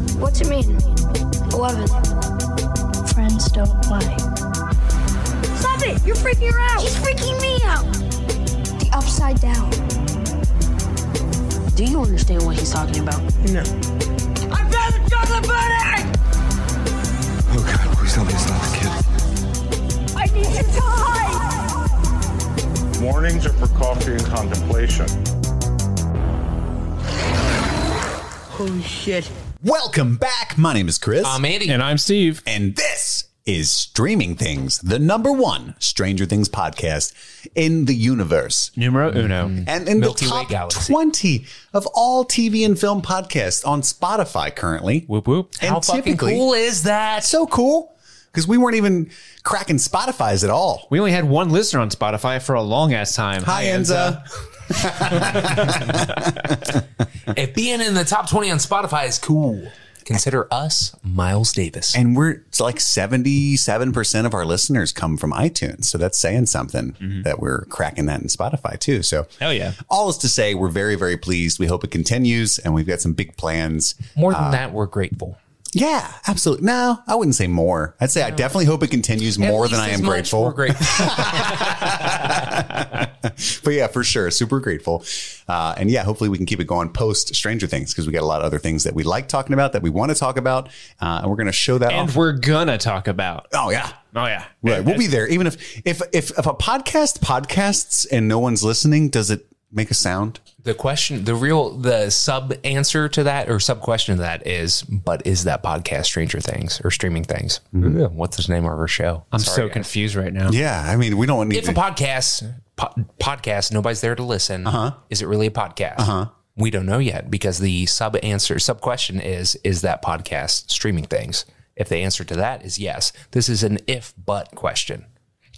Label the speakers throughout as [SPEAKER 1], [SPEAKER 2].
[SPEAKER 1] 13, 11. Friends don't play.
[SPEAKER 2] Stop it! You're freaking her out!
[SPEAKER 1] He's freaking me out! The upside down.
[SPEAKER 3] Do you understand what he's talking about?
[SPEAKER 4] No.
[SPEAKER 2] I found the chocolate bunny!
[SPEAKER 5] Oh God, please tell me it's not the kid.
[SPEAKER 2] I need you to hide!
[SPEAKER 6] Warnings are for coffee and contemplation.
[SPEAKER 4] Holy shit.
[SPEAKER 7] Welcome back. My name is Chris.
[SPEAKER 8] I'm Andy.
[SPEAKER 9] And I'm Steve.
[SPEAKER 7] and this is Streaming Things, the number one Stranger Things podcast in the universe.
[SPEAKER 9] Numero uno.
[SPEAKER 7] And in
[SPEAKER 8] Milky Way
[SPEAKER 7] the top
[SPEAKER 8] galaxy.
[SPEAKER 7] 20 of all TV and film podcasts on Spotify currently.
[SPEAKER 9] Whoop whoop.
[SPEAKER 7] And
[SPEAKER 8] How fucking
[SPEAKER 7] typically-
[SPEAKER 8] cool is that?
[SPEAKER 7] So cool. Because we weren't even cracking Spotify's at all.
[SPEAKER 9] We only had one listener on Spotify for a long ass time.
[SPEAKER 7] Hi, Enza.
[SPEAKER 8] If being in the top 20 on Spotify is cool, consider us Miles Davis.
[SPEAKER 7] And we're it's like 77% of our listeners come from iTunes. So that's saying something that we're cracking that in Spotify too. So
[SPEAKER 9] Hell yeah.
[SPEAKER 7] all is to say, we're very, very pleased. We hope it continues and we've got some big plans.
[SPEAKER 8] More
[SPEAKER 7] uh,
[SPEAKER 8] than that, we're grateful.
[SPEAKER 7] Yeah, absolutely. No, I wouldn't say more. I'd say I definitely hope it continues
[SPEAKER 8] At
[SPEAKER 7] more
[SPEAKER 8] least
[SPEAKER 7] than I
[SPEAKER 8] as
[SPEAKER 7] am
[SPEAKER 8] much
[SPEAKER 7] grateful.
[SPEAKER 8] We're grateful.
[SPEAKER 7] But yeah, for sure. Super grateful. Uh, and yeah, hopefully we can keep it going post Stranger Things because we got a lot of other things that we like talking about that we want to talk about. Uh, and we're going to show that
[SPEAKER 9] And
[SPEAKER 7] off.
[SPEAKER 9] we're gonna talk about.
[SPEAKER 7] Oh, yeah.
[SPEAKER 9] Oh yeah.
[SPEAKER 7] Right. We'll be there. Even if, if if if a podcast podcasts and no one's listening, does it make a sound?
[SPEAKER 8] the question, the real, the sub answer to that or sub question to that is, but is that podcast Stranger Things or Streaming Things? Yeah,
[SPEAKER 7] Mm-hmm.
[SPEAKER 8] What's the name of our show?
[SPEAKER 9] I'm
[SPEAKER 8] Sorry,
[SPEAKER 9] so
[SPEAKER 8] guys.
[SPEAKER 9] confused right now.
[SPEAKER 7] Yeah. I mean, we don't need
[SPEAKER 8] If a podcast, po- podcast, nobody's there to listen. Is it really a podcast? We don't know yet because the sub answer, sub question is, is that podcast streaming things? If the answer to that is yes, this is an if but question.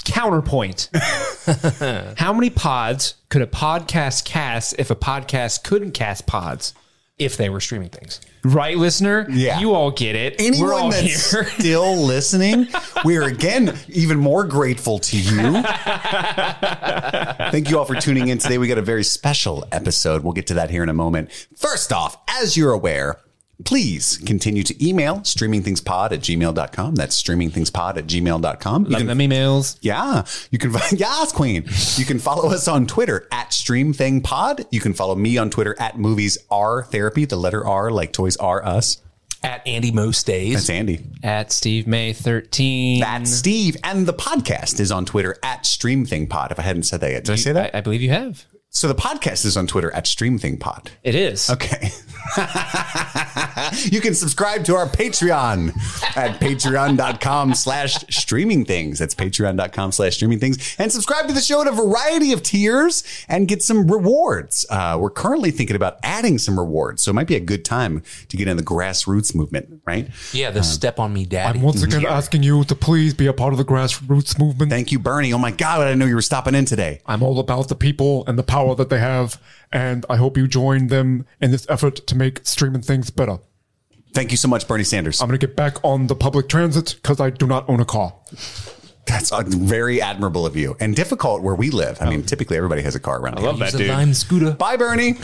[SPEAKER 9] Counterpoint. How many pods could a podcast cast if a podcast couldn't cast pods?
[SPEAKER 8] If they were streaming things,
[SPEAKER 9] Right, listener?
[SPEAKER 7] Yeah.
[SPEAKER 9] You all get it. We're
[SPEAKER 7] anyone
[SPEAKER 9] all
[SPEAKER 7] that's
[SPEAKER 9] here.
[SPEAKER 7] still listening, we're again even more grateful to you. Thank you all for tuning in today. We got a very special episode. We'll get to that here in a moment. First off, as you're aware, please continue to email streamingthingspod at gmail.com. That's streamingthingspod at gmail.com. You
[SPEAKER 9] Love
[SPEAKER 7] can
[SPEAKER 9] them emails.
[SPEAKER 7] Yeah, you can find yes, Queen. You can follow us on Twitter at Stream Thing Pod. You can follow me on Twitter at Movies R Therapy, the letter R, like Toys R Us.
[SPEAKER 8] at Andy Mo stays.
[SPEAKER 7] That's Andy.
[SPEAKER 9] At Steve May 13.
[SPEAKER 7] That's Steve, and the podcast is on Twitter at Stream Thing Pod. If I hadn't said that yet, did I say that?
[SPEAKER 9] I, I believe you have.
[SPEAKER 7] so the podcast is on Twitter at Stream Thing Pod.
[SPEAKER 9] It is.
[SPEAKER 7] Okay. you can subscribe to our Patreon at patreon.com slash streaming things. That's patreon.com slash streaming things. And subscribe to the show at a variety of tiers and get some rewards. Uh, we're currently thinking about adding some rewards. So it might be a good time to get in the grassroots movement, right?
[SPEAKER 8] Yeah, the step on me daddy.
[SPEAKER 10] Once
[SPEAKER 9] Mm-hmm.
[SPEAKER 10] again, asking you to please be a part of the grassroots movement.
[SPEAKER 7] Thank you, Bernie. Oh my God, I didn't know you were stopping in today.
[SPEAKER 10] I'm all about the people and the power that they have, and I hope you join them in this effort to make streaming things better.
[SPEAKER 7] Thank you so much, Bernie Sanders.
[SPEAKER 9] Oh.
[SPEAKER 10] I'm going to get back on the public transit because I do not own a car.
[SPEAKER 7] That's uh, very admirable of you and difficult where we live. I mean, typically everybody has a car around. I
[SPEAKER 9] Oh. love that
[SPEAKER 8] Use a
[SPEAKER 9] dude.
[SPEAKER 8] lime scooter.
[SPEAKER 7] Bye, Bernie.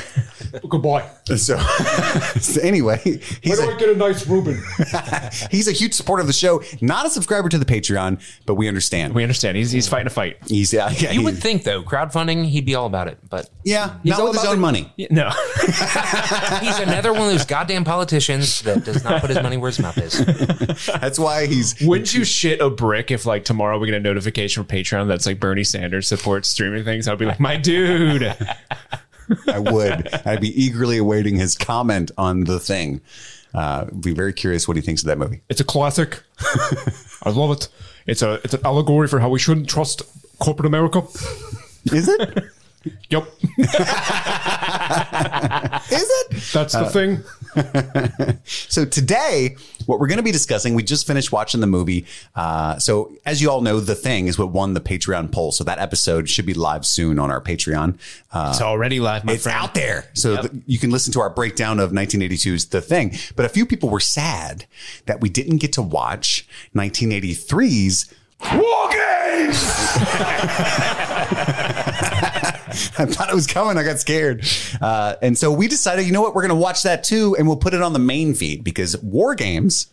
[SPEAKER 10] Goodbye.
[SPEAKER 7] So, so anyway,
[SPEAKER 10] Where
[SPEAKER 7] he's
[SPEAKER 10] do
[SPEAKER 7] a,
[SPEAKER 10] I get a nice Reuben?
[SPEAKER 7] he's a huge supporter of the show, not a subscriber to the Patreon, but we understand.
[SPEAKER 9] We understand. He's, he's fighting a fight.
[SPEAKER 7] he's yeah, yeah,
[SPEAKER 8] You
[SPEAKER 7] he-
[SPEAKER 8] would think though, crowdfunding, he'd be all about it, but
[SPEAKER 7] yeah, not
[SPEAKER 9] all
[SPEAKER 7] with his
[SPEAKER 9] about
[SPEAKER 7] own
[SPEAKER 9] the-
[SPEAKER 7] money.
[SPEAKER 9] Yeah, No.
[SPEAKER 8] he's another one of those goddamn politicians that does not put his money where his mouth is.
[SPEAKER 7] That's why he's
[SPEAKER 9] Wouldn't you shit a brick if like tomorrow we get a notification from Patreon that's like Bernie Sanders supports streaming things? I'd be like, my dude.
[SPEAKER 7] I would. I'd be eagerly awaiting his comment on the thing. Uh, be very curious what he thinks of that movie.
[SPEAKER 10] It's a classic. I love it. It's a it's an allegory for how we shouldn't trust corporate America.
[SPEAKER 7] Is it?
[SPEAKER 10] Yep,
[SPEAKER 7] Is it? Uh,
[SPEAKER 10] that's the thing.
[SPEAKER 7] So today, what we're going to be discussing, we just finished watching the movie. Uh, so as you all know, The Thing is what won the Patreon poll. So that episode should be live soon on our Patreon. Uh,
[SPEAKER 9] It's already live, my
[SPEAKER 7] it's
[SPEAKER 9] friend.
[SPEAKER 7] out there. So th- you can listen to our breakdown of 1982's The Thing. But a few people were sad that we didn't get to watch 1983's War Games. I thought it was coming. I got scared. Uh, and so we decided, you know what? We're going to watch that too. And we'll put it on the main feed because War Games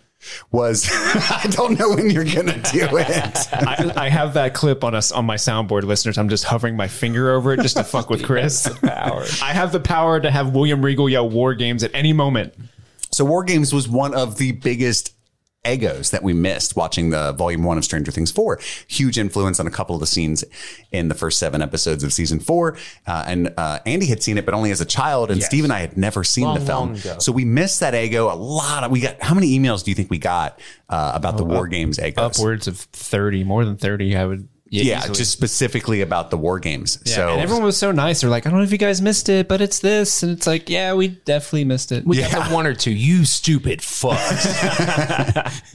[SPEAKER 7] was, I don't know when you're going to do it.
[SPEAKER 9] I, I have that clip on us on my soundboard, listeners. I'm just hovering my finger over it just to fuck with Chris. I have the power to have William Regal yell war games at any moment.
[SPEAKER 7] so War Games was one of the biggest egos that we missed watching the volume one of Stranger Things 4. Huge influence on a couple of the scenes in the first seven episodes of season four. Uh, and uh, Andy had seen it, but only as a child. And Steve and I had never seen the film. So we missed that ego a lot. Of, we got, how many emails do you think we got uh, about the War Games egos?
[SPEAKER 9] Upwards of 30, more than 30, I would.
[SPEAKER 7] Yeah,
[SPEAKER 9] easily.
[SPEAKER 7] just specifically about the War Games.
[SPEAKER 9] Yeah,
[SPEAKER 7] so
[SPEAKER 9] and everyone was so nice. They're like, I don't know if you guys missed it, but it's this. And it's like, yeah, we definitely missed it.
[SPEAKER 8] We got the one or two. You stupid fucks.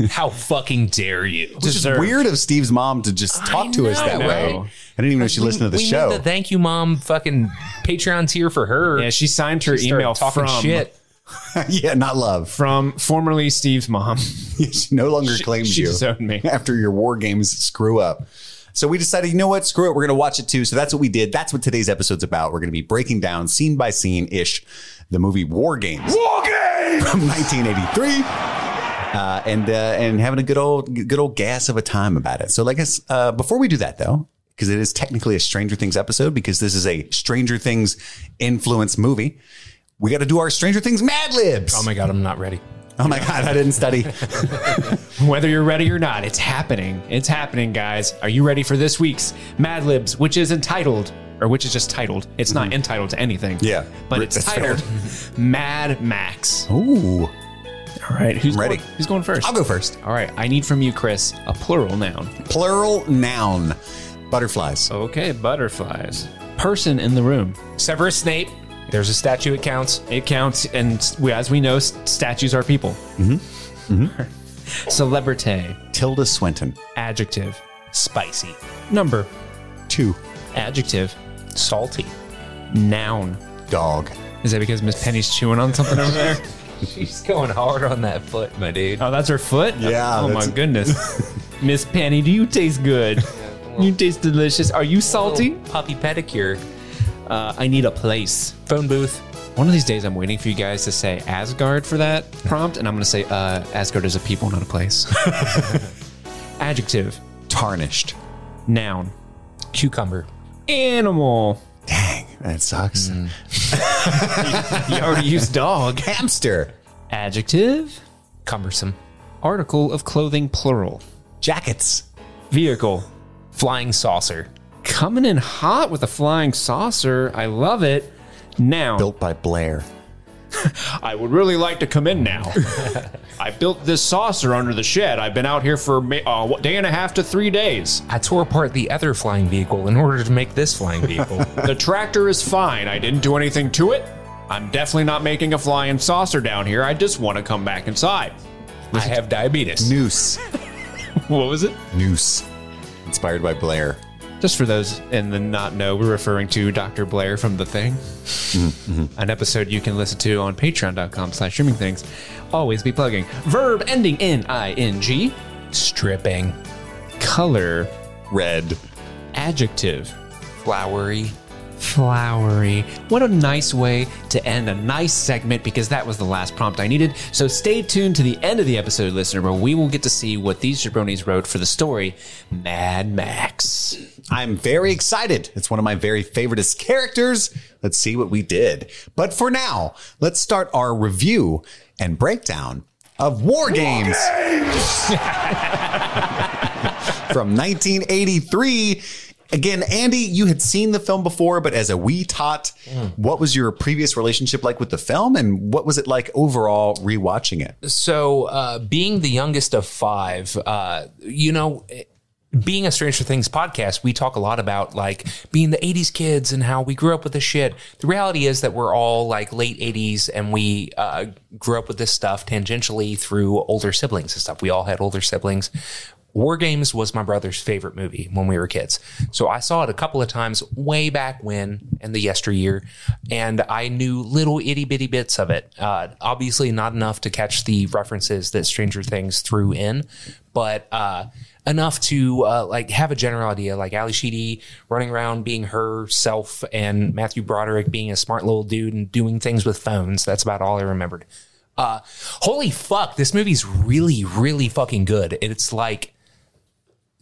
[SPEAKER 8] How fucking dare you?
[SPEAKER 7] It's just weird of Steve's mom to just talk to us
[SPEAKER 8] know,
[SPEAKER 7] that way.
[SPEAKER 8] right?
[SPEAKER 7] I didn't even know she listened to the
[SPEAKER 8] we need
[SPEAKER 7] show.
[SPEAKER 8] thank you, mom. Fucking Patreon tier for her.
[SPEAKER 9] yeah, she signed her
[SPEAKER 8] Started
[SPEAKER 9] email
[SPEAKER 8] talking
[SPEAKER 9] from,
[SPEAKER 8] shit.
[SPEAKER 7] yeah, not love.
[SPEAKER 9] from formerly Steve's mom.
[SPEAKER 7] she no longer claims
[SPEAKER 9] she
[SPEAKER 7] you
[SPEAKER 9] disowned me.
[SPEAKER 7] after your war games screw up. So we decided, you know what? Screw it. We're going to watch it too. So that's what we did. That's what today's episode's about. We're going to be breaking down scene by scene ish the movie War Games. War Games from 1983. Uh, and uh, and having a good old good old gas of a time about it. So like I s- uh, before we do that though, because it is technically a Stranger Things episode because this is a Stranger Things influenced movie. We got to do our Stranger Things Mad Libs.
[SPEAKER 8] Oh my god, I'm not ready.
[SPEAKER 7] oh my god, I didn't study.
[SPEAKER 9] Whether you're ready or not, it's happening. It's happening, guys. Are you ready for this week's Mad Libs, which is entitled, or which is just titled? It's not entitled to anything.
[SPEAKER 7] Mm-hmm. Yeah.
[SPEAKER 9] But it's
[SPEAKER 7] That's
[SPEAKER 9] titled Mad Max.
[SPEAKER 7] Ooh.
[SPEAKER 9] All right. Who's
[SPEAKER 7] I'm ready.
[SPEAKER 9] Going, who's going first?
[SPEAKER 7] I'll go first.
[SPEAKER 9] All right. I need from you, Chris, a plural noun.
[SPEAKER 7] Plural noun. Butterflies.
[SPEAKER 9] Okay. Butterflies. Person in the room.
[SPEAKER 8] Severus Snape. There's a statue. It counts.
[SPEAKER 9] It counts. And s- we, as we know, s- statues are people. Mm hmm.
[SPEAKER 7] Mm-hmm.
[SPEAKER 9] Celebrity.
[SPEAKER 7] Tilda Swinton.
[SPEAKER 9] Adjective.
[SPEAKER 8] Spicy,
[SPEAKER 9] Number.
[SPEAKER 7] Two.
[SPEAKER 9] Adjective.
[SPEAKER 8] salty.
[SPEAKER 9] Noun.
[SPEAKER 7] Dog.
[SPEAKER 9] Is that because Miss Penny's chewing on something over there?
[SPEAKER 8] She's going hard on that foot, my dude.
[SPEAKER 9] Oh, that's her foot?
[SPEAKER 7] Yeah,
[SPEAKER 9] Oh, my
[SPEAKER 7] that's-
[SPEAKER 9] goodness. Miss Penny, do you taste good? You taste delicious. Are you salty?
[SPEAKER 8] Puppy pedicure.
[SPEAKER 9] Uh, I need a place.
[SPEAKER 8] Phone booth.
[SPEAKER 9] One of these days, I'm waiting for you guys to say Asgard for that prompt, and I'm going to say uh, Asgard is a people, not a place. Adjective,
[SPEAKER 7] Tarnished.
[SPEAKER 9] noun,
[SPEAKER 8] Cucumber.
[SPEAKER 9] animal.
[SPEAKER 7] Dang, that sucks.
[SPEAKER 9] You already used dog.
[SPEAKER 7] Hamster.
[SPEAKER 9] Adjective,
[SPEAKER 8] Cumbersome.
[SPEAKER 9] article of clothing, plural.
[SPEAKER 7] Jackets.
[SPEAKER 9] Vehicle,
[SPEAKER 8] Flying saucer.
[SPEAKER 9] coming in hot with a flying saucer. I love it. Noun.
[SPEAKER 7] Built by Blair.
[SPEAKER 9] I would really like to come in now. I built this saucer under the shed. I've been out here for ma- uh, what, day and a half to three days.
[SPEAKER 8] I tore apart the other flying vehicle in order to make this flying vehicle.
[SPEAKER 9] The tractor is fine. I didn't do anything to it. I'm definitely not making a flying saucer down here. I just want to come back inside.
[SPEAKER 8] I have diabetes.
[SPEAKER 7] Noose.
[SPEAKER 9] What was it?
[SPEAKER 7] Noose. Inspired by Blair.
[SPEAKER 9] Just for those in the not know, we're referring to Dr. Blair from The Thing, an episode you can listen to on patreon.com slash streaming things. Always be plugging. Verb ending in ing.
[SPEAKER 8] Stripping.
[SPEAKER 9] Color.
[SPEAKER 7] Red.
[SPEAKER 9] Adjective.
[SPEAKER 8] Flowery.
[SPEAKER 9] flowery. What a nice way to end a nice segment because that was the last prompt I needed. So stay tuned to the end of the episode, listener, where we will get to see what these jabronis wrote for the story Mad Max.
[SPEAKER 7] I'm very excited. It's one of my very favoriteest characters. Let's see what we did. But for now, let's start our review and breakdown of War Games, from 1983. Again, Andy, you had seen the film before, but as a wee tot, what was your previous relationship like with the film, and what was it like overall rewatching it?
[SPEAKER 8] So, uh, being the youngest of five, uh, you know, it- being a Stranger Things podcast, we talk a lot about like being the 80s kids and how we grew up with this shit. The reality is that we're all like late 80s and we uh, grew up with this stuff tangentially through older siblings and stuff. We all had older siblings. War Games was my brother's favorite movie when we were kids. So I saw it a couple of times way back when in the yesteryear, and I knew little itty bitty bits of it. Uh, obviously, not enough to catch the references that Stranger Things threw in, but uh, enough to uh, like have a general idea, like Ali Sheedy running around being herself and Matthew Broderick being a smart little dude and doing things with phones. That's about all I remembered. Uh, holy fuck, this movie's really, really fucking good. It's like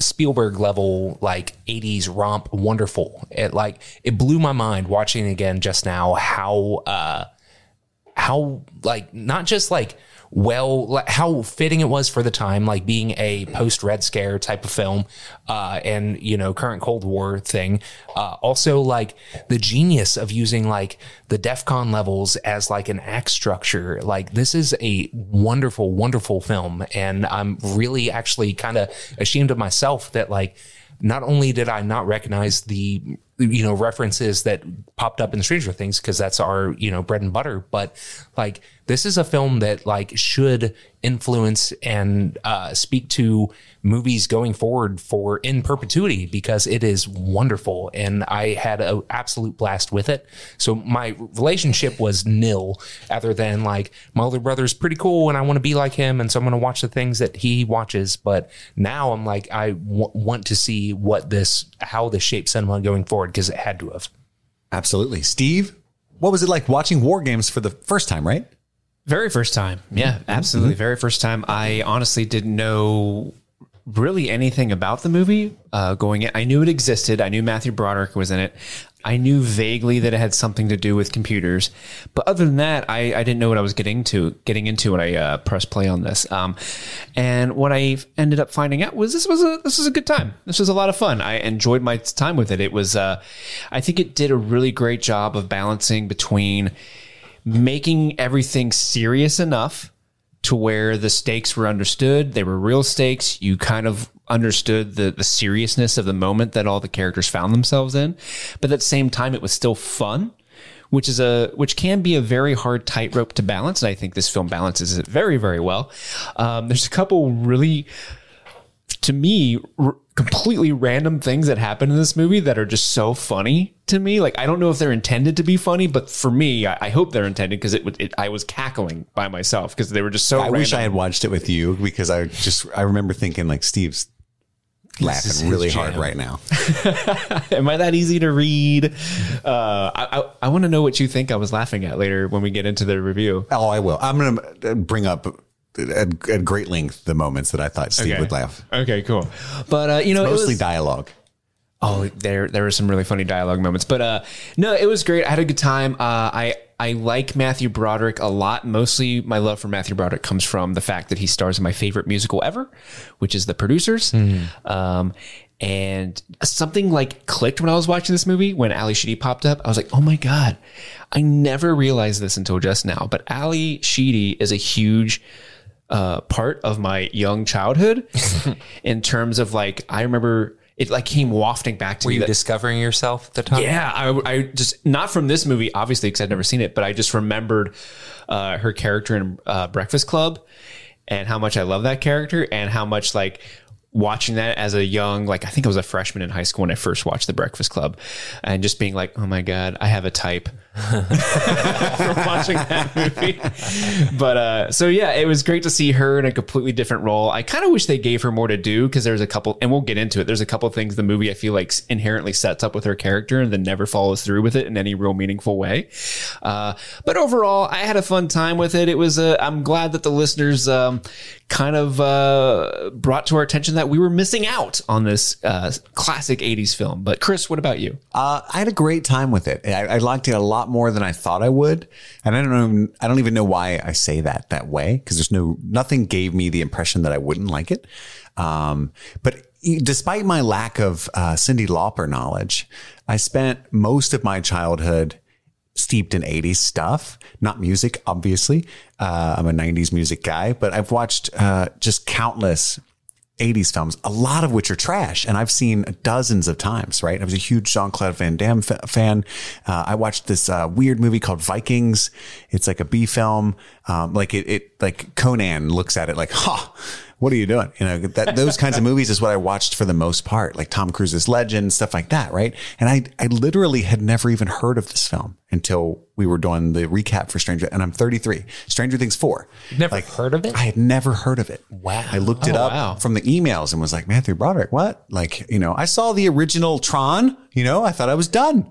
[SPEAKER 8] Spielberg level, like 80s romp, wonderful. It like it blew my mind watching it again just now how uh how like not just like well like, how fitting it was for the time like being a post red scare type of film uh and you know current cold war thing uh also like the genius of using like the def con levels as like an act structure like this is a wonderful wonderful film and i'm really actually kind of ashamed of myself that like not only did I not recognize the you know references that popped up in Stranger Things because that's our you know bread and butter, but like this is a film that like should influence and uh, speak to movies going forward for in perpetuity because it is wonderful and I had an absolute blast with it. So my relationship was nil, other than like my older brother's pretty cool and I want to be like him, and so I'm going to watch the things that he watches. But now I'm like I w- want to see what this how this shapes cinema going forward because it had to have.
[SPEAKER 7] Absolutely. Steve, what was it like watching War Games for the first time, right?
[SPEAKER 9] Very first time. Mm-hmm. Yeah, absolutely. Very first time. I honestly didn't know really anything about the movie uh, going in. I knew it existed. I knew Matthew Broderick was in it. I knew vaguely that it had something to do with computers, but other than that, I, I didn't know what I was getting to getting into when I uh, pressed play on this. Um, and what I ended up finding out was this was a this was a good time. This was a lot of fun. I enjoyed my time with it. It was uh, I think it did a really great job of balancing between making everything serious enough to where the stakes were understood. They were real stakes. You kind of understood the, the seriousness of the moment that all the characters found themselves in. But at the same time, it was still fun, which is a which can be a very hard tightrope to balance. And I think this film balances it very, very well. Um, there's a couple really to me r- completely random things that happen in this movie that are just so funny to me like i don't know if they're intended to be funny but for me i, I hope they're intended because it, would- it i was cackling by myself because they were just so
[SPEAKER 7] I wish I
[SPEAKER 9] random.
[SPEAKER 7] had watched it with you because I just I remember thinking like Steve's
[SPEAKER 8] is
[SPEAKER 7] laughing
[SPEAKER 8] his
[SPEAKER 7] really hard
[SPEAKER 8] jam.
[SPEAKER 7] right now.
[SPEAKER 9] am i that easy to read uh i i, I want to know what you think i was laughing at later when we get into the review
[SPEAKER 7] Oh, I will. I'm going to bring up at, at great length the moments that I thought Steve would laugh.
[SPEAKER 9] okay cool but uh you know it
[SPEAKER 7] Mostly
[SPEAKER 9] was-
[SPEAKER 7] dialogue.
[SPEAKER 9] Oh, there there were some really funny dialogue moments, but uh, no, it was great. I had a good time. Uh, I I like Matthew Broderick a lot. Mostly, my love for Matthew Broderick comes from the fact that he stars in my favorite musical ever, which is The Producers. Um, and something like clicked when I was watching this movie when Ali Sheedy popped up. I was like, oh my god, I never realized this until just now. But Ali Sheedy is a huge uh, part of my young childhood in terms of like I remember it like came wafting back to
[SPEAKER 8] Were
[SPEAKER 9] me
[SPEAKER 8] you
[SPEAKER 9] that-
[SPEAKER 8] discovering yourself at the time?
[SPEAKER 9] yeah, I, I just not from this movie, obviously, because I'd never seen it, but I just remembered uh, her character in uh, Breakfast Club and how much I love that character and how much like watching that as a young, like I think I was a freshman in high school when I first watched The Breakfast Club, and just being like, oh my god, I have a type from watching that movie. But uh, so yeah, it was great to see her in a completely different role. I kind of wish they gave her more to do because there's a couple, and we'll get into it. There's a couple things the movie I feel like inherently sets up with her character and then never follows through with it in any real meaningful way. Uh, but overall, I had a fun time with it. It was. Uh, I'm glad that the listeners um, kind of uh, brought to our attention that we were missing out on this uh, classic '80s film. But Chris, what about you?
[SPEAKER 7] Uh, I had a great time with it. I, I liked it a lot more than I thought I would, and I don't know. I don't even know why I say that that way because there's no nothing gave me the impression that I wouldn't like it. Um, but e- despite my lack of uh, Cindy Lauper knowledge, I spent most of my childhood steeped in 80s stuff, not music, obviously. Uh, I'm a 90s music guy, but I've watched uh, just countless 80s films, a lot of which are trash. And I've seen dozens of times, right? I was a huge Jean Claude Van Damme fa- fan. Uh, I watched this uh, weird movie called Vikings. It's like a B film. Um, like it, it, like Conan looks at it like, ha, what are you doing? You know, that, those kinds of movies is what I watched for the most part, like Tom Cruise's Legend, stuff like that, right? And I, I literally had never even heard of this film until we were doing the recap for Stranger. And I'm 33. Stranger Things 4.
[SPEAKER 8] Never heard of it?
[SPEAKER 7] I had never heard of it.
[SPEAKER 8] Wow.
[SPEAKER 7] I looked it
[SPEAKER 9] Oh,
[SPEAKER 7] up
[SPEAKER 9] wow.
[SPEAKER 7] from the emails and was like, Matthew Broderick, what? Like, you know, I saw the original Tron. You know, I thought I was done.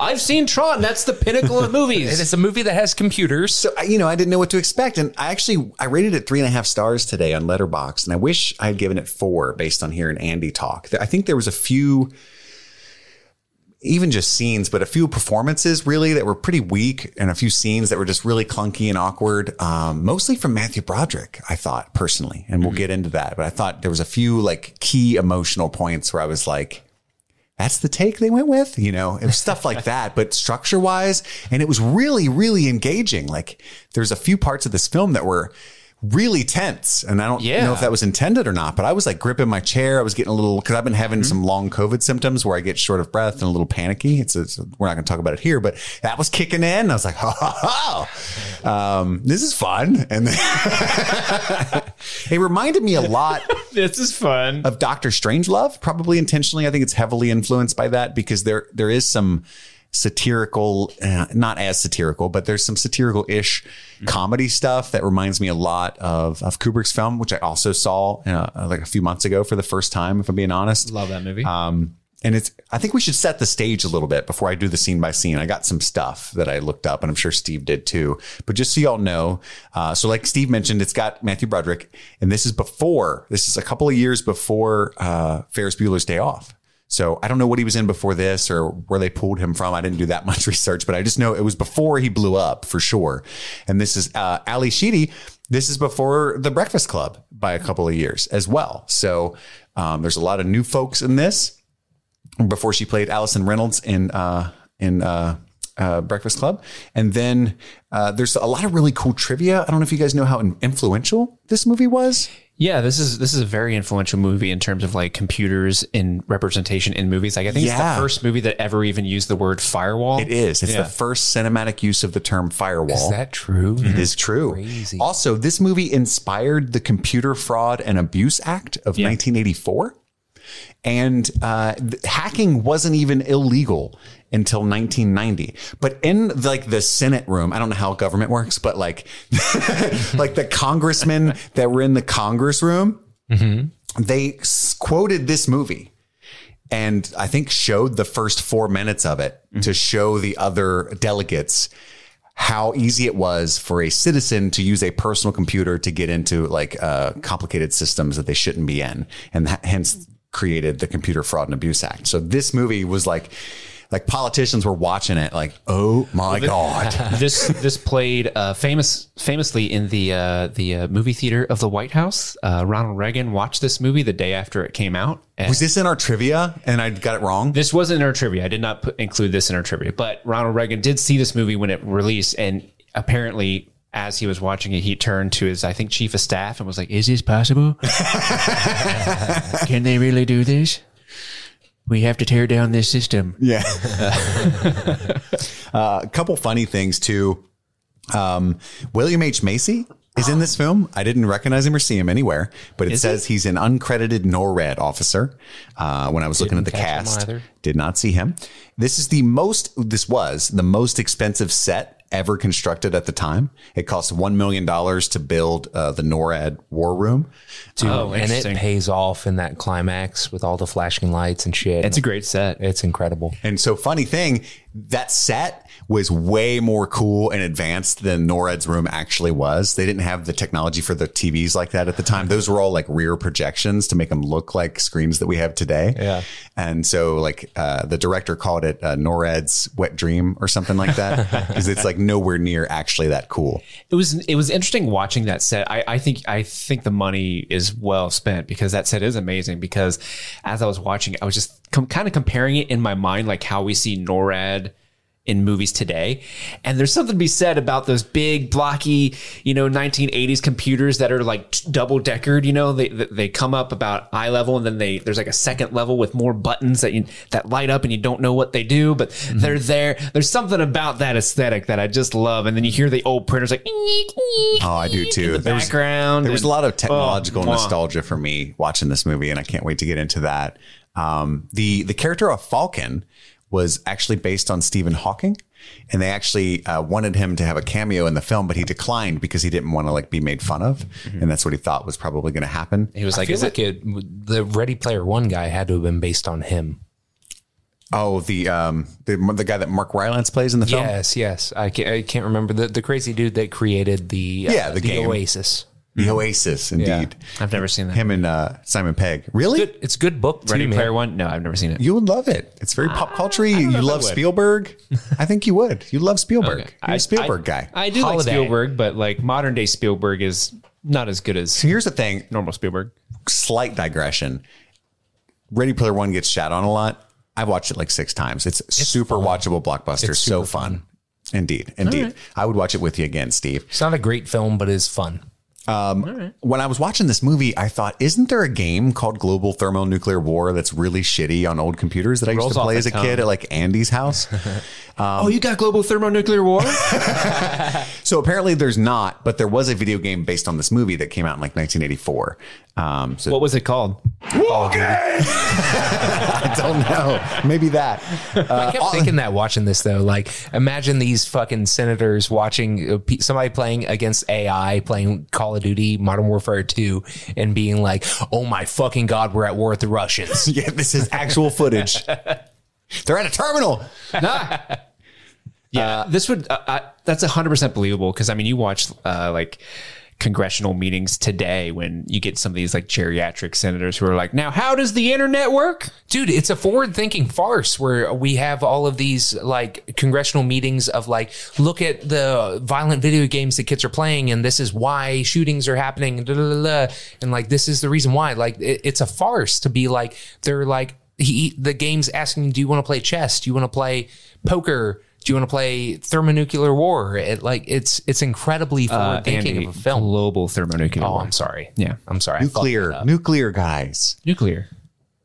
[SPEAKER 9] I've seen Tron. That's the pinnacle of movies.
[SPEAKER 8] It is a movie that has computers.
[SPEAKER 7] So I- you know, I didn't know what to expect, and I actually I rated it three and a half stars today on Letterbox, and I wish I had given it four based on hearing Andy talk. I think there was a few, even just scenes, but a few performances really that were pretty weak, and a few scenes that were just really clunky and awkward. Um, mostly from Matthew Broderick, I thought personally, and we'll get into that. But I thought there was a few like key emotional points where I was like that's the take they went with, you know, it was stuff like that, but structure wise. And it was really, really engaging. Like there's a few parts of this film that were really tense. And I don't
[SPEAKER 9] Yeah.
[SPEAKER 7] know if that was intended or not, but I was like gripping my chair. I was getting a little, cause I've been having some long COVID symptoms where I get short of breath and a little panicky. It's, it's we're not going to talk about it here, but that was kicking in. I was like, oh, um, this is fun. And then- it reminded me a lot
[SPEAKER 9] this is fun.
[SPEAKER 7] of Doctor Strangelove, probably intentionally. I think it's heavily influenced by that because there there is some satirical, uh, not as satirical, but there's some satirical ish comedy stuff that reminds me a lot of of Kubrick's film, which I also saw uh, like a few months ago for the first time. If I'm being honest,
[SPEAKER 9] Love that movie.
[SPEAKER 7] um, and it's, I think we should set the stage a little bit before I do the scene by scene. I got some stuff that I looked up and I'm sure Steve did too. But just so y'all know, uh, so like Steve mentioned, it's got Matthew Broderick and this is before, this is a couple of years before uh, Ferris Bueller's Day Off. So I don't know what he was in before this or where they pulled him from. I didn't do that much research, but I just know it was before he blew up for sure. And this is uh, Ali Sheedy. This is before The Breakfast Club by a couple of years as well. So um, there's a lot of new folks in this before she played Allison Reynolds in uh, in uh, uh, Breakfast Club, and then uh, there's a lot of really cool trivia. I don't know if you guys know how in- influential this movie was.
[SPEAKER 9] yeah, this is this is a very influential movie in terms of like computers in representation in movies. Like I think it's
[SPEAKER 7] Yeah.
[SPEAKER 9] the first movie that ever even used the word firewall.
[SPEAKER 7] It is. It's
[SPEAKER 9] Yeah.
[SPEAKER 7] the first cinematic use of the term firewall.
[SPEAKER 8] Oh, Is that true?
[SPEAKER 7] It is true.
[SPEAKER 8] Crazy.
[SPEAKER 7] Also, this movie inspired the Computer Fraud and Abuse Act of 1984. And uh, th- hacking wasn't even illegal until 1990. But in like the Senate room, I don't know how government works, but like, like the congressmen that were in the Congress room, they s- quoted this movie and I think showed the first four minutes of it to show the other delegates how easy it was for a citizen to use a personal computer to get into like uh, complicated systems that they shouldn't be in, and that hence created the Computer Fraud and Abuse Act. So this movie was like, like politicians were watching it, like, oh my god,
[SPEAKER 9] this this played uh, famous famously in the uh, the uh, movie theater of the White House. Uh, Ronald Reagan watched this movie the day after it came out. And
[SPEAKER 7] was this in our trivia? And I got it wrong.
[SPEAKER 9] this wasn't in our trivia. I did not put, include this in our trivia, but Ronald Reagan did see this movie when it released, and apparently. As he was watching it, he turned to his, I think, chief of staff and was like, Is this possible? Can they really do this? We have to tear down this system.
[SPEAKER 7] Yeah. uh, a couple funny things too. Um, William H. Macy is in this film. I didn't recognize him or see him anywhere, but it says he's an uncredited NORAD officer. Uh, when I was looking at the
[SPEAKER 8] catch him
[SPEAKER 7] cast,
[SPEAKER 8] either.
[SPEAKER 7] did not see him. This is the most, this was the most expensive set ever constructed at the time. It cost $1 million to build uh, the NORAD war room.
[SPEAKER 9] oh,
[SPEAKER 8] and it pays off in that climax with all the flashing lights and shit.
[SPEAKER 9] It's a great set.
[SPEAKER 8] It's incredible.
[SPEAKER 7] And so, funny thing, that set was way more cool and advanced than NORAD's room actually was. They didn't have the technology for the TVs like that at the time. Those were all like rear projections to make them look like screens that we have today. Yeah. And so, like, uh, the director called it uh, NORAD's wet dream or something like that because it's like nowhere near actually that cool.
[SPEAKER 9] It was it was interesting watching that set. I, I think I think the money is well spent because that set is amazing. Because as I was watching, it, I was just com- kind of comparing it in my mind, like how we see NORAD in movies today. And there's something to be said about those big blocky, you know, 1980s computers that are like double deckered. You know, they they- they come up about eye level, and then they there's like a second level with more buttons that you that light up, and you don't know what they do, but
[SPEAKER 7] Mm-hmm.
[SPEAKER 9] they're there. There's something about that aesthetic that I just love. And then you hear the old printers like.
[SPEAKER 7] Oh, I do too.
[SPEAKER 9] In the
[SPEAKER 7] There was-
[SPEAKER 9] background.
[SPEAKER 7] There was a
[SPEAKER 9] and-
[SPEAKER 7] lot of technological
[SPEAKER 9] Oh, mwah.
[SPEAKER 7] nostalgia for me watching this movie, and I can't wait to get into that. Um, the the character of Falcon was actually based on Stephen Hawking, and they actually uh, wanted him to have a cameo in the film, but he declined because he didn't want to like be made fun of, and that's what he thought was probably going to happen.
[SPEAKER 8] Mm-hmm. He was like,
[SPEAKER 9] feel
[SPEAKER 8] "Is it, it the Ready Player One guy had to have been based on him?"
[SPEAKER 7] Oh, the um the the guy that Mark Rylance plays in the film.
[SPEAKER 8] Yes, yes. I can't, I can't remember the, the crazy dude that created the uh,
[SPEAKER 7] Yeah, the game.
[SPEAKER 8] Oasis.
[SPEAKER 7] The Oasis, indeed.
[SPEAKER 9] I've never seen that.
[SPEAKER 7] Him and uh, Simon Pegg. Really?
[SPEAKER 8] Good. It's a good book.
[SPEAKER 9] Ready
[SPEAKER 8] too, man.
[SPEAKER 9] Player One? No, I've never seen it.
[SPEAKER 7] You would love it. It's very
[SPEAKER 9] Ah,
[SPEAKER 7] pop culture. You love Spielberg. I think you would. You love Spielberg. You're a Spielberg guy.
[SPEAKER 9] I do
[SPEAKER 8] Holiday.
[SPEAKER 9] like Spielberg, but like modern day Spielberg is not as good as
[SPEAKER 7] so here's the thing.
[SPEAKER 9] normal Spielberg.
[SPEAKER 7] Slight digression. Ready Player One gets shat on a lot. I've watched it like six times. It's, super watchable blockbuster. so fun. Indeed. Indeed. I would watch it with you again, Steve.
[SPEAKER 8] It's not a great film, but it's fun.
[SPEAKER 7] When I was watching this movie, I thought, isn't there a game called Global Thermonuclear War that's really shitty on old computers that I used
[SPEAKER 9] Rolls
[SPEAKER 7] to
[SPEAKER 9] off
[SPEAKER 7] play
[SPEAKER 9] the
[SPEAKER 7] as a kid
[SPEAKER 9] tongue.
[SPEAKER 7] at like Andy's house?
[SPEAKER 9] oh, you got global thermonuclear war?
[SPEAKER 7] So apparently there's not, but there was a video game based on this movie that came out in like 1984. Um, so
[SPEAKER 9] what was it called?
[SPEAKER 7] I don't know. Maybe that. Uh,
[SPEAKER 8] I kept thinking that watching this though. Like, imagine these fucking senators watching uh, pe- somebody playing against AI, playing Call of Duty, Modern Warfare Two, and being like, "Oh my fucking god, we're at war with the Russians."
[SPEAKER 7] Yeah, this is actual footage. They're at a terminal.
[SPEAKER 9] Yeah, this would uh, I, that's hundred percent believable because I mean you watch uh, like congressional meetings today when you get some of these like geriatric senators who are like, now how does the internet work?
[SPEAKER 8] dude it's a forward-thinking farce where we have all of these like congressional meetings of like look at the violent video games that kids are playing and this is why shootings are happening and, da, da, da, da. and like this is the reason why like it- it's a farce to be like they're like he, the game's asking do you want to play chess do you want to play poker do you want to play thermonuclear war it like it's it's incredibly forward-thinking
[SPEAKER 9] Andy,
[SPEAKER 8] of a film
[SPEAKER 9] Uh, global thermonuclear
[SPEAKER 8] oh
[SPEAKER 9] war.
[SPEAKER 8] i'm sorry
[SPEAKER 9] Yeah.
[SPEAKER 8] i'm sorry I fucked it
[SPEAKER 7] Nuclear.
[SPEAKER 8] up.
[SPEAKER 7] Nuclear guys.
[SPEAKER 9] Nuclear.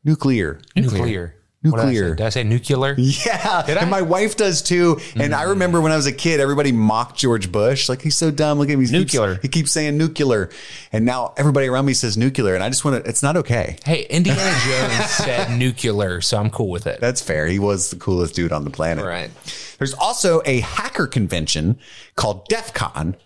[SPEAKER 7] Nuclear.
[SPEAKER 8] nuclear What did I say?
[SPEAKER 7] Nuclear.
[SPEAKER 8] did I say nuclear
[SPEAKER 7] Yeah. and my wife does too. And I remember when I was a kid, everybody mocked George Bush. Like, he's so dumb. Look at him. He's
[SPEAKER 9] Nuclear.
[SPEAKER 7] he keeps saying nuclear. And now everybody around me says nuclear. And I just want to, it's not okay.
[SPEAKER 8] Hey, Indiana Jones said nuclear, so I'm cool with it.
[SPEAKER 7] That's fair. He was the coolest dude on the planet.
[SPEAKER 8] Right.
[SPEAKER 7] There's also a hacker convention called DEF CON,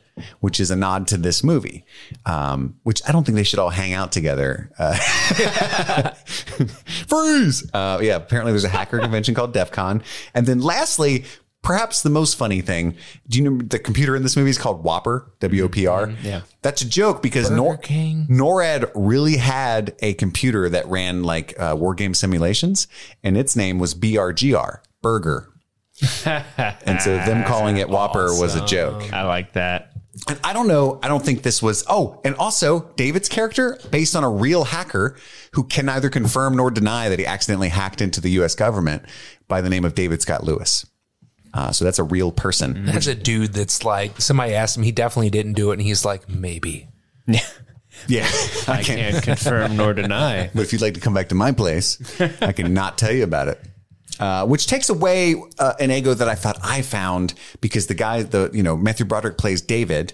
[SPEAKER 7] which is a nod to this movie, um, which I don't think they should all hang out together. Uh, freeze! Uh, yeah, apparently there's a hacker convention called DEF CON. And then lastly, perhaps the most funny thing, do you know the computer in this movie is called Whopper, W O P R? Yeah. That's a joke because Nor-
[SPEAKER 8] King.
[SPEAKER 7] NORAD really had a computer that ran like uh, war game simulations, and its name was BRGR, Burger. and so them calling it Whopper was a joke.
[SPEAKER 9] I like that.
[SPEAKER 7] And I don't know. I don't think this was. Oh, and also David's character based on a real hacker who can neither confirm nor deny that he accidentally hacked into the U.S. government by the name of David Scott Lewis. Uh, so that's a real person.
[SPEAKER 8] That's a dude that's like somebody asked him, he definitely didn't do it, and he's like, maybe.
[SPEAKER 7] Yeah, I
[SPEAKER 9] I
[SPEAKER 7] can't.
[SPEAKER 9] can't confirm nor deny.
[SPEAKER 7] But if you'd like to come back to my place, I can not tell you about it. Uh, which takes away uh, an ego that I thought I found because the guy, the you know Matthew Broderick plays David,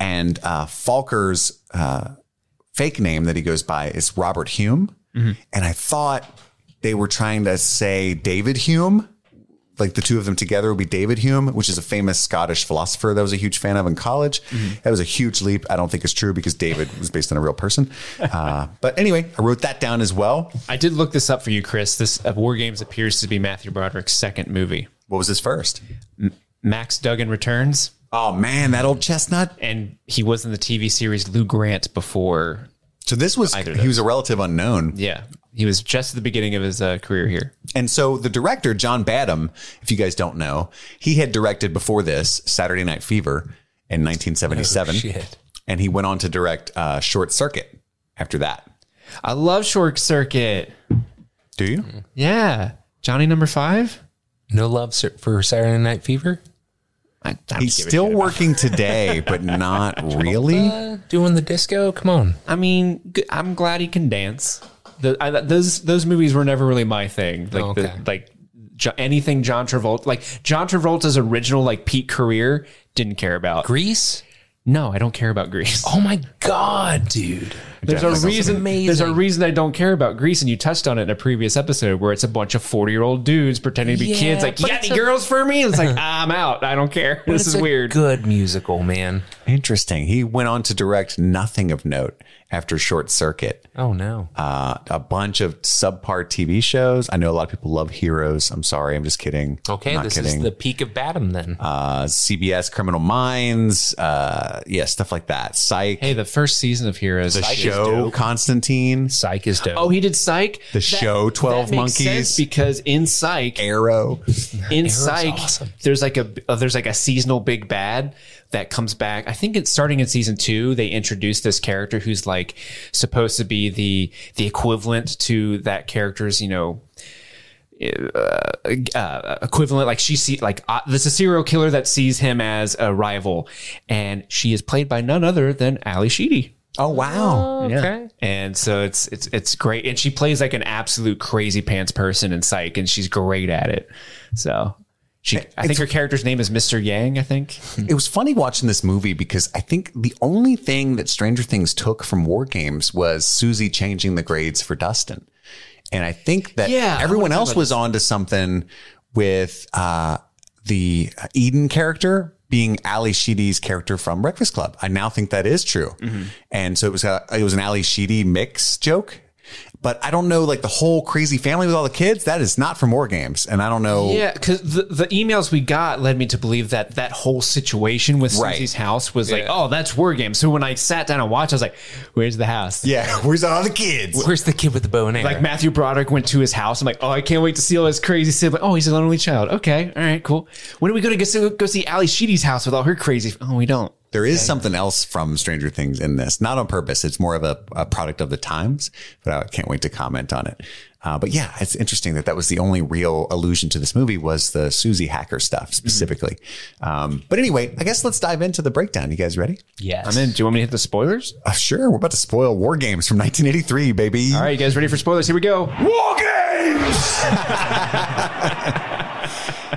[SPEAKER 7] and uh, Falker's uh, fake name that he goes by is Robert Hume, and I thought they were trying to say David Hume, like the two of them together would be David Hume, which is a famous Scottish philosopher that I was a huge fan of in college. That was a huge leap. I don't think it's true because David was based on a real person. Uh, but anyway, I wrote that down as well.
[SPEAKER 9] I did look this up for you, Chris. This uh, War Games appears to be Matthew Broderick's second movie.
[SPEAKER 7] What was his first?
[SPEAKER 9] Max Duggan returns,
[SPEAKER 7] Oh man, that old chestnut.
[SPEAKER 9] and he was in the TV series Lou Grant before.
[SPEAKER 7] So this was
[SPEAKER 9] did.
[SPEAKER 7] he was a relative unknown.
[SPEAKER 9] Yeah, he was just at the beginning of his uh, career here.
[SPEAKER 7] And so the director, John Badham, if you guys don't know, he had directed before this Saturday Night Fever in 1977.
[SPEAKER 8] Oh, shit.
[SPEAKER 7] And he went on to direct uh, Short Circuit after that.
[SPEAKER 9] I love Short Circuit.
[SPEAKER 7] Do you?
[SPEAKER 9] Yeah, Johnny Number Five.
[SPEAKER 8] No love sir- for Saturday Night Fever?
[SPEAKER 9] I, I
[SPEAKER 7] He's still working today, but not really.
[SPEAKER 8] Doing the disco? Come on.
[SPEAKER 9] I mean, g- I'm glad he can dance. The, I, those those movies were never really my thing. Like
[SPEAKER 8] okay.
[SPEAKER 9] the, like jo- anything John Travolta. Like John Travolta's original like peak career didn't care about.
[SPEAKER 8] Grease?
[SPEAKER 9] No, I don't care about Grease.
[SPEAKER 8] Oh my God, dude.
[SPEAKER 9] There's
[SPEAKER 7] Jeff Nichols.
[SPEAKER 9] a reason.
[SPEAKER 8] amazing.
[SPEAKER 9] There's a reason I don't care about Greece, and you touched on it in a previous episode where it's a bunch of 40 year old dudes pretending to be
[SPEAKER 8] Yeah,
[SPEAKER 9] kids. Like, you
[SPEAKER 8] but
[SPEAKER 9] got
[SPEAKER 8] it's
[SPEAKER 9] any
[SPEAKER 8] a-
[SPEAKER 9] girls for me? And it's like, I'm out. I don't care.
[SPEAKER 8] But
[SPEAKER 9] This
[SPEAKER 8] it's
[SPEAKER 9] is
[SPEAKER 8] a
[SPEAKER 9] weird.
[SPEAKER 8] Good musical, man.
[SPEAKER 7] Interesting. He went on to direct nothing of note after Short Circuit.
[SPEAKER 8] Oh no.
[SPEAKER 7] uh, a bunch of subpar TV shows. I know a lot of people love Heroes. I'm sorry, I'm just kidding.
[SPEAKER 8] Okay,
[SPEAKER 7] I'm not
[SPEAKER 8] this
[SPEAKER 7] kidding.
[SPEAKER 8] is the peak of Badham then.
[SPEAKER 7] uh, CBS Criminal Minds, uh, yeah, stuff like that. Psych,
[SPEAKER 9] Hey, the first season of Heroes.
[SPEAKER 7] the
[SPEAKER 9] Psych is
[SPEAKER 7] show
[SPEAKER 9] dope.
[SPEAKER 7] Constantine,
[SPEAKER 8] Psych is dope.
[SPEAKER 9] Oh, he did Psych.
[SPEAKER 7] The show 12 Monkeys.
[SPEAKER 9] because in Psych,
[SPEAKER 7] Arrow.
[SPEAKER 9] in Psych,
[SPEAKER 8] awesome.
[SPEAKER 9] there's like a uh, there's like a seasonal big bad that comes back. I think it's starting in season two. They introduce this character who's like supposed to be the the equivalent to that character's you know uh, equivalent. Like she see like uh, there's a serial killer that sees him as a rival, and she is played by none other than Ali Sheedy.
[SPEAKER 7] Oh wow,
[SPEAKER 9] Yeah. And so it's it's it's great. And she plays like an absolute crazy pants person in psych, and she's great at it. So she I think her character's name is Mr. Yang, I think.
[SPEAKER 7] it was funny watching this movie because I think the only thing that Stranger Things took from War Games was Susie changing the grades for Dustin, and I think that
[SPEAKER 9] Yeah, I
[SPEAKER 7] everyone
[SPEAKER 9] wanna talk
[SPEAKER 7] else
[SPEAKER 9] about
[SPEAKER 7] was on to something with uh, the Eden character being Ali Sheedy's character from Breakfast Club. I now think that is true,
[SPEAKER 9] Mm-hmm.
[SPEAKER 7] and so it was a, it was an Ali Sheedy mix joke. But I don't know, like the whole crazy family with all the kids. That is not from War Games, and I don't know.
[SPEAKER 9] Yeah, because the, the emails we got led me to believe that that whole situation with
[SPEAKER 7] Right.
[SPEAKER 9] Susie's house was like, oh, that's war game. So when I sat down and watched, I was like, where's the house?
[SPEAKER 7] Yeah, where's all the kids?
[SPEAKER 8] Where's the kid with the bow and arrow?
[SPEAKER 9] Like Matthew Broderick went to his house. I'm like, oh, I can't wait to see all his crazy sibling. Oh, he's an only child. Okay, all right, cool. When are we going to go see, go see Ali Sheedy's house with all her crazy? Oh, we don't.
[SPEAKER 7] There is something else from Stranger Things in this, not on purpose. It's more of a, a product of the times, but I can't wait to comment on it. Uh, but yeah, it's interesting that that was the only real allusion to this movie was the Susie Hacker
[SPEAKER 9] Mm-hmm.
[SPEAKER 7] stuff specifically. Um, but anyway, I guess let's dive into the breakdown. You guys ready?
[SPEAKER 8] yes.
[SPEAKER 9] I'm in. Do you want me to hit the spoilers?
[SPEAKER 7] Uh, sure. We're about to spoil War Games from 1983, baby.
[SPEAKER 9] All right, you guys ready for spoilers? Here we go.
[SPEAKER 7] War Games!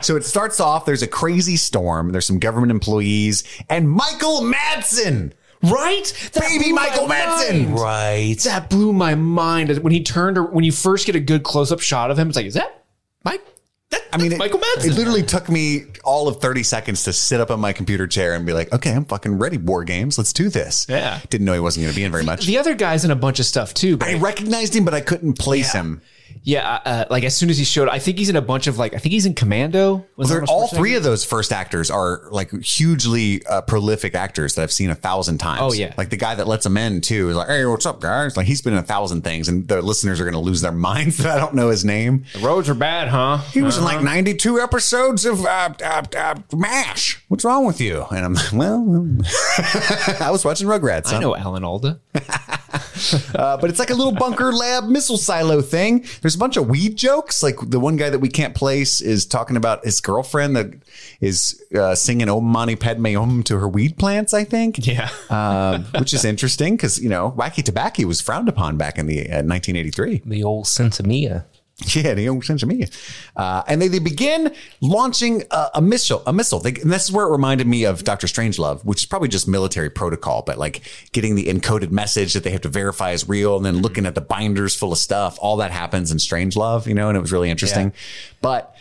[SPEAKER 7] so it starts off, there's a crazy storm, there's some government employees, and Michael Madsen!
[SPEAKER 9] Right?
[SPEAKER 7] Baby
[SPEAKER 9] blew my
[SPEAKER 7] Michael Madsen!
[SPEAKER 9] mind.
[SPEAKER 8] Right.
[SPEAKER 9] That blew my mind. When he turned, or when you first get a good close up shot of him, it's like, is that Mike? That,
[SPEAKER 7] I mean, it,
[SPEAKER 9] Michael Madsen.
[SPEAKER 7] It literally took me all of 30 seconds to sit up on my computer chair and be like, okay, I'm fucking ready, War Games. Let's do this.
[SPEAKER 9] Yeah.
[SPEAKER 7] Didn't know he wasn't going to be in very much.
[SPEAKER 9] the other guy's in a bunch of stuff too. But
[SPEAKER 7] I recognized him, but I couldn't place him.
[SPEAKER 9] yeah, uh, like as soon as he showed, I think he's in a bunch of like, I think he's in Commando. Was
[SPEAKER 7] They're-
[SPEAKER 9] Arnold
[SPEAKER 7] all
[SPEAKER 9] Schwarzenegger?
[SPEAKER 7] three of those first actors are like hugely uh, prolific actors that I've seen a thousand times.
[SPEAKER 9] Oh, yeah.
[SPEAKER 7] Like the guy that lets them in too is like, hey, what's up, guys? Like he's been in a thousand things, and the listeners are going to lose their minds that I don't know his name.
[SPEAKER 9] The roads are bad, huh?
[SPEAKER 7] He was in like 92 episodes of uh, uh, uh, MASH. What's wrong with you? And I'm like, well, well. I was watching Rugrats.
[SPEAKER 9] I
[SPEAKER 7] huh?
[SPEAKER 9] know Alan Alda.
[SPEAKER 7] Uh, but it's like a little bunker lab missile silo thing. There's a bunch of weed jokes. Like the one guy that we can't place is talking about his girlfriend that is uh, singing Om Mani Padme Hum to her weed plants, I think.
[SPEAKER 9] Yeah.
[SPEAKER 7] Um, which is interesting because, you know, wacky tobacco was frowned upon back in the uh, 1983.
[SPEAKER 8] The old Sensimia.
[SPEAKER 7] Yeah, the young sense of me. Uh, and they, they begin launching a, a missile. A missile. They, and this is where it reminded me of Doctor Strangelove, which is probably just military protocol, but like getting the encoded message that they have to verify is real, and then looking at the binders full of stuff. All that happens in Strangelove, you know, and it was really interesting. But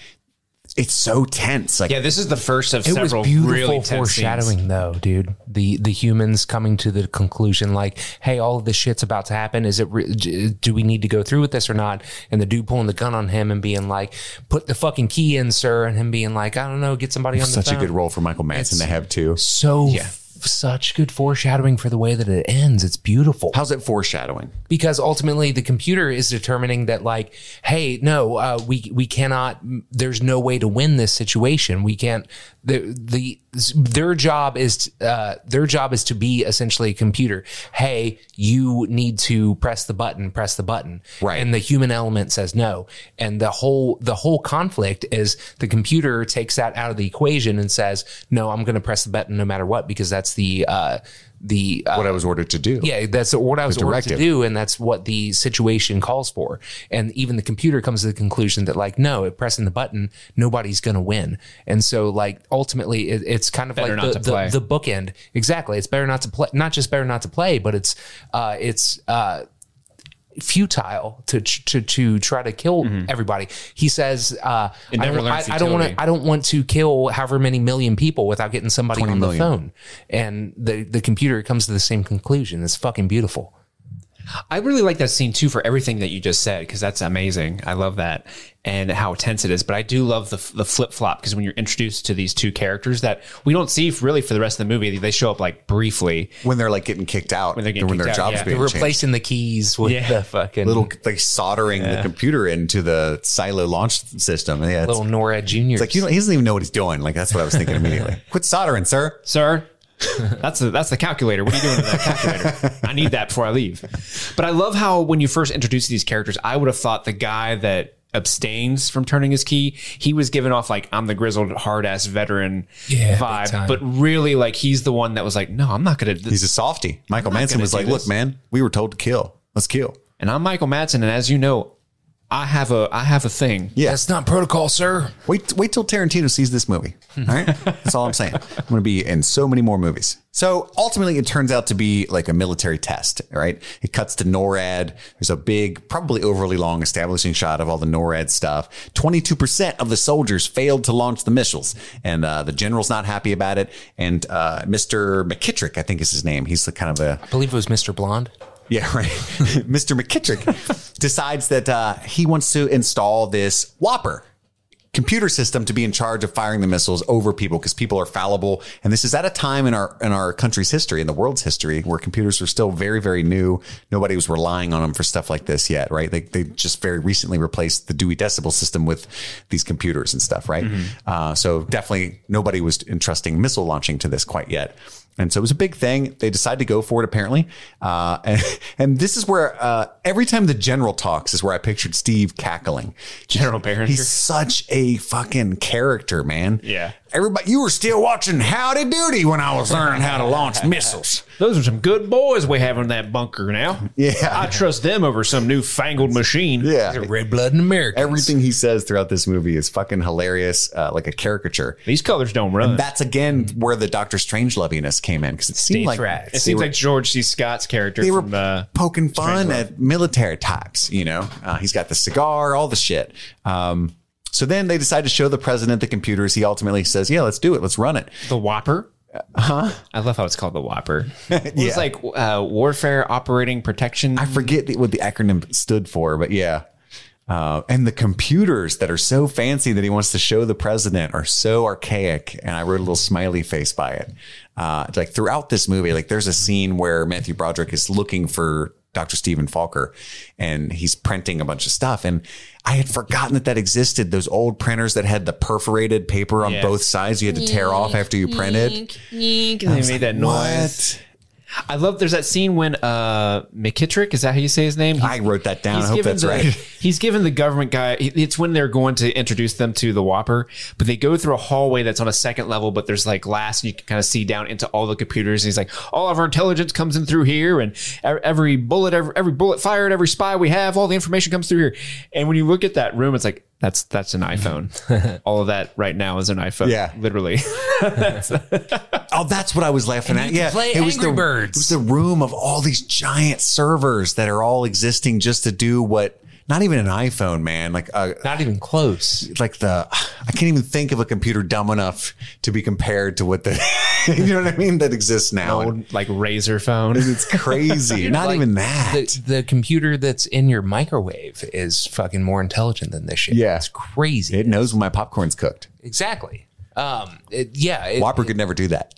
[SPEAKER 7] it's so tense. Like
[SPEAKER 9] Yeah, this is the first of
[SPEAKER 8] It was
[SPEAKER 9] several
[SPEAKER 8] beautiful
[SPEAKER 9] really tense scenes.
[SPEAKER 8] foreshadowing, though, dude. The the humans coming to the conclusion, like, hey, all of this shit's about to happen. Is it? Re- j- do we need to go through with this or not? And the dude pulling the gun on him and being like, "Put the fucking key in, sir," and him being like, "I don't know, get somebody on the
[SPEAKER 7] such a
[SPEAKER 8] phone."
[SPEAKER 7] good role for Michael Madsen to have too.
[SPEAKER 8] So f- such good foreshadowing for the way that it ends. It's beautiful
[SPEAKER 7] How's it foreshadowing?
[SPEAKER 8] because ultimately the computer is determining that like hey no uh, we we cannot there's no way to win this situation we can't the the their job is uh, their job is to be essentially a computer hey you need to press the button press the button
[SPEAKER 7] Right.
[SPEAKER 8] and the human element says no and the whole the whole conflict is the computer takes that out of the equation and says no i'm going to press the button no matter what because that's the uh the uh,
[SPEAKER 7] what I was ordered to do.
[SPEAKER 8] yeah, eh, that's what I was ordered to
[SPEAKER 7] directive.
[SPEAKER 8] do, and that's what the situation calls for. And even the computer comes to the conclusion that, like, no, if pressing the button, nobody's going to win. And so, like, ultimately, it, it's kind of
[SPEAKER 9] Better
[SPEAKER 8] like
[SPEAKER 9] not
[SPEAKER 8] the,
[SPEAKER 9] to play.
[SPEAKER 8] the, the bookend. Exactly, it's better not to play. Not just better not to play, but it's uh, it's uh, futile to to to try to kill everybody. He says, uh,
[SPEAKER 9] Mm-hmm. It
[SPEAKER 8] I
[SPEAKER 9] never
[SPEAKER 8] don't-
[SPEAKER 9] learns
[SPEAKER 8] I, I don't want
[SPEAKER 9] futility.
[SPEAKER 8] to. I don't want to kill however many million people without getting somebody on the
[SPEAKER 7] 20 million.
[SPEAKER 8] phone. And the the computer comes to the same conclusion. It's fucking beautiful.
[SPEAKER 9] I really like that scene too for everything that you just said because that's amazing. I love that and how tense it is. But I do love the the flip flop because when you're introduced to these two characters that we don't see really for the rest of the movie, they show up like briefly.
[SPEAKER 7] When they're like getting kicked out, when,
[SPEAKER 9] they're getting
[SPEAKER 7] when
[SPEAKER 9] kicked
[SPEAKER 7] their
[SPEAKER 9] out,
[SPEAKER 7] jobs
[SPEAKER 9] yeah.
[SPEAKER 7] being
[SPEAKER 8] They're
[SPEAKER 7] changed.
[SPEAKER 8] replacing the keys with
[SPEAKER 9] Yeah.
[SPEAKER 8] the fucking
[SPEAKER 7] little
[SPEAKER 8] little
[SPEAKER 7] like soldering the computer into the silo launch system. Yeah, it's,
[SPEAKER 8] little NORAD juniors.
[SPEAKER 7] it's like you don't, he doesn't even know what he's doing. Like that's what I was thinking immediately. Quit soldering, sir.
[SPEAKER 9] sir. That's the that's the calculator. What are you doing with that calculator? I need that before I leave. But I love how when you first introduce these characters, I would have thought the guy that abstains from turning his key, he was given off like I'm the grizzled hard ass veteran
[SPEAKER 8] Yeah, big
[SPEAKER 9] vibe,
[SPEAKER 8] time.
[SPEAKER 9] but really like he's the one that was like, no, I'm not gonna.
[SPEAKER 7] He's a softy. Michael
[SPEAKER 9] not
[SPEAKER 7] Manson
[SPEAKER 9] gonna
[SPEAKER 7] was
[SPEAKER 9] do
[SPEAKER 7] like,
[SPEAKER 9] this.
[SPEAKER 7] "Look, man, we were told to kill. Let's kill."
[SPEAKER 9] and I'm Michael Madsen, and as you know, I have a I have a thing.
[SPEAKER 7] Yeah.
[SPEAKER 8] That's not protocol, sir.
[SPEAKER 7] Wait, wait till Tarantino sees this movie. All
[SPEAKER 9] Hmm.
[SPEAKER 7] right, that's all I'm saying. I'm going to be in so many more movies. So ultimately, it turns out to be like a military test. All right, it cuts to NORAD. There's a big, probably overly long establishing shot of all the NORAD stuff. Twenty-two percent of the soldiers failed to launch the missiles, and uh, the general's not happy about it. And uh, Mr. McKittrick, I think is his name. He's the kind of a
[SPEAKER 8] I believe it was Mr. Blonde.
[SPEAKER 7] yeah, right. Mr. McKittrick decides that uh, he wants to install this Whopper computer system to be in charge of firing the missiles over people because people are fallible. And this is at a time in our in our country's history, in the world's history, where computers were still very, very new. Nobody was relying on them for stuff like this yet, right? They, they just very recently replaced the Dewey Decimal System with these computers and stuff, right?
[SPEAKER 9] Mm-hmm.
[SPEAKER 7] Uh, so definitely nobody was entrusting missile launching to this quite yet. And so it was a big thing. They decided to go for it, apparently. Uh, and, and this is where uh, every time the general talks is where I pictured Steve cackling.
[SPEAKER 9] General Behringer.
[SPEAKER 7] He's such a fucking character, man.
[SPEAKER 9] Yeah.
[SPEAKER 7] Everybody, you were still watching Howdy Doody when I was learning how to launch missiles.
[SPEAKER 9] Those are some good boys we have in that bunker now.
[SPEAKER 7] Yeah.
[SPEAKER 9] I trust them over some newfangled machine.
[SPEAKER 7] Yeah.
[SPEAKER 8] Red blood in America.
[SPEAKER 7] Everything he says throughout this movie is fucking hilarious, uh, like a caricature.
[SPEAKER 9] These colors don't run.
[SPEAKER 7] That's again where the Doctor Strange loviness came in because it seemed like
[SPEAKER 9] It
[SPEAKER 7] they
[SPEAKER 9] seems
[SPEAKER 7] were-
[SPEAKER 9] like George C. Scott's character
[SPEAKER 7] they were
[SPEAKER 9] from uh,
[SPEAKER 7] poking fun at military types. You know, uh, he's got the cigar, all the shit. Um, so then they decide to show the president the computers. He ultimately says, "Yeah, let's do it. Let's run it."
[SPEAKER 9] The Whopper.
[SPEAKER 7] Uh-huh.
[SPEAKER 9] Huh? I love how it's called the Whopper. It was like uh, warfare operating protection.
[SPEAKER 7] I forget what the acronym stood for, but yeah. Uh, and the computers that are so fancy that he wants to show the president are so archaic. And I wrote a little smiley face by it. Uh, it's like throughout this movie, like there's a scene where Matthew Broderick is looking for Dr. Stephen Falker and he's printing a bunch of stuff. And I had forgotten that that existed. Those old printers that had the perforated paper on
[SPEAKER 9] Yeah.
[SPEAKER 7] both sides you had to tear off after you
[SPEAKER 9] Mm-hmm.
[SPEAKER 7] printed.
[SPEAKER 9] they made that noise.
[SPEAKER 7] What?
[SPEAKER 9] I love. There's that scene when uh, McKittrick is that how you say his name? He's-
[SPEAKER 7] I wrote that down.
[SPEAKER 9] he's
[SPEAKER 7] I hope
[SPEAKER 9] given
[SPEAKER 7] that's
[SPEAKER 9] the-
[SPEAKER 7] right.
[SPEAKER 9] He's given the government guy. It's when they're going to introduce them to the Whopper, but they go through a hallway that's on a second level, but there's like glass, and you can kind of see down into all the computers. And he's like, "All of our intelligence comes in through here, and e- every bullet, every, every bullet fired, every spy we have, all the information comes through here." And when you look at that room, it's like that's that's an iPhone. all of that right now is an iPhone.
[SPEAKER 7] Yeah.
[SPEAKER 9] literally.
[SPEAKER 7] Oh, that's what I was laughing at. Yeah,
[SPEAKER 8] play Angry
[SPEAKER 7] the, It
[SPEAKER 8] Birds.
[SPEAKER 7] was the room of all these giant servers that are all existing just to do what. Not even an iPhone, man. Like, uh,
[SPEAKER 8] Not even close.
[SPEAKER 7] like the I can't even think of a computer dumb enough to be compared to what the you know what I mean that exists now.
[SPEAKER 9] Old, like razor phone.
[SPEAKER 7] It's crazy. Not
[SPEAKER 8] Like,
[SPEAKER 7] even that.
[SPEAKER 8] The, the computer that's in your microwave is fucking more intelligent than this shit.
[SPEAKER 7] Yeah.
[SPEAKER 8] It's crazy.
[SPEAKER 7] it knows when my popcorn's cooked.
[SPEAKER 8] exactly. Um, it, yeah. It,
[SPEAKER 7] Whopper could never do that.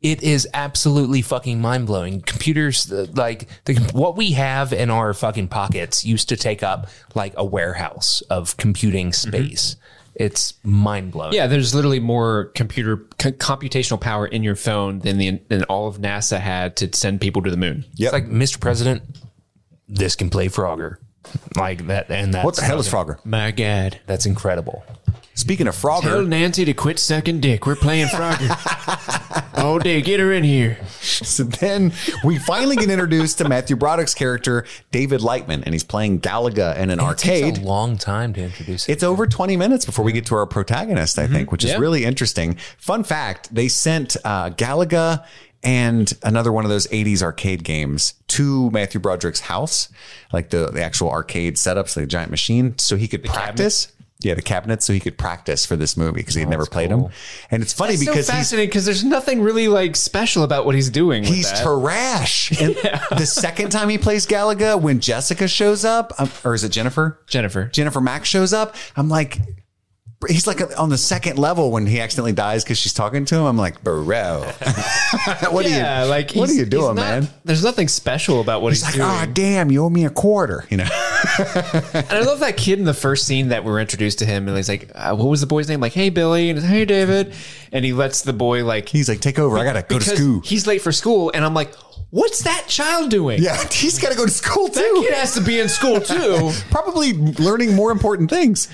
[SPEAKER 8] it is absolutely fucking mind blowing. Computers, the, like the, what we have in our fucking pockets, used to take up like a warehouse of computing space. It's mind blowing.
[SPEAKER 9] Yeah, there's literally more computer c- computational power in your phone than the than all of NASA had to send people to the moon.
[SPEAKER 7] Yep.
[SPEAKER 8] it's like Mr. President, this can play Frogger, like that, and that's
[SPEAKER 7] what the hell is Frogger?
[SPEAKER 9] My God!
[SPEAKER 8] That's incredible.
[SPEAKER 7] Speaking of
[SPEAKER 9] Tell
[SPEAKER 7] Frogger,
[SPEAKER 9] Nancy to quit sucking dick. We're playing Frogger all day. Oh, Get her in here.
[SPEAKER 7] So then we finally get introduced to Matthew Broderick's character, David Lightman, and he's playing Galaga in an
[SPEAKER 8] Takes a
[SPEAKER 7] arcade.
[SPEAKER 8] long time to introduce it.
[SPEAKER 7] It's over 20 minutes before we get to our protagonist,
[SPEAKER 8] Mm-hmm.
[SPEAKER 7] I think, which is
[SPEAKER 9] Yeah.
[SPEAKER 7] really interesting. Fun fact they sent uh, Galaga and another one of those 80s arcade games to Matthew Broderick's house, like the, the actual arcade setups, like a giant machine, so he could practice. Yeah, the cabinet, so he could practice for this movie
[SPEAKER 8] Oh,
[SPEAKER 7] because he had never played him. And it's funny because
[SPEAKER 9] so
[SPEAKER 7] he's
[SPEAKER 9] fascinating because there's nothing really like special about what he's doing. with
[SPEAKER 7] He's
[SPEAKER 9] that.
[SPEAKER 7] trash. And the second time he plays Galaga, when Jessica shows up, um, or is it Jennifer?
[SPEAKER 9] Jennifer.
[SPEAKER 7] Jennifer Max shows up. I'm like, he's like on the second level when he accidentally dies because she's talking to him. I'm like, bro, what
[SPEAKER 9] yeah,
[SPEAKER 7] are you
[SPEAKER 9] like
[SPEAKER 7] What are
[SPEAKER 9] he's-
[SPEAKER 7] you doing,
[SPEAKER 9] he's not-
[SPEAKER 7] man?
[SPEAKER 9] There's nothing special about what he's, "Ah,
[SPEAKER 7] He's like,
[SPEAKER 9] doing.
[SPEAKER 7] oh damn, you owe me a quarter. You know,
[SPEAKER 9] And I love that kid in the first scene that we're introduced to him, and he's like, uh, "What was the boy's name?" Like, "Hey Billy," and "Hey David," and he lets the boy like
[SPEAKER 7] he's like, take over. I gotta go to
[SPEAKER 9] because
[SPEAKER 7] school.
[SPEAKER 9] He's late for school, and I'm like, "What's that child doing?"
[SPEAKER 7] yeah, he's gotta go to school too.
[SPEAKER 9] that kid has to be in school too.
[SPEAKER 7] probably learning more important things.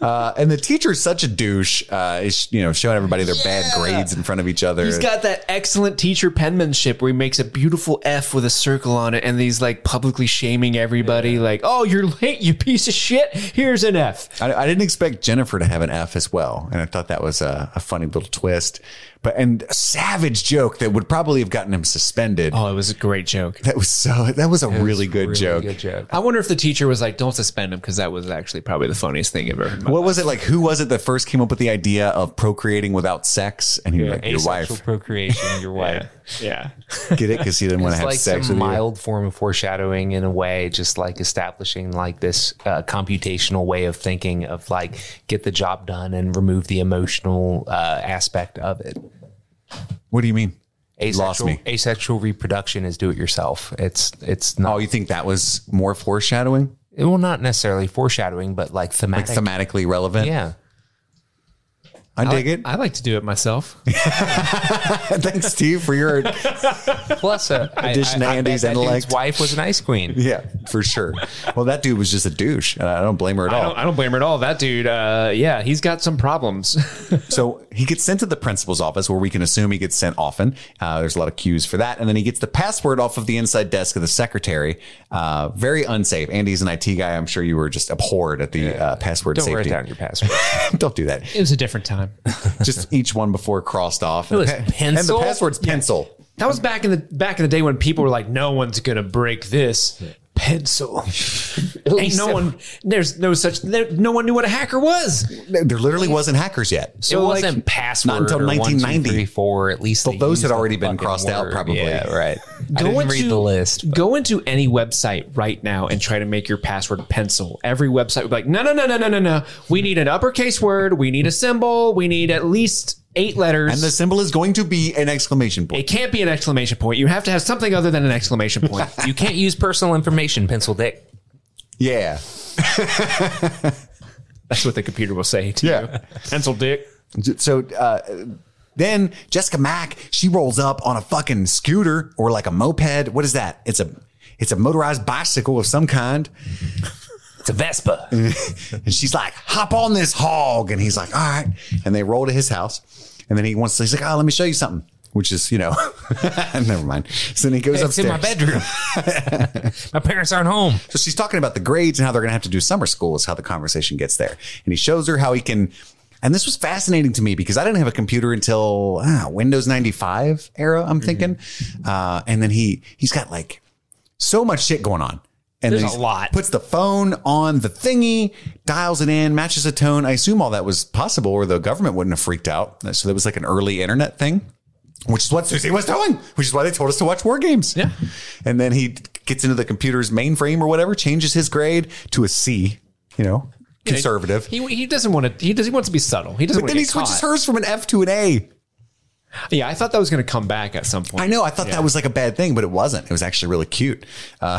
[SPEAKER 7] Uh, and the teacher's such a douche. Uh, is you know showing everybody their bad grades in front of each other.
[SPEAKER 9] He's got that excellent teacher penmanship where he makes a beautiful F with a circle on it, and he's like publicly shaming everybody, like, "Oh, you're late, you piece of shit. Here's an F."
[SPEAKER 7] I, I didn't expect Jennifer to have an F as well, and I thought that was a, a funny little twist, but and a savage joke that would probably have gotten him suspended.
[SPEAKER 9] Oh, it was a great joke.
[SPEAKER 7] That was so. That was a really good
[SPEAKER 8] Really
[SPEAKER 7] joke.
[SPEAKER 8] Good joke.
[SPEAKER 9] I wonder if the teacher was like, "Don't suspend him," because that was actually probably the funniest thing ever. heard in my
[SPEAKER 7] What was it like? Who was it that first came up with the idea of procreating without sex? And he was like, "Your
[SPEAKER 8] Asexual
[SPEAKER 7] wife."
[SPEAKER 8] procreation, your wife.
[SPEAKER 9] Yeah.
[SPEAKER 7] Get it? Because he didn't want to
[SPEAKER 8] It's
[SPEAKER 7] have
[SPEAKER 8] like
[SPEAKER 7] sex
[SPEAKER 8] some
[SPEAKER 7] with you.
[SPEAKER 8] mild form of foreshadowing in a way, just like establishing like this uh, computational way of thinking of like get the job done and remove the emotional uh, aspect of it.
[SPEAKER 7] What do you mean?
[SPEAKER 8] Asexual,
[SPEAKER 7] lost me.
[SPEAKER 8] asexual reproduction is do it yourself. It's it's not
[SPEAKER 7] Oh, you think that was more foreshadowing,
[SPEAKER 8] well not necessarily foreshadowing, but like
[SPEAKER 7] like
[SPEAKER 8] thematic.
[SPEAKER 7] thematically relevant?
[SPEAKER 8] yeah,
[SPEAKER 7] I dig it.
[SPEAKER 9] I like to do it myself.
[SPEAKER 7] Thanks, Steve, for your
[SPEAKER 8] plus uh, I-
[SPEAKER 7] Addition to
[SPEAKER 8] I- I bet
[SPEAKER 7] Andy's
[SPEAKER 8] that dude's
[SPEAKER 7] intellect.
[SPEAKER 8] wife was an ice queen.
[SPEAKER 7] yeah, for sure. Well, that dude was just a douche, and I don't blame her at
[SPEAKER 9] I
[SPEAKER 7] all.
[SPEAKER 9] don't, I don't blame her at all. That dude, uh, yeah, he's got some problems.
[SPEAKER 7] So he gets sent to the principal's office, where we can assume he gets sent often. Uh, there's a lot of cues for that, and then he gets the password off of the inside desk of the secretary. Uh, very unsafe. Andy's an IT guy. I'm sure you were just abhorred at the uh, password
[SPEAKER 8] Don't write
[SPEAKER 7] safety.
[SPEAKER 8] down your password.
[SPEAKER 7] don't do that.
[SPEAKER 9] it was a different time.
[SPEAKER 7] Just each one before crossed off. It
[SPEAKER 8] was
[SPEAKER 7] And the
[SPEAKER 8] pencil?
[SPEAKER 7] password's pencil.
[SPEAKER 9] That was back in the back in the day when people were like, "No one's gonna break this pencil." Ain't no one. There's no such. There, no one knew what a hacker was.
[SPEAKER 7] There literally wasn't hackers yet.
[SPEAKER 8] So it
[SPEAKER 9] like,
[SPEAKER 8] wasn't password
[SPEAKER 7] not until
[SPEAKER 8] or one, two,
[SPEAKER 7] 1990.
[SPEAKER 8] three, four, at least
[SPEAKER 7] Well,
[SPEAKER 8] they
[SPEAKER 7] those had
[SPEAKER 8] used the
[SPEAKER 7] already been
[SPEAKER 8] fucking
[SPEAKER 7] crossed out,
[SPEAKER 8] word.
[SPEAKER 7] probably.
[SPEAKER 8] Yeah, right. I
[SPEAKER 9] Go
[SPEAKER 8] didn't
[SPEAKER 9] into-
[SPEAKER 8] read the list.
[SPEAKER 9] Go into any website right now and try to make your password pencil. Every website would be like, "No, no, no, no, no, no, no. We need an uppercase word. We need a symbol. We need at least eight letters."
[SPEAKER 7] And the symbol is going to be an exclamation
[SPEAKER 9] it
[SPEAKER 7] point.
[SPEAKER 9] can't be an exclamation point. You have to have something other than an exclamation point.
[SPEAKER 8] You can't use personal information, pencil dick.
[SPEAKER 7] Yeah.
[SPEAKER 9] That's what the computer will say to
[SPEAKER 7] Yeah.
[SPEAKER 9] you. Pencil dick.
[SPEAKER 7] So uh, then Jessica Mack, she rolls up on a fucking scooter or like a moped. What is that? It's a it's a motorized bicycle of some kind.
[SPEAKER 8] It's a Vespa.
[SPEAKER 7] And she's like, hop on this hog. And he's like, all right. And they roll to his house. And then he wants to, he's like, oh, let me show you something. Which is, you know, never mind. So then he goes
[SPEAKER 8] It's
[SPEAKER 7] upstairs.
[SPEAKER 8] in my bedroom. my parents aren't home.
[SPEAKER 7] So she's talking about the grades and how they're going to have to do summer school is how the conversation gets there. And he shows her how he can. And this was fascinating to me because I didn't have a computer until ah, Windows 95 era, I'm
[SPEAKER 9] Mm-hmm.
[SPEAKER 7] thinking. Uh, and then he he's got like so much shit going on. And
[SPEAKER 9] There's
[SPEAKER 7] then he
[SPEAKER 9] a lot.
[SPEAKER 7] Puts the phone on the thingy, dials it in, matches a tone. I assume all that was possible, or the government wouldn't have freaked out. So that was like an early internet thing which is what Susie was doing, which is why they told us to watch War Games. Yeah. And then he gets into the computer's mainframe or whatever, changes his grade to a C, you know, conservative.
[SPEAKER 9] He, he doesn't want to. He does. He wants to be subtle. He doesn't.
[SPEAKER 7] but
[SPEAKER 9] want
[SPEAKER 7] then
[SPEAKER 9] to
[SPEAKER 7] he
[SPEAKER 9] get
[SPEAKER 7] switches
[SPEAKER 9] caught.
[SPEAKER 7] hers from an F to an A.
[SPEAKER 9] Yeah, I thought that was going to come back at some point.
[SPEAKER 7] I know. I thought that was like a bad thing, but it wasn't. It was actually really cute. Uh,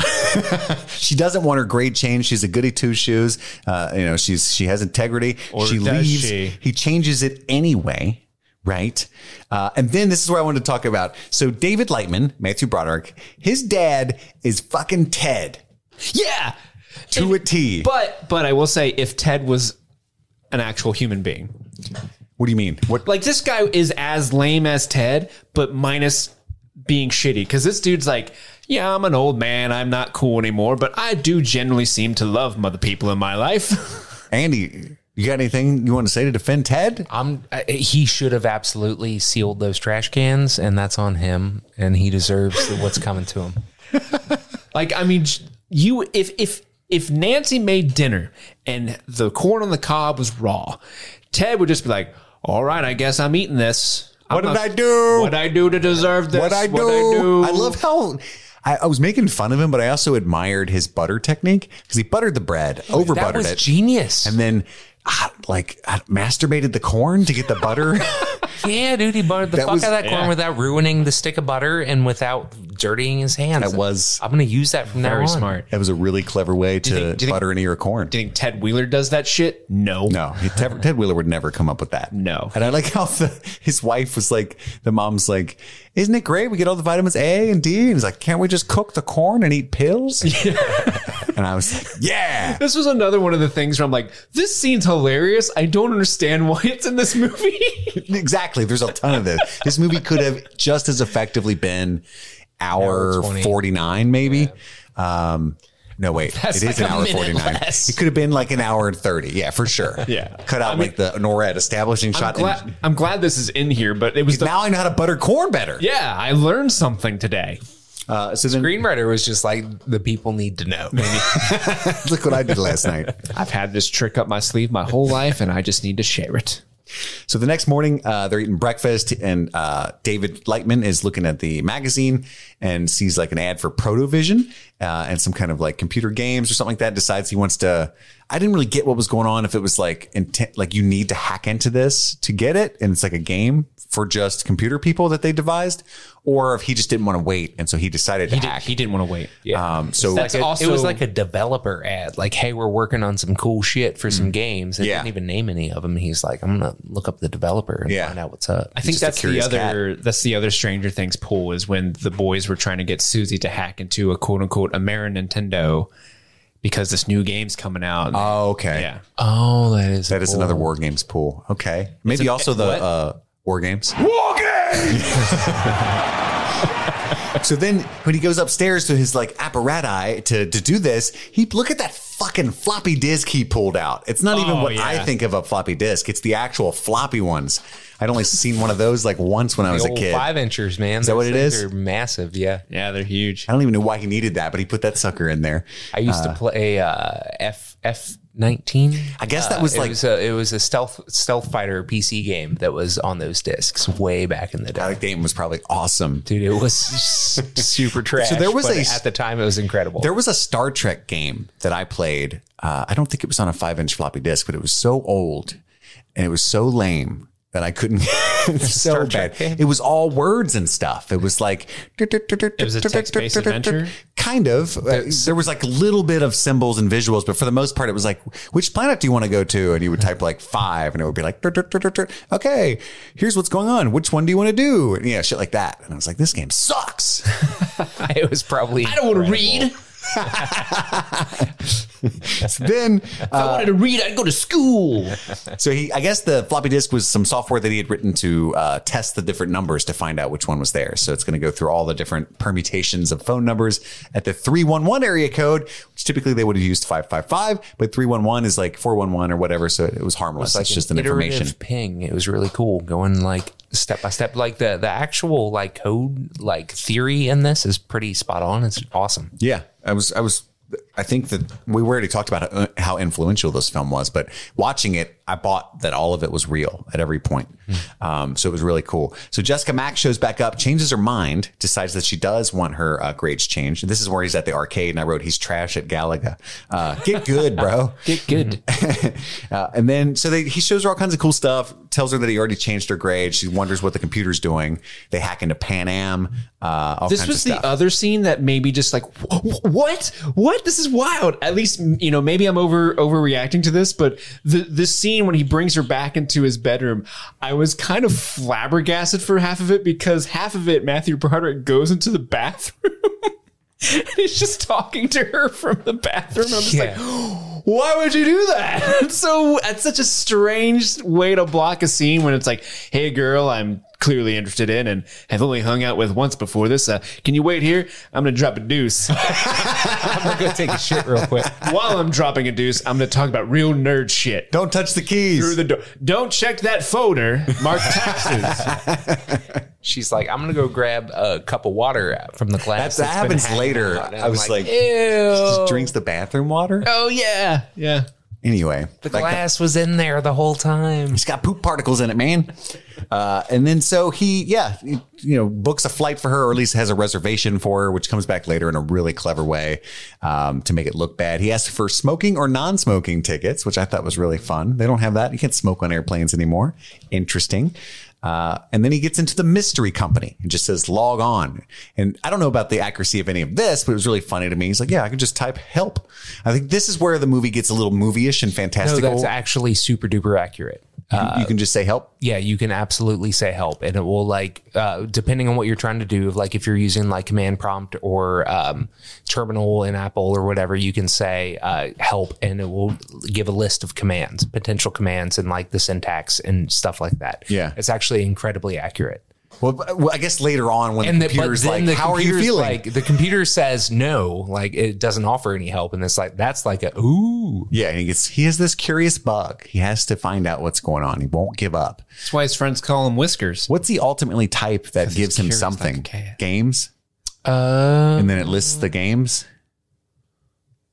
[SPEAKER 7] she doesn't want her grade changed. She's a goody two shoes. Uh, you know, she's she has integrity.
[SPEAKER 9] Or
[SPEAKER 7] she
[SPEAKER 9] does
[SPEAKER 7] leaves.
[SPEAKER 9] she?
[SPEAKER 7] He changes it anyway. Right. Uh, and then this is where I wanted to talk about. So David Lightman, Matthew Broderick, his dad is fucking Ted
[SPEAKER 9] Yeah,
[SPEAKER 7] to a T.
[SPEAKER 9] but but I will say, if Ted was an actual human being,
[SPEAKER 7] what do you mean? What
[SPEAKER 9] like this guy is as lame as Ted, but minus being shitty because this dude's like, yeah, I'm an old man. I'm not cool anymore, but I do generally seem to love mother people in my life.
[SPEAKER 7] Andy, you got anything you want to say to defend Ted?
[SPEAKER 8] I'm. I, he should have absolutely sealed those trash cans, and that's on him. And he deserves the- what's coming to him.
[SPEAKER 9] like, I mean, j- you if if if Nancy made dinner and the corn on the cob was raw, Ted would just be like, all right, I guess I'm eating this.
[SPEAKER 7] What
[SPEAKER 9] I'm
[SPEAKER 7] did
[SPEAKER 9] a-
[SPEAKER 7] I do?
[SPEAKER 9] What I do to deserve this?
[SPEAKER 7] what I do. I love how I, I was making fun of him, but I also admired his butter technique because he buttered the bread,
[SPEAKER 9] Oh,
[SPEAKER 7] over
[SPEAKER 8] that
[SPEAKER 7] buttered
[SPEAKER 8] was
[SPEAKER 7] it,
[SPEAKER 8] genius.
[SPEAKER 7] and then ah, like ah, masturbated the corn to get the butter.
[SPEAKER 8] yeah, dude, he buttered the
[SPEAKER 7] That
[SPEAKER 8] fuck
[SPEAKER 7] was-
[SPEAKER 8] out of that corn
[SPEAKER 9] yeah.
[SPEAKER 8] without ruining the stick of butter and without dirtying his hands.
[SPEAKER 7] That was-
[SPEAKER 8] I'm going to use that from now
[SPEAKER 9] Very
[SPEAKER 8] on.
[SPEAKER 9] smart.
[SPEAKER 7] that was a really clever way to
[SPEAKER 9] you think- do you think-
[SPEAKER 7] butter an ear of corn.
[SPEAKER 9] Do you think Ted Wheeler does that shit? No.
[SPEAKER 7] No, he- Ted, Ted Wheeler would never come up with that.
[SPEAKER 9] No.
[SPEAKER 7] And I like how the, his wife was like, the mom's like, isn't it great? We get all the vitamins A and D. And he's like, can't we just cook the corn and eat pills? and I was like, yeah.
[SPEAKER 9] This was another one of the things where I'm like, this scene's hilarious. I don't understand why it's in this movie.
[SPEAKER 7] Exactly. There's a ton of this. This movie could have just as effectively been hour
[SPEAKER 8] Hour 20.
[SPEAKER 7] 49, maybe. Um, no, wait.
[SPEAKER 9] That's
[SPEAKER 7] it is
[SPEAKER 9] like
[SPEAKER 7] an
[SPEAKER 9] a
[SPEAKER 7] hour
[SPEAKER 9] minute
[SPEAKER 7] 49.
[SPEAKER 9] less.
[SPEAKER 7] It could have been like an hour and 30. Yeah, for sure.
[SPEAKER 9] Yeah.
[SPEAKER 7] Cut out like the NORAD establishing
[SPEAKER 9] I'm
[SPEAKER 7] shot. and-
[SPEAKER 9] glad, I'm glad this is in here, but it was the,
[SPEAKER 7] now I know how to butter corn better.
[SPEAKER 9] yeah, I learned something today.
[SPEAKER 7] Uh, so then,
[SPEAKER 8] Screenwriter was just like the people need to know.
[SPEAKER 7] Look what I did last night.
[SPEAKER 9] I've had this trick up my sleeve my whole life and I just need to share it.
[SPEAKER 7] So the next morning, uh, they're eating breakfast, and uh, David Lightman is looking at the magazine and sees like an ad for Protovision uh, and some kind of like computer games or something like that. Decides he wants to. I didn't really get what was going on. If it was like intent, like you need to hack into this to get it, and it's like a game for just computer people that they devised, or if he just didn't want to wait, and so he decided to
[SPEAKER 9] He,
[SPEAKER 7] hack.
[SPEAKER 9] did, not want to wait.
[SPEAKER 8] Yeah.
[SPEAKER 7] um, so
[SPEAKER 9] That's
[SPEAKER 8] It-
[SPEAKER 9] also
[SPEAKER 8] it was like a developer ad, like, "Hey, we're working on some cool shit for some games." They
[SPEAKER 7] Yeah.
[SPEAKER 8] didn't even name any of them. He's like, "I'm gonna look up the developer and
[SPEAKER 7] Yeah.
[SPEAKER 8] find out what's up."
[SPEAKER 9] I think
[SPEAKER 7] just a
[SPEAKER 9] that's the
[SPEAKER 7] curious
[SPEAKER 9] other that's the other Stranger Things pull is when the boys were trying to get Susie to hack into a quote unquote American Nintendo because this new game's coming out.
[SPEAKER 7] oh, okay,
[SPEAKER 9] yeah.
[SPEAKER 8] Oh, that is
[SPEAKER 7] that is another War Games pool. Okay, maybe also the uh, War Games. So then when he goes upstairs to his like apparati to, to do this, he look at that fucking floppy disk he pulled out. It's not even
[SPEAKER 9] Oh,
[SPEAKER 7] what
[SPEAKER 9] yeah.
[SPEAKER 7] I think of a floppy disk. It's the actual floppy ones. I'd only seen one of those like once when I was a kid.
[SPEAKER 8] five inchers, man. Is
[SPEAKER 7] that what it is?
[SPEAKER 8] They're massive. Yeah.
[SPEAKER 9] Yeah, they're huge.
[SPEAKER 7] I don't even know why he needed that, but he put that sucker in there.
[SPEAKER 8] I used to play uh, F F nineteen.
[SPEAKER 7] I guess that was
[SPEAKER 8] Uh, it
[SPEAKER 7] like-
[SPEAKER 8] was a, it was a stealth stealth fighter PC game that was on those discs way back in the day.
[SPEAKER 7] Alec Dayton was probably awesome.
[SPEAKER 8] Dude, it was super trash.
[SPEAKER 7] there was
[SPEAKER 8] but
[SPEAKER 7] a-
[SPEAKER 8] at the time it was incredible.
[SPEAKER 7] There was a Star Trek game that I played. Uh, I don't think it was on a five inch floppy disk, but it was so old and it was so lame that I couldn't. it was so
[SPEAKER 8] Star
[SPEAKER 7] bad.
[SPEAKER 8] Trek game?
[SPEAKER 7] It was all words and stuff. It was like. It
[SPEAKER 9] was a text-based adventure?
[SPEAKER 7] Kind of. Uh, There was like a little bit of symbols and visuals, but for the most part, it was like, which planet do you want to go to? And you would type like five and it would be like, okay, here's what's going on. Which one do you want to do? And yeah, shit like that. And I was like, this game sucks.
[SPEAKER 8] it was probably I don't want to read.
[SPEAKER 7] then uh,
[SPEAKER 9] I wanted to read, I'd go to school.
[SPEAKER 7] So he, I guess the floppy disk was some software that he had written to uh, test the different numbers to find out which one was there. So it's going to go through all the different permutations of phone numbers at the 311 area code, which typically they would have used 555, but 311 is like 411 or whatever. So it was harmless. it's just an
[SPEAKER 8] iterative
[SPEAKER 7] information.
[SPEAKER 8] ping. It was really cool going like step by step. Like the the actual like code like theory in this is pretty spot on. It's awesome.
[SPEAKER 7] Yeah, I was, I was, I think that we already talked about how, uh, how influential this film was, but watching it, I bought that all of it was real at every point.
[SPEAKER 9] Hmm.
[SPEAKER 7] Um, so it was really cool. So Jessica Mack shows back up, changes her mind, decides that she does want her uh, grades changed. And this is where he's at the arcade, and I wrote, "He's trash at Galaga. Uh, get good, bro."
[SPEAKER 9] Get good.
[SPEAKER 7] Uh, and then so they, he shows her all kinds of cool stuff, tells her that he already changed her grade. She wonders what the computer's doing. They hack into Pan Am. Uh, all
[SPEAKER 9] this
[SPEAKER 7] kinds of
[SPEAKER 9] was
[SPEAKER 7] stuff.
[SPEAKER 9] the other scene that maybe just like "Wh- wh- what what this is wild at least m- you know maybe i'm over overreacting to this but the this scene when he brings her back into his bedroom i was kind of flabbergasted for half of it because half of it matthew broderick goes into the bathroom and he's just talking to her from the bathroom i'm just like why would you do that? It's so that's such a strange way to block a scene when it's like, hey girl, I'm clearly interested in and have only hung out with once before this. Uh, can you wait here? I'm going to drop a deuce.
[SPEAKER 8] I'm gonna go take a shit real quick.
[SPEAKER 9] While I'm dropping a deuce, I'm going to talk about real nerd shit.
[SPEAKER 7] Don't touch the
[SPEAKER 9] Through
[SPEAKER 7] keys.
[SPEAKER 9] the door. Don't check that folder. Mark taxes.
[SPEAKER 8] She's like, I'm gonna go grab a cup of water from the
[SPEAKER 7] That's,
[SPEAKER 8] glass.
[SPEAKER 7] that
[SPEAKER 8] been
[SPEAKER 7] happens
[SPEAKER 8] hanging
[SPEAKER 7] later.
[SPEAKER 8] out. And
[SPEAKER 7] I
[SPEAKER 8] I'm
[SPEAKER 7] was like,
[SPEAKER 8] ew.
[SPEAKER 7] just drinks the bathroom water.
[SPEAKER 9] oh yeah, yeah.
[SPEAKER 7] Anyway,
[SPEAKER 8] The
[SPEAKER 7] like
[SPEAKER 8] glass was in there the whole time.
[SPEAKER 7] It's got poop particles in it, man. Uh, and then so he, yeah, you know, books a flight for her, or at least has a reservation for her, which comes back later in a really clever way um, to make it look bad. He asked for smoking or non-smoking tickets, which I thought was really fun. They don't have that. You can't smoke on airplanes anymore. Interesting. Uh, and then he gets into the mystery company and just says, log on. And I don't know about the accuracy of any of this, but it was really funny to me. He's like, yeah, I can just type help. I think this is where the movie gets a little movie-ish and
[SPEAKER 8] No,
[SPEAKER 7] fantastical.
[SPEAKER 8] that's actually super duper accurate.
[SPEAKER 7] You- you can just say help.
[SPEAKER 8] yeah, you can absolutely say help, and it will like uh, depending on what you're trying to do. Like if you're using like command prompt or um, terminal in Apple or whatever, you can say uh, help, and it will give a list of commands, potential commands, and like the syntax and stuff like that.
[SPEAKER 7] Yeah.
[SPEAKER 8] it's actually incredibly accurate.
[SPEAKER 7] Well, b- well, I guess later on when
[SPEAKER 8] And
[SPEAKER 7] the
[SPEAKER 8] the, but
[SPEAKER 7] computer's
[SPEAKER 8] then
[SPEAKER 7] like,
[SPEAKER 8] the
[SPEAKER 7] "How are you
[SPEAKER 8] computer's
[SPEAKER 7] feeling?"
[SPEAKER 8] Like the computer says no, like it doesn't offer any help, and it's like that's like a ooh.
[SPEAKER 7] yeah, and he gets he has this curious bug. He has to find out what's going on. He won't give up.
[SPEAKER 9] That's why his friends call him Whiskers.
[SPEAKER 7] What's he ultimately type that gives him
[SPEAKER 9] curious like
[SPEAKER 7] something?
[SPEAKER 9] a cat.
[SPEAKER 7] games,
[SPEAKER 8] Uh,
[SPEAKER 7] and then it lists the games.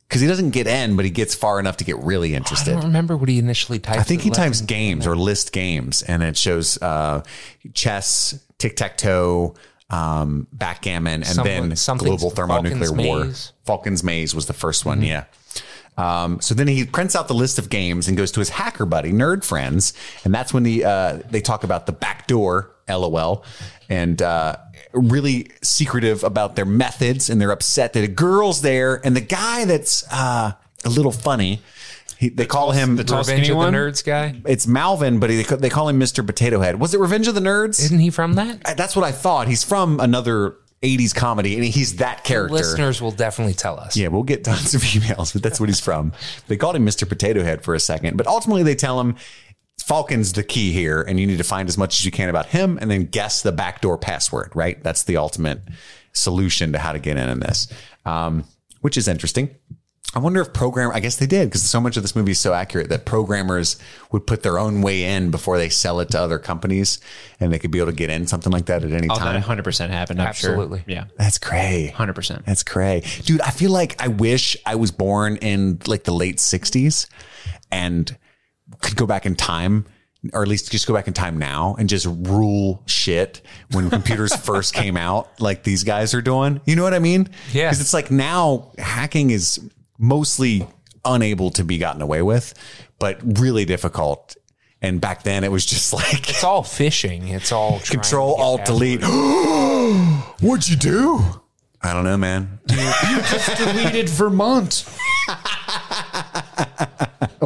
[SPEAKER 7] Because he doesn't get N, but he gets far enough to get really
[SPEAKER 8] I
[SPEAKER 7] interested.
[SPEAKER 8] don't remember what he initially typed.
[SPEAKER 7] I think he
[SPEAKER 8] Let me-
[SPEAKER 7] types games or list games, and it shows uh, chess, tic tac toe, um, backgammon, and
[SPEAKER 8] Some-
[SPEAKER 7] then
[SPEAKER 8] something's-
[SPEAKER 7] global thermonuclear
[SPEAKER 8] Falcon's
[SPEAKER 7] war.
[SPEAKER 8] Maze.
[SPEAKER 7] Falcon's Maze was the first
[SPEAKER 9] Mm-hmm.
[SPEAKER 7] one, yeah. Um, so then he prints out the list of games and goes to his hacker buddy, nerd friends, and that's when the uh, they talk about the back door, lol, and uh, really secretive about their methods, and they're upset that a girl's there, and the guy that's uh, a little funny. He, they call him
[SPEAKER 9] the tall
[SPEAKER 8] Revenge of the
[SPEAKER 9] Anyone?
[SPEAKER 8] Nerds guy.
[SPEAKER 7] it's Malvin, but he, they call him Mr. Potato Head. Was it Revenge of the Nerds?
[SPEAKER 8] Isn't he from that?
[SPEAKER 7] That's what I thought. He's from another 80s comedy and he's that character.
[SPEAKER 8] Listeners will definitely tell us.
[SPEAKER 7] Yeah, we'll get tons of emails, but that's what he's from. They called him Mr. Potato Head for a second, but ultimately they tell him Falcon's the key here and you need to find as much as you can about him and then guess the backdoor password, right? That's the ultimate solution to how to get in in this, um, which is interesting. I wonder if program. I guess they did because so much of this movie is so accurate that programmers would put their own way in before they sell it to other companies, and they could be able to get in something like that at any
[SPEAKER 9] Oh, that
[SPEAKER 7] time.
[SPEAKER 9] 100 percent happened. I'm
[SPEAKER 8] Absolutely.
[SPEAKER 9] Sure. Yeah,
[SPEAKER 7] That's cray.
[SPEAKER 9] 100 percent.
[SPEAKER 7] That's cray. Dude, I feel like I wish I was born in like the late 60s and could go back in time or at least just go back in time now and just rule shit when computers first came out like these guys are doing. You know what I mean?
[SPEAKER 8] Yeah.
[SPEAKER 7] Cuz it's like now hacking is mostly unable to be gotten away with, but really difficult. And back then it was just like
[SPEAKER 8] It's all phishing. It's all trying
[SPEAKER 7] control
[SPEAKER 8] to get
[SPEAKER 7] alt
[SPEAKER 8] at-
[SPEAKER 7] delete. What'd you do? I don't know, man.
[SPEAKER 10] Deleted Vermont.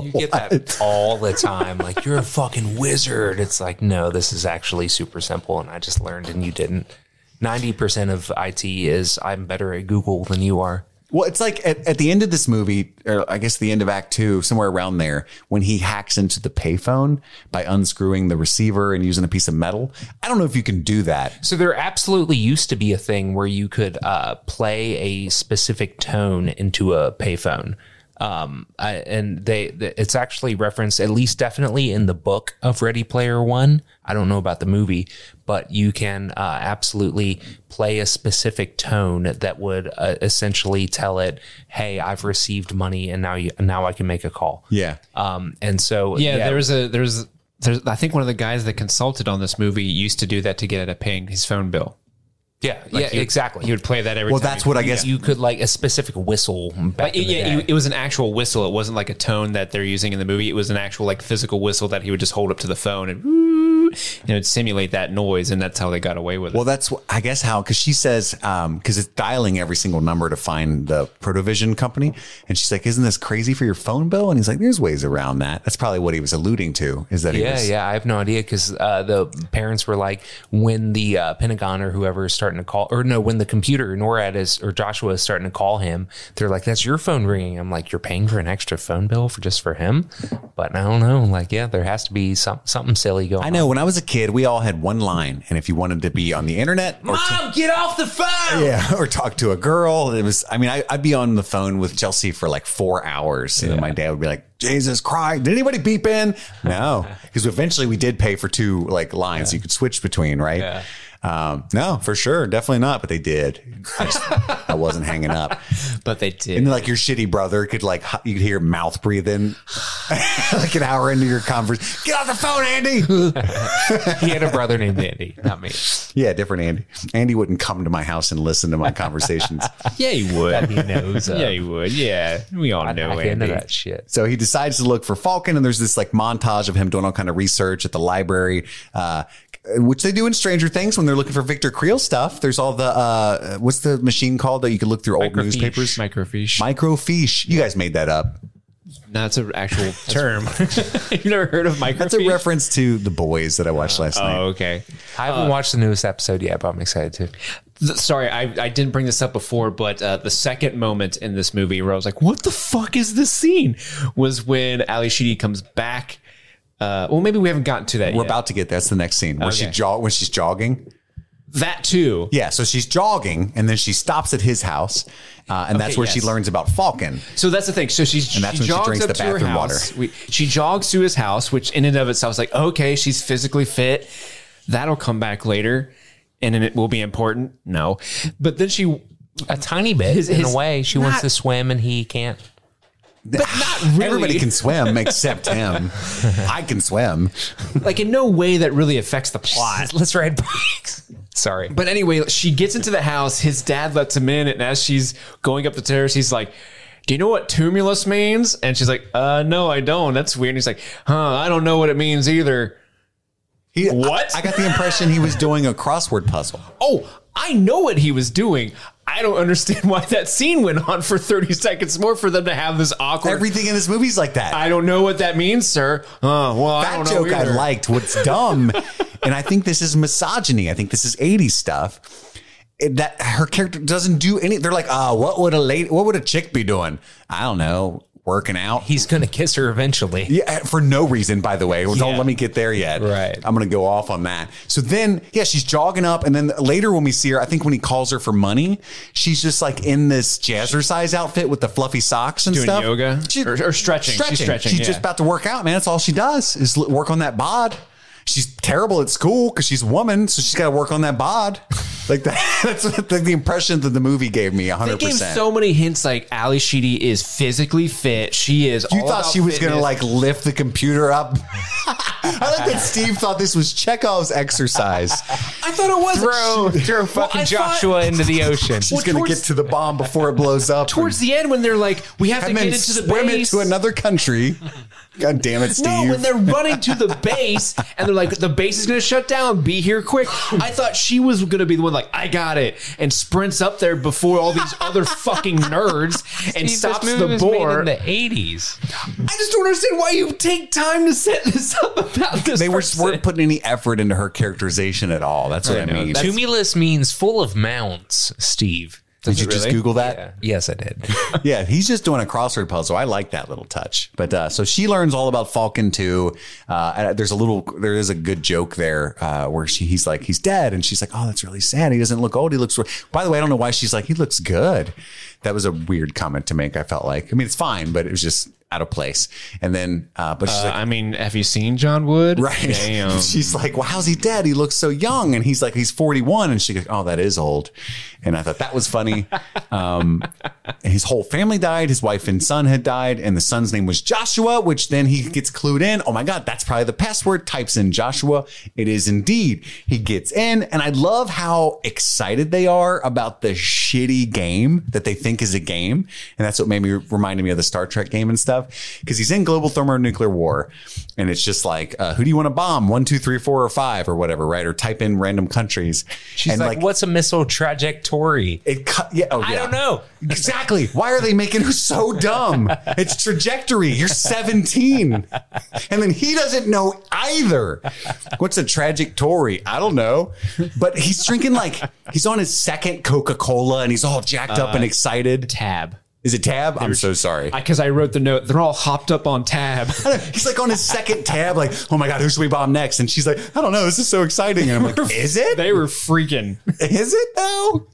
[SPEAKER 8] You get that all the time. Like you're a fucking wizard. It's like no, this is actually super simple, and I just learned, and you didn't. Ninety percent of IT is I'm better at Google than you are.
[SPEAKER 7] Well, it's like at, at the end of this movie, or I guess the end of Act Two, somewhere around there, when he hacks into the payphone by unscrewing the receiver and using a piece of metal. I don't know if you can do that.
[SPEAKER 8] So there absolutely used to be a thing where you could uh, play a specific tone into a payphone. Um, I, and they, th- it's actually referenced at least definitely in the book of Ready Player One. I don't know about the movie, but you can uh, absolutely play a specific tone that would uh, essentially tell it, "Hey, I've received money, and now you, now I can make a call."
[SPEAKER 7] Yeah.
[SPEAKER 8] Um, and so
[SPEAKER 9] Yeah, there was a there's there's I think one of the guys that consulted on this movie used to do that to get out of paying his phone bill.
[SPEAKER 8] yeah,
[SPEAKER 9] Like,
[SPEAKER 8] yeah,
[SPEAKER 9] he-
[SPEAKER 8] exactly.
[SPEAKER 9] He would play that every.
[SPEAKER 7] Well,
[SPEAKER 9] time
[SPEAKER 7] that's
[SPEAKER 9] he-
[SPEAKER 7] what I guess.
[SPEAKER 8] you could like a specific whistle. Back in the
[SPEAKER 9] Yeah,
[SPEAKER 8] day.
[SPEAKER 9] it, it was an actual whistle. It wasn't like a tone that they're using in the movie. It was an actual like physical whistle that he would just hold up to the phone and, and it would simulate that noise, and that's how they got away with it.
[SPEAKER 7] Well, that's wh- I guess how because she says because it's dialing every single number to find the Protovision company, and she's like, "Isn't this crazy for your phone bill?" And he's like, "There's ways around that." That's probably what he was alluding to. Is that he
[SPEAKER 8] Yeah,
[SPEAKER 7] was,
[SPEAKER 8] yeah. I have no idea because uh, the parents were like, when the uh, Pentagon or whoever is starting to call, or no, when the computer NORAD is or Joshua is starting to call him, they're like, "That's your phone ringing." I'm like, "You're paying for an extra phone bill for just for him," but I don't know. Like, yeah, there has to be some something silly going.
[SPEAKER 7] I know when when I was a kid, we all had one line, and if you wanted to be on the internet or
[SPEAKER 4] Mom, get off the phone.
[SPEAKER 7] yeah, or talk to a girl, it was. I mean, I, I'd be on the phone with Chelsea for like four hours, and then my dad would be like, "Jesus Christ, did anybody beep in?" No, because eventually we did pay for two like lines you could switch between, right? Um, no, for sure, definitely not. But they did. I, just, I wasn't hanging up.
[SPEAKER 9] But they did.
[SPEAKER 7] And like your shitty brother could like hu- you could hear mouth breathing like an hour into your conference. Get off the phone, Andy.
[SPEAKER 8] He had a brother named Andy, not me.
[SPEAKER 7] yeah, different Andy. Andy wouldn't come to my house and listen to my conversations.
[SPEAKER 9] yeah, you would.
[SPEAKER 8] He knows. uh,
[SPEAKER 9] yeah, you would. Yeah, we all know
[SPEAKER 8] I can't
[SPEAKER 9] Andy.
[SPEAKER 8] know that shit.
[SPEAKER 7] So he decides to look for Falcon, and there's this like montage of him doing all kind of research at the library, uh, which they do in Stranger Things when they're looking for Victor Creel stuff. There's all the uh, what's the machine called that you can look through old newspapers?
[SPEAKER 9] Microfiche.
[SPEAKER 7] Microfiche. You guys made that up.
[SPEAKER 9] That's an actual term. You've never heard of microfiche?
[SPEAKER 7] That's a reference to the boys that I watched last night.
[SPEAKER 9] Oh, okay.
[SPEAKER 8] I haven't watched the newest episode yet, but I'm excited to.
[SPEAKER 9] Th- sorry, I, I didn't bring this up before, but uh, the second moment in this movie where I was like, what the fuck is this scene? Was when Ali Sheedy comes back. Uh, well, maybe we haven't gotten to that
[SPEAKER 7] We're
[SPEAKER 9] yet.
[SPEAKER 7] about to get that's the next scene where she
[SPEAKER 9] Okay.
[SPEAKER 7] jog when she's jogging.
[SPEAKER 9] that too.
[SPEAKER 7] Yeah, so she's jogging and then she stops at his house, uh, and that's where she
[SPEAKER 9] yes.
[SPEAKER 7] learns about Falcon.
[SPEAKER 9] So that's the thing. So she's,
[SPEAKER 7] And that's
[SPEAKER 9] she
[SPEAKER 7] when she
[SPEAKER 9] jogs
[SPEAKER 7] drinks
[SPEAKER 9] up
[SPEAKER 7] the
[SPEAKER 9] to her
[SPEAKER 7] bathroom
[SPEAKER 9] house. We, she jogs to his house, which in and of itself is like, okay, she's physically fit. That'll come back later, and then it will be important. No, but then she,
[SPEAKER 8] A tiny bit.
[SPEAKER 9] His-
[SPEAKER 8] in
[SPEAKER 9] his-
[SPEAKER 8] a way, she wants
[SPEAKER 9] not-
[SPEAKER 8] to swim and he can't.
[SPEAKER 9] but not really.
[SPEAKER 7] Everybody can swim except him. I can swim.
[SPEAKER 9] like in no way that really affects the plot.
[SPEAKER 8] Let's ride bikes. Sorry.
[SPEAKER 9] But anyway, she gets into the house. His dad lets him in, and as she's going up the terrace, he's like, "Do you know what tumulus means?" And she's like, "Uh, no, I don't. That's weird." And he's like, "Huh, I don't know what it means either."
[SPEAKER 7] He,
[SPEAKER 9] What?
[SPEAKER 7] I, I got the impression he was doing a crossword puzzle.
[SPEAKER 9] Oh, I know what he was doing. I don't understand why that scene went on for 30 seconds more for them to have this awkward.
[SPEAKER 7] Everything in this movie's like that.
[SPEAKER 9] I don't know what that means, sir. Uh, well, I
[SPEAKER 7] that
[SPEAKER 9] don't
[SPEAKER 7] joke
[SPEAKER 9] know
[SPEAKER 7] I
[SPEAKER 9] either.
[SPEAKER 7] liked. What's dumb, and I think this is misogyny. I think this is 80s stuff. It- that her character doesn't do any. They're like, ah, what would a lady, what would a chick be doing? I don't know, working out.
[SPEAKER 8] He's going to kiss her eventually.
[SPEAKER 7] Yeah, eh, for no reason, by the way. Don't
[SPEAKER 9] Yeah.
[SPEAKER 7] let me get there yet.
[SPEAKER 8] Right.
[SPEAKER 7] I'm going to go off on that. So then, yeah, she's jogging up. And then later when we see her, I think when he calls her for money, she's just like in this jazzercise outfit with the fluffy socks and
[SPEAKER 9] Doing
[SPEAKER 7] stuff.
[SPEAKER 9] yoga? Or- or stretching. She's stretching,
[SPEAKER 7] She's
[SPEAKER 9] yeah.
[SPEAKER 7] just about to work out, man. That's all she does is l- work on that bod. She's terrible at school because she's a woman. So she's got to work on that bod. Like that, that's what the, the impression that the movie gave me 100%.
[SPEAKER 9] They gave so many hints like Ali Sheedy is physically fit. She is.
[SPEAKER 7] You
[SPEAKER 9] all
[SPEAKER 7] thought
[SPEAKER 9] about
[SPEAKER 7] she was going to like
[SPEAKER 9] fitness.
[SPEAKER 7] lift the computer up. I like that Steve thought this was Chekhov's exercise.
[SPEAKER 9] I thought it was.
[SPEAKER 8] Throw, throw fucking
[SPEAKER 9] I thought-
[SPEAKER 8] Joshua into the ocean.
[SPEAKER 7] She's going to
[SPEAKER 9] towards-
[SPEAKER 7] get to the bomb before it blows up.
[SPEAKER 9] Towards the end, when they're like, we have to
[SPEAKER 7] and
[SPEAKER 9] get
[SPEAKER 7] then
[SPEAKER 9] into the
[SPEAKER 7] swim it
[SPEAKER 9] base.
[SPEAKER 7] to another country. God damn it, Steve.
[SPEAKER 9] No, when they're running to the base and they're like, the base is going to shut down. Be here quick. I thought she was going to be the one like, I got it, and sprints up there before all these other fucking nerds and
[SPEAKER 8] Steve,
[SPEAKER 9] stops
[SPEAKER 8] this movie
[SPEAKER 9] the
[SPEAKER 8] was made
[SPEAKER 9] board.
[SPEAKER 8] in the 80s.
[SPEAKER 9] I just don't understand why you take time to set this up about this.
[SPEAKER 7] they were,
[SPEAKER 9] person.
[SPEAKER 7] weren't putting any effort into her characterization at all. That's what I, mean. Did
[SPEAKER 8] Tumulus means full of mounds, Steve.
[SPEAKER 7] you just Google that?
[SPEAKER 8] Yes, I did.
[SPEAKER 7] yeah, he's just doing a crossword puzzle. I like that little touch. But uh, so she learns all about Falcon too. Uh, and there's a little, there is a good joke there uh, where she, he's like, he's dead, and she's like, oh, that's really sad. He doesn't look old. He looks. By the way, I don't know why she's like, he looks good. That was a weird comment to make. I felt like, I mean, it's fine, but it was just out of place. And then, uh, but she's like,
[SPEAKER 9] I mean, have you seen John Wood?
[SPEAKER 7] Right.
[SPEAKER 9] Uh, Damn.
[SPEAKER 7] She's like, well, how's he dead? He looks so young. And he's like, he's 41. And she goes, oh, that is old. And I thought that was funny. um, his whole family died. His wife and son had died. And the son's name was Joshua, which then he gets clued in. Oh my God, that's probably the password. Types in Joshua. It is indeed. He gets in. And I love how excited they are about the shitty game that they think is a game. And that's what made me reminded me of the Star Trek game and stuff. Cause he's in global thermonuclear war. And it's just like, uh, who do you want to bomb? One, two, three, four, or five, or whatever, right? Or type in random countries.
[SPEAKER 8] She's
[SPEAKER 7] and
[SPEAKER 8] like, what's a missile trajectory?
[SPEAKER 7] it cut. Yeah, oh,
[SPEAKER 8] I
[SPEAKER 7] yeah.
[SPEAKER 8] don't know.
[SPEAKER 7] Exactly. Why are they making her so dumb? It's trajectory. You're 17. And then he doesn't know either. What's a trajectory? I don't know. But he's drinking like he's on his second Coca Cola and he's all jacked up and excited.
[SPEAKER 9] Uh, Tab.
[SPEAKER 7] Is it tab? I'm so sorry.
[SPEAKER 9] Because I wrote the note. They're all hopped up on tab.
[SPEAKER 7] He's like on his second tab, like, oh my God, who should we bomb next? And she's like, I don't know. This is so exciting. And I'm like, is it?
[SPEAKER 9] they were freaking.
[SPEAKER 7] Is it though?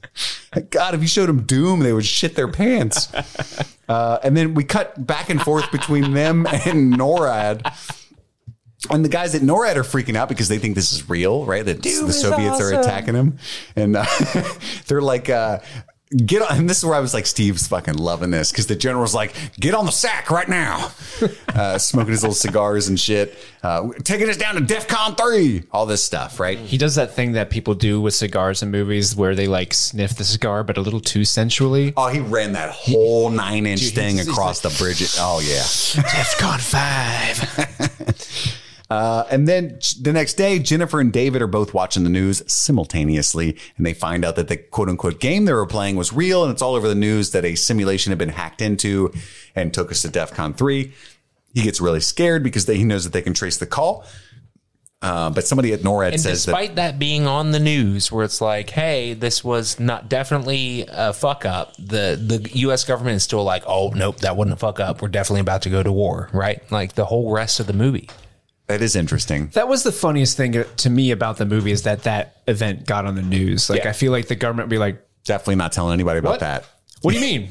[SPEAKER 7] God, if you showed them Doom, they would shit their pants. Uh, and then we cut back and forth between them and NORAD. And the guys at NORAD are freaking out because they think this is real, right? That the Soviets are attacking them. And uh, they're like, uh, get on. And this is where I was like, Steve's fucking loving this because the general's like, get on the sack right now. Uh, smoking his little cigars and shit. Uh, taking us down to DEFCON 3. All this stuff, right?
[SPEAKER 9] He does that thing that people do with cigars in movies where they like sniff the cigar, but a little too sensually.
[SPEAKER 7] Oh, he ran that whole nine inch
[SPEAKER 9] Dude,
[SPEAKER 7] thing
[SPEAKER 9] he's- he's
[SPEAKER 7] across the bridge. Oh yeah.
[SPEAKER 9] Defcon five.
[SPEAKER 7] Uh, and then the next day, Jennifer and David are both watching the news simultaneously, and they find out that the quote unquote game they were playing was real, and it's all over the news that a simulation had been hacked into and took us to DEF CON 3. He gets really scared because they, he knows that they can trace the call. Uh, but somebody at NORAD
[SPEAKER 8] And
[SPEAKER 7] says that
[SPEAKER 8] despite that being on the news, where it's like, "Hey, this was not definitely a fuck up," the the U.S. government is still like, "Oh, nope, that wasn't a fuck up. We're definitely about to go to war." Right? Like the whole rest of the movie.
[SPEAKER 7] that is interesting.
[SPEAKER 9] That was the funniest thing to me about the movie is that that event got on the news. Like,
[SPEAKER 8] Yeah.
[SPEAKER 9] I feel like the government would be like,
[SPEAKER 7] Definitely not telling anybody about
[SPEAKER 9] What?
[SPEAKER 7] that.
[SPEAKER 9] what do you mean?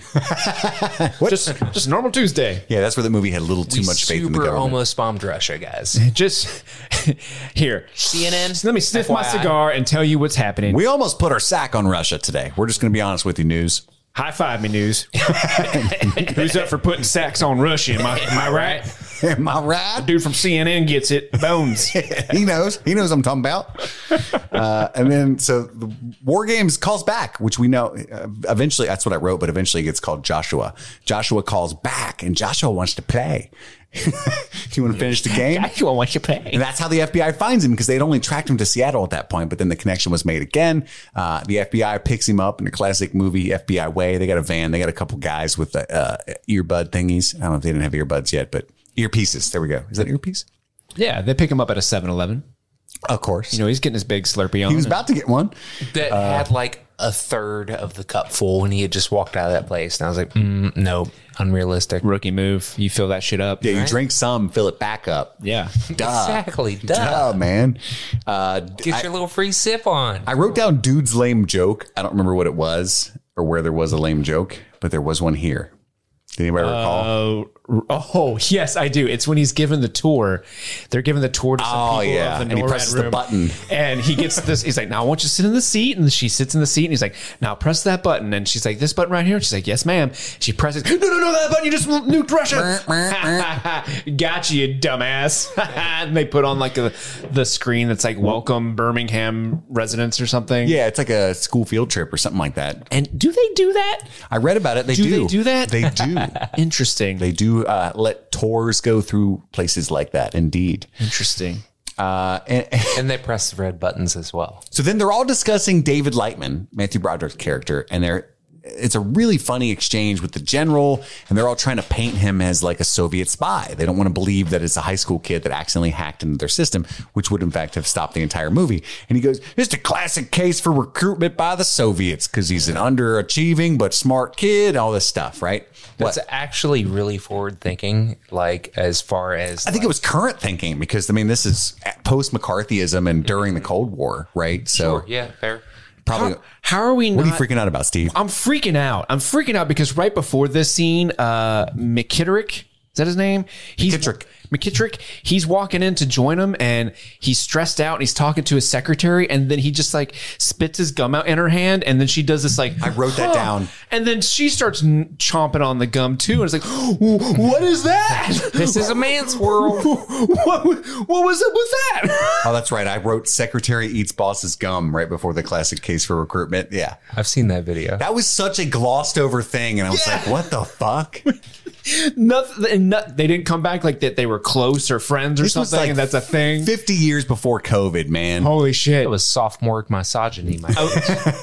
[SPEAKER 9] Just, just normal Tuesday.
[SPEAKER 7] Yeah, that's where the movie had a little too
[SPEAKER 8] We
[SPEAKER 7] much faith
[SPEAKER 8] super
[SPEAKER 7] in the government.
[SPEAKER 8] almost bombed Russia, guys.
[SPEAKER 9] Just here.
[SPEAKER 8] CNN.
[SPEAKER 9] Let me sniff my
[SPEAKER 8] FYI.
[SPEAKER 9] cigar and tell you what's happening.
[SPEAKER 7] We almost put our sack on Russia today. We're just going to be honest with you, news.
[SPEAKER 9] High five me, news. Who's up for putting sacks on Russia? Am I, am I right?
[SPEAKER 7] Am I right?
[SPEAKER 9] Dude from CNN gets it. Bones.
[SPEAKER 7] he knows. He knows what I'm talking about. Uh, and then so the War Games calls back, which we know uh, eventually that's what I wrote, but eventually it gets called Joshua. Joshua calls back and Joshua wants to play. you want to finish the game?
[SPEAKER 9] Actually, what you pay?
[SPEAKER 7] And that's how the FBI finds him because they'd only tracked him to Seattle at that point. But then the connection was made again. Uh, the FBI picks him up in a classic movie FBI way. They got a van. They got a couple guys with the uh, earbud thingies. I don't know if they didn't have earbuds yet, but earpieces. There we go. Is that earpiece?
[SPEAKER 9] Yeah, they pick him up at a 7-Eleven.
[SPEAKER 7] Of course.
[SPEAKER 9] You know, he's getting his big Slurpee on.
[SPEAKER 7] he was about to get one.
[SPEAKER 8] that had like a third of the cup full when he had just walked out of that place. And I was like, mm, no, unrealistic.
[SPEAKER 9] Rookie move. You fill that shit up.
[SPEAKER 7] Yeah, you drink some, fill it back up.
[SPEAKER 9] Yeah.
[SPEAKER 7] Duh.
[SPEAKER 8] Exactly. Duh.
[SPEAKER 7] Duh, man. Uh,
[SPEAKER 8] Get your little free sip on.
[SPEAKER 7] I wrote down dude's lame joke. I don't remember what it was or where there was a lame joke, but there was one here. Did anybody recall?
[SPEAKER 9] Oh, r- oh, yes, I do. It's when he's given the tour. They're given the tour to some
[SPEAKER 7] Oh,
[SPEAKER 9] people
[SPEAKER 7] yeah.
[SPEAKER 9] of the
[SPEAKER 7] And he
[SPEAKER 9] NORAD
[SPEAKER 7] presses the
[SPEAKER 9] room.
[SPEAKER 7] button.
[SPEAKER 9] and he gets this. He's like, "Now I want you to sit in the seat," and she sits in the seat, and he's like, "Now press that button," and she's like, "This button right here," and she's like, "Yes, ma'am." She presses, "No, no, no, that button! You just nuked Russia!" gotcha, you dumbass! and they put on like a, the screen that's like, "Welcome Birmingham residents" or something.
[SPEAKER 7] yeah, it's like a school field trip or something like that.
[SPEAKER 9] And do they do that?
[SPEAKER 7] I read about it. They do.
[SPEAKER 9] Do they do that?
[SPEAKER 7] They do.
[SPEAKER 9] Interesting.
[SPEAKER 7] they do uh, let tours go through places like that. Indeed.
[SPEAKER 9] Interesting.
[SPEAKER 7] Uh, and,
[SPEAKER 8] And they press the red buttons as well.
[SPEAKER 7] So then they're all discussing David Lightman, Matthew Broderick's character, and they're it's a really funny exchange with the general, and they're all trying to paint him as like a Soviet spy. They don't want to believe that it's a high school kid that accidentally hacked into their system, which would in fact have stopped the entire movie. And he goes, "It's a classic case for recruitment by the Soviets because he's an underachieving but smart kid, all this stuff, right?"
[SPEAKER 8] That's
[SPEAKER 7] What?
[SPEAKER 8] actually really forward thinking, like as far as
[SPEAKER 7] I think it was current thinking because I mean this is post McCarthyism and during the Cold War, right? So
[SPEAKER 8] yeah, fair.
[SPEAKER 7] probably.
[SPEAKER 9] How, how are we?
[SPEAKER 7] what are you
[SPEAKER 9] not-
[SPEAKER 7] freaking out about, Steve?
[SPEAKER 9] I'm freaking out. I'm freaking out because right before this scene, uh, McKittrick, is that his name? He's
[SPEAKER 7] McKittrick.
[SPEAKER 9] McKittrick. He's walking in to join him and he's stressed out and he's talking to his secretary and then he just like spits his gum out in her hand and then she does this like, I
[SPEAKER 7] wrote that down.
[SPEAKER 9] And then she starts n- chomping on the gum too. And it's like, "Wh- what is that?
[SPEAKER 8] This is a man's world.
[SPEAKER 9] what, wa- what was up with that?
[SPEAKER 7] Oh, that's right. I wrote Secretary Eats Boss's Gum right before the classic case for recruitment. Yeah.
[SPEAKER 8] I've seen that video.
[SPEAKER 7] That was such a glossed over thing. And I was like, what the fuck?
[SPEAKER 9] Nothing. and no- they didn't come back like that. They were close or friends or
[SPEAKER 7] This was
[SPEAKER 9] something.
[SPEAKER 7] like
[SPEAKER 9] and that's a thing.
[SPEAKER 7] 50 years before COVID, man.
[SPEAKER 9] Holy shit.
[SPEAKER 8] It was sophomoric misogyny. My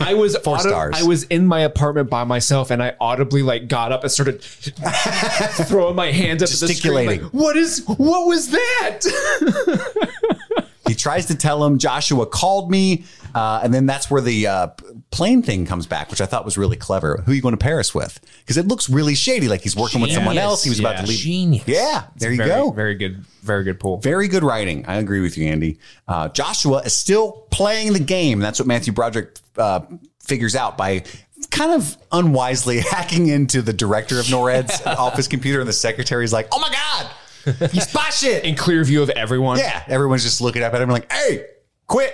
[SPEAKER 9] I was
[SPEAKER 7] Four
[SPEAKER 9] audi-
[SPEAKER 7] stars.
[SPEAKER 9] I was in my apartment by myself, and I audibly like got up and started throwing my hands up, at the screen,
[SPEAKER 7] Gesticulating.
[SPEAKER 9] like, what is? What was that?
[SPEAKER 7] He tries to tell him Joshua called me, uh, and then that's where the uh, p- plane thing comes back, which I thought was really clever. Who are you going to Paris with? Because it looks really shady. Like he's working with someone
[SPEAKER 9] Genius.
[SPEAKER 7] else. He was about
[SPEAKER 9] Yeah.
[SPEAKER 7] to leave.
[SPEAKER 8] Genius.
[SPEAKER 7] Yeah, there you
[SPEAKER 9] very,
[SPEAKER 7] go.
[SPEAKER 9] Very good. Very good pull.
[SPEAKER 7] Very good writing. I agree with you, Andy. Uh, Joshua is still playing the game. That's what Matthew Broderick uh, figures out by kind of unwisely hacking into the director of NORAD's office computer, and the secretary's like, "Oh my god, you spy shit!"
[SPEAKER 9] In clear view of everyone.
[SPEAKER 7] yeah, everyone's just looking up at him like, "Hey, quit."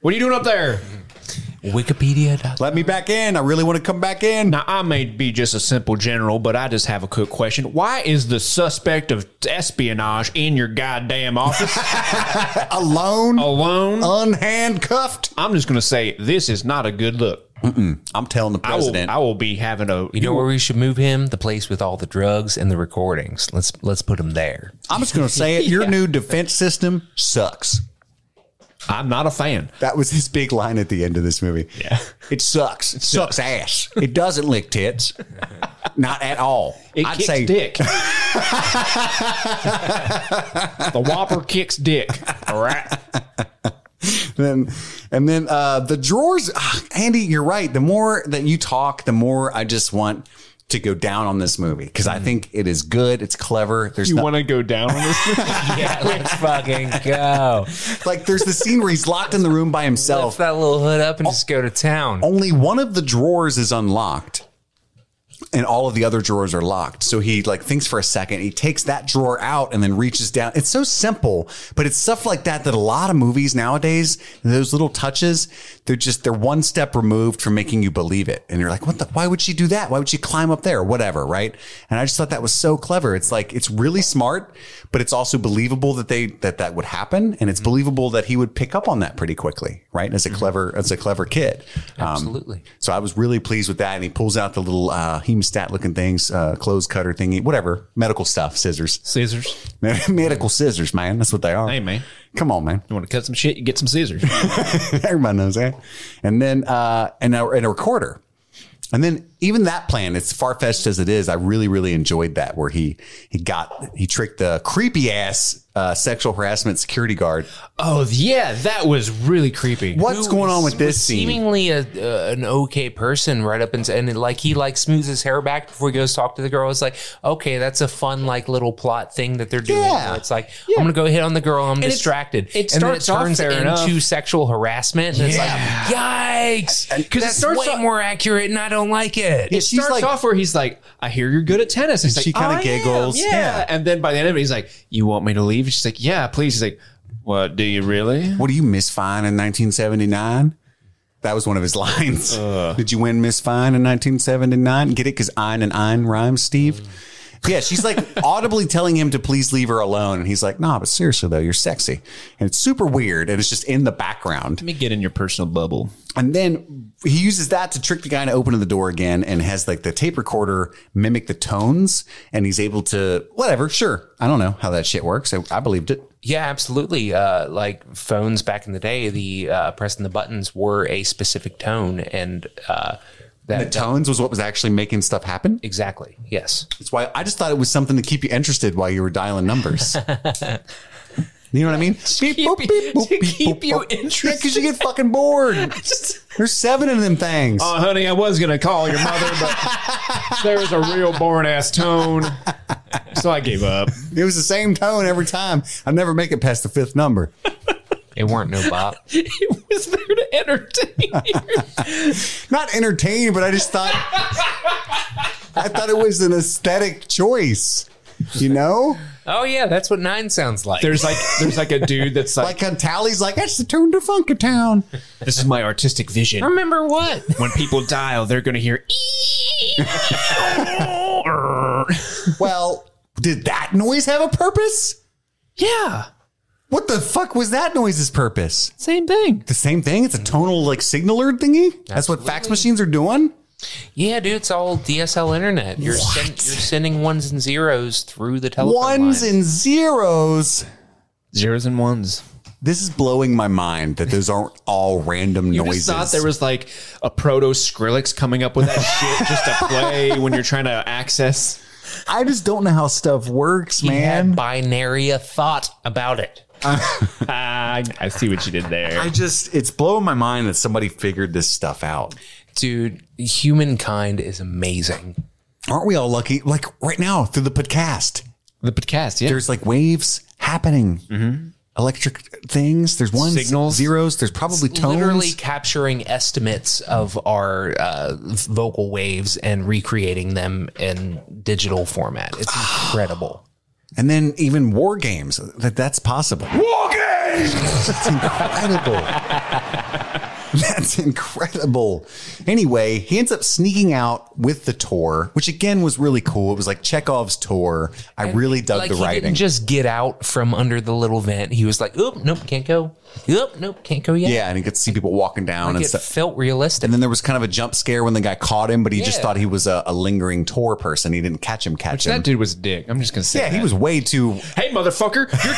[SPEAKER 9] What are you doing up there?
[SPEAKER 8] Wikipedia.
[SPEAKER 7] Let me back in. I really want to come back in.
[SPEAKER 9] Now, I may be just a simple general, but I just have a quick question. Why is the suspect of espionage in your goddamn office
[SPEAKER 7] Alone,
[SPEAKER 9] Oh. alone?
[SPEAKER 7] unhandcuffed.
[SPEAKER 9] I'm just going to say this is not a good look.
[SPEAKER 7] I'm telling the
[SPEAKER 9] I will,
[SPEAKER 7] president.
[SPEAKER 9] I will be having a.
[SPEAKER 8] You know where we should move him? The place with all the drugs and the recordings. Let's let's put him there.
[SPEAKER 7] I'm just going to say it. Your new defense system sucks.
[SPEAKER 9] I'm not a fan.
[SPEAKER 7] That was his big line at the end of this movie. Yeah. It sucks. It sucks ass. It doesn't lick tits. Not at all.
[SPEAKER 9] It kicks dick. the Whopper kicks dick. All right.
[SPEAKER 7] Then, and then uh, the drawers. ah, Andy, you're right. The more that you talk, the more I just want to go down on this movie because I think it is good. It's clever. There's
[SPEAKER 9] Mm-hmm. You
[SPEAKER 7] not-
[SPEAKER 9] want to go down on this?
[SPEAKER 8] Yeah, let's fucking go.
[SPEAKER 7] like there's the scene where he's locked in the room by
[SPEAKER 8] Lift
[SPEAKER 7] himself.
[SPEAKER 8] that little hood up
[SPEAKER 7] Oh.
[SPEAKER 8] and just go to town.
[SPEAKER 7] Only one of the drawers is unlocked. And all of the other drawers are locked. So he like thinks for a second. He takes that drawer out and then reaches down. It's so simple, but it's stuff like that that a lot of movies nowadays, those little touches, they're just they're one step removed from making you believe it. And you're like, what the why would she do that? Why would she climb up there? Whatever, right? And I just thought that was so clever. It's like it's really smart, but it's also believable that they that that would happen, and it's believable that he would pick up on that pretty quickly, right? As a clever as a clever kid. Um,
[SPEAKER 8] Absolutely.
[SPEAKER 7] So I was really pleased with that. And he pulls out the little uh, hemostat looking things, uh, clothes cutter thingy, whatever, medical stuff, scissors,
[SPEAKER 9] Scissors.
[SPEAKER 7] medical scissors, man. That's what they are.
[SPEAKER 9] Hey, man.
[SPEAKER 7] Come on, man.
[SPEAKER 9] You want to cut some shit? You get some scissors.
[SPEAKER 7] Everybody knows that. And then, uh, and, a, and a recorder. And then even that plan, as far fetched as it is, I really, really enjoyed that where he he got he tricked the creepy ass uh, sexual harassment security guard.
[SPEAKER 9] Oh, yeah. That was really creepy.
[SPEAKER 7] What's
[SPEAKER 8] Who
[SPEAKER 7] going on with
[SPEAKER 8] was
[SPEAKER 7] this scene?
[SPEAKER 8] Seemingly a, uh, an okay person, right up and and it, like he like smooths his hair back before he goes talk to the girl. It's like okay, that's a fun like little plot thing that they're doing.
[SPEAKER 7] Yeah.
[SPEAKER 8] where It's like I'm gonna go hit on the girl. I'm
[SPEAKER 9] it's-
[SPEAKER 8] distracted.
[SPEAKER 9] it
[SPEAKER 8] and then
[SPEAKER 9] starts off fair
[SPEAKER 8] into
[SPEAKER 9] enough.
[SPEAKER 8] sexual harassment. And It's like yikes,
[SPEAKER 9] it
[SPEAKER 8] because it's
[SPEAKER 9] starts
[SPEAKER 8] way
[SPEAKER 9] off-
[SPEAKER 8] more accurate, and I don't like it.
[SPEAKER 7] Yeah,
[SPEAKER 9] it
[SPEAKER 7] she's
[SPEAKER 9] starts
[SPEAKER 7] like-
[SPEAKER 9] off where he's like, I hear you're good at tennis.
[SPEAKER 7] And
[SPEAKER 9] He's like,
[SPEAKER 7] she kinda
[SPEAKER 9] "I am,
[SPEAKER 7] giggles.
[SPEAKER 9] Yeah.
[SPEAKER 7] Yeah.
[SPEAKER 9] And then by the end of it, he's like, You want me to leave? She's like, Yeah, please. He's like, What do you really?
[SPEAKER 7] What do you miss fine in 1979? That was one of his lines. Did you win Miss Fine in 1979? Get it? Because Ein and Ein rhyme, Steve. Yeah, she's like audibly telling him to please leave her alone. And he's like, nah, but seriously, though, you're sexy. And it's super weird. And it's just in the background.
[SPEAKER 9] Let me get in your personal bubble.
[SPEAKER 7] And then he uses that to trick the guy into opening the door again and has like the tape recorder mimic the tones. And he's able to, whatever, sure. I don't know how that shit works. I, I believed it.
[SPEAKER 8] Yeah, absolutely. Uh, like phones back in the day, the uh, pressing the buttons were a specific tone, and uh,
[SPEAKER 7] The
[SPEAKER 8] that
[SPEAKER 7] tones was what was actually making stuff happen.
[SPEAKER 8] exactly yes.
[SPEAKER 7] That's why I just thought it was something to keep you interested while you were dialing numbers. you know what I mean? Beep,
[SPEAKER 9] keep you- to keep you
[SPEAKER 7] because you get fucking bored. There's seven of them things.
[SPEAKER 9] Oh, honey, I was going to call your mother, but there was a real boring ass tone. So I gave up.
[SPEAKER 7] it was the same tone every time. I never make it past the fifth number.
[SPEAKER 8] It weren't no bop.
[SPEAKER 9] It was there to entertain you.
[SPEAKER 7] Not entertaining, but I just thought I thought it was an aesthetic choice. You know,
[SPEAKER 8] oh yeah, that's what nine sounds like.
[SPEAKER 9] There's like there's like a dude that's like,
[SPEAKER 7] like a tally's like that's the tune to Funky Town.
[SPEAKER 9] this is my artistic vision.
[SPEAKER 8] remember what?
[SPEAKER 9] When people dial, they're gonna hear
[SPEAKER 7] Well, did that noise have a purpose?
[SPEAKER 9] Yeah.
[SPEAKER 7] What the fuck was that noise's purpose?
[SPEAKER 9] Same thing.
[SPEAKER 7] The same thing. It's a tonal like signaler thingy. That's what fax machines are doing.
[SPEAKER 8] Yeah, dude, it's all DSL internet. You're sen- you're sending ones and zeros through the telephone
[SPEAKER 7] Ones
[SPEAKER 8] line.
[SPEAKER 7] and zeros.
[SPEAKER 9] Zeros and ones.
[SPEAKER 7] This is blowing my mind that those aren't all random
[SPEAKER 9] You
[SPEAKER 7] noises.
[SPEAKER 9] just thought there was like a proto Skrillex coming up with that shit just to play when you're trying to access.
[SPEAKER 7] I just don't know how stuff works,
[SPEAKER 8] He had
[SPEAKER 7] man.
[SPEAKER 8] binary thought about it.
[SPEAKER 9] I, I see what you did there.
[SPEAKER 7] I just, it's blowing my mind that somebody figured this stuff out.
[SPEAKER 8] Dude, humankind is amazing.
[SPEAKER 7] Aren't we all lucky? Like right now through the podcast,
[SPEAKER 9] The podcast, yeah.
[SPEAKER 7] there's like waves happening, electric things. There's ones,
[SPEAKER 9] Mm-hmm. Signals.
[SPEAKER 7] zeros. There's probably tones.
[SPEAKER 8] Literally capturing estimates of our uh, vocal waves and recreating them in digital format. It's incredible.
[SPEAKER 7] And then even war games that that's possible. War games. That's incredible. that's incredible. Anyway, he ends up sneaking out with the tour, which again was really cool. It was like Chekhov's tour. I really dug
[SPEAKER 8] like
[SPEAKER 7] the
[SPEAKER 8] he
[SPEAKER 7] writing.
[SPEAKER 8] didn't just get out from under the little vent. He was like, "Oop, nope, can't go. Oop, nope, can't go yet."
[SPEAKER 7] yeah, and he could see people walking down
[SPEAKER 8] like
[SPEAKER 7] and
[SPEAKER 8] it
[SPEAKER 7] stuff.
[SPEAKER 8] felt realistic.
[SPEAKER 7] And then there was kind of a jump scare when the guy caught him, but he just
[SPEAKER 8] Yeah.
[SPEAKER 7] thought he was a, a lingering tour person. He didn't catch him, catch him.
[SPEAKER 9] that dude was a dick. I'm just gonna say.
[SPEAKER 7] yeah, he
[SPEAKER 9] that.
[SPEAKER 7] was way too.
[SPEAKER 9] Hey, motherfucker! You're,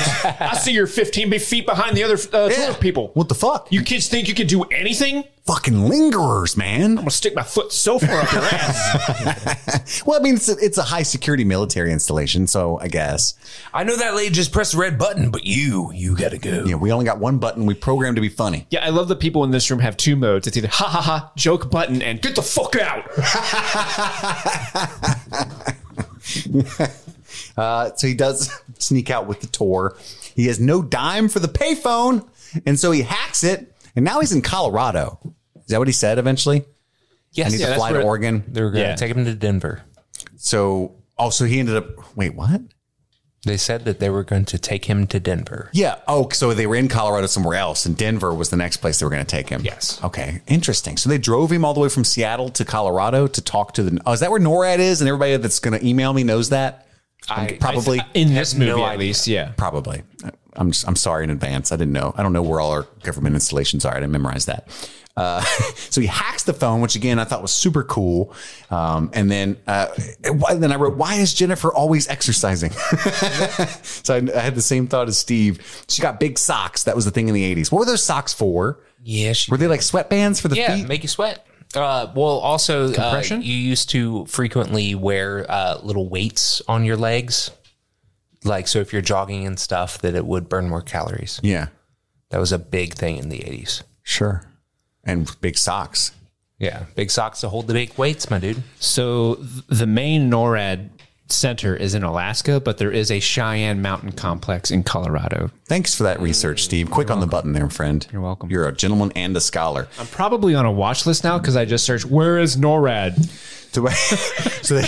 [SPEAKER 9] I see you're 15 big feet behind the other uh,
[SPEAKER 7] Yeah.
[SPEAKER 9] tour people.
[SPEAKER 7] What the fuck?
[SPEAKER 9] You kids think you can do anything? I'm
[SPEAKER 7] Fucking lingerers, man.
[SPEAKER 9] gonna stick my foot so far up your ass.
[SPEAKER 7] Well, I mean, it's a, it's a high security military installation, so I guess.
[SPEAKER 8] I know that lady just pressed the red button, but you, you gotta go.
[SPEAKER 7] Yeah, we only got one button. We programmed to be funny.
[SPEAKER 9] yeah, I love that people in this room have two modes. It's either ha ha ha joke button and get the fuck out.
[SPEAKER 7] Uh, so he does sneak out with the tour. He has no dime for the payphone, and so he hacks it. And now he's in Colorado. Is that what he said eventually? I
[SPEAKER 8] Yes,
[SPEAKER 7] need
[SPEAKER 8] yeah,
[SPEAKER 7] to
[SPEAKER 8] that's
[SPEAKER 7] fly to
[SPEAKER 8] where-
[SPEAKER 7] Oregon.
[SPEAKER 8] They were gonna
[SPEAKER 9] Yeah.
[SPEAKER 8] take him to Denver.
[SPEAKER 7] So, oh, so he ended up. Wait, what?
[SPEAKER 8] They said that they were going to take him to Denver.
[SPEAKER 7] Yeah. Oh, so they were in Colorado somewhere else, and Denver was the next place they were going to take him.
[SPEAKER 8] Yes.
[SPEAKER 7] Okay. Interesting. So they drove him all the way from Seattle to Colorado to talk to the. Oh, is that where NORAD is? And everybody that's going to email me knows that.
[SPEAKER 8] I,
[SPEAKER 7] Probably.
[SPEAKER 9] In this movie, at
[SPEAKER 8] idea.
[SPEAKER 9] least, yeah.
[SPEAKER 7] probably. I'm just, I'm sorry in advance. I didn't know. I don't know where all our government installations are. I didn't memorize that. Uh, so he hacks the phone, which again I thought was super cool. Um, and then uh, why- then I wrote, "Why is Jennifer always exercising?" so I, I had the same thought as Steve. She got big socks. That was the thing in the '80s. What were those socks for?
[SPEAKER 8] yeah, she
[SPEAKER 7] Were they like sweatbands for the
[SPEAKER 8] Yeah,
[SPEAKER 7] feet?
[SPEAKER 8] make you sweat. Uh, well, also, uh,
[SPEAKER 9] Compression?
[SPEAKER 8] you used to frequently wear uh, little weights on your legs. Like, so if you're jogging and stuff, that it would burn more calories.
[SPEAKER 7] yeah,
[SPEAKER 8] That was a big thing in the 80s.
[SPEAKER 7] sure. And big socks.
[SPEAKER 8] Yeah. Big socks to hold the big weights, my dude.
[SPEAKER 9] So th- the main NORAD center is in Alaska, but there is a Cheyenne Mountain complex in Colorado.
[SPEAKER 7] Thanks for that research, Steve. Quick on the button there, friend. You're
[SPEAKER 9] welcome.
[SPEAKER 7] You're a gentleman and a scholar.
[SPEAKER 9] I'm probably on a watch list now because I just searched where is NORAD.
[SPEAKER 7] So- so they,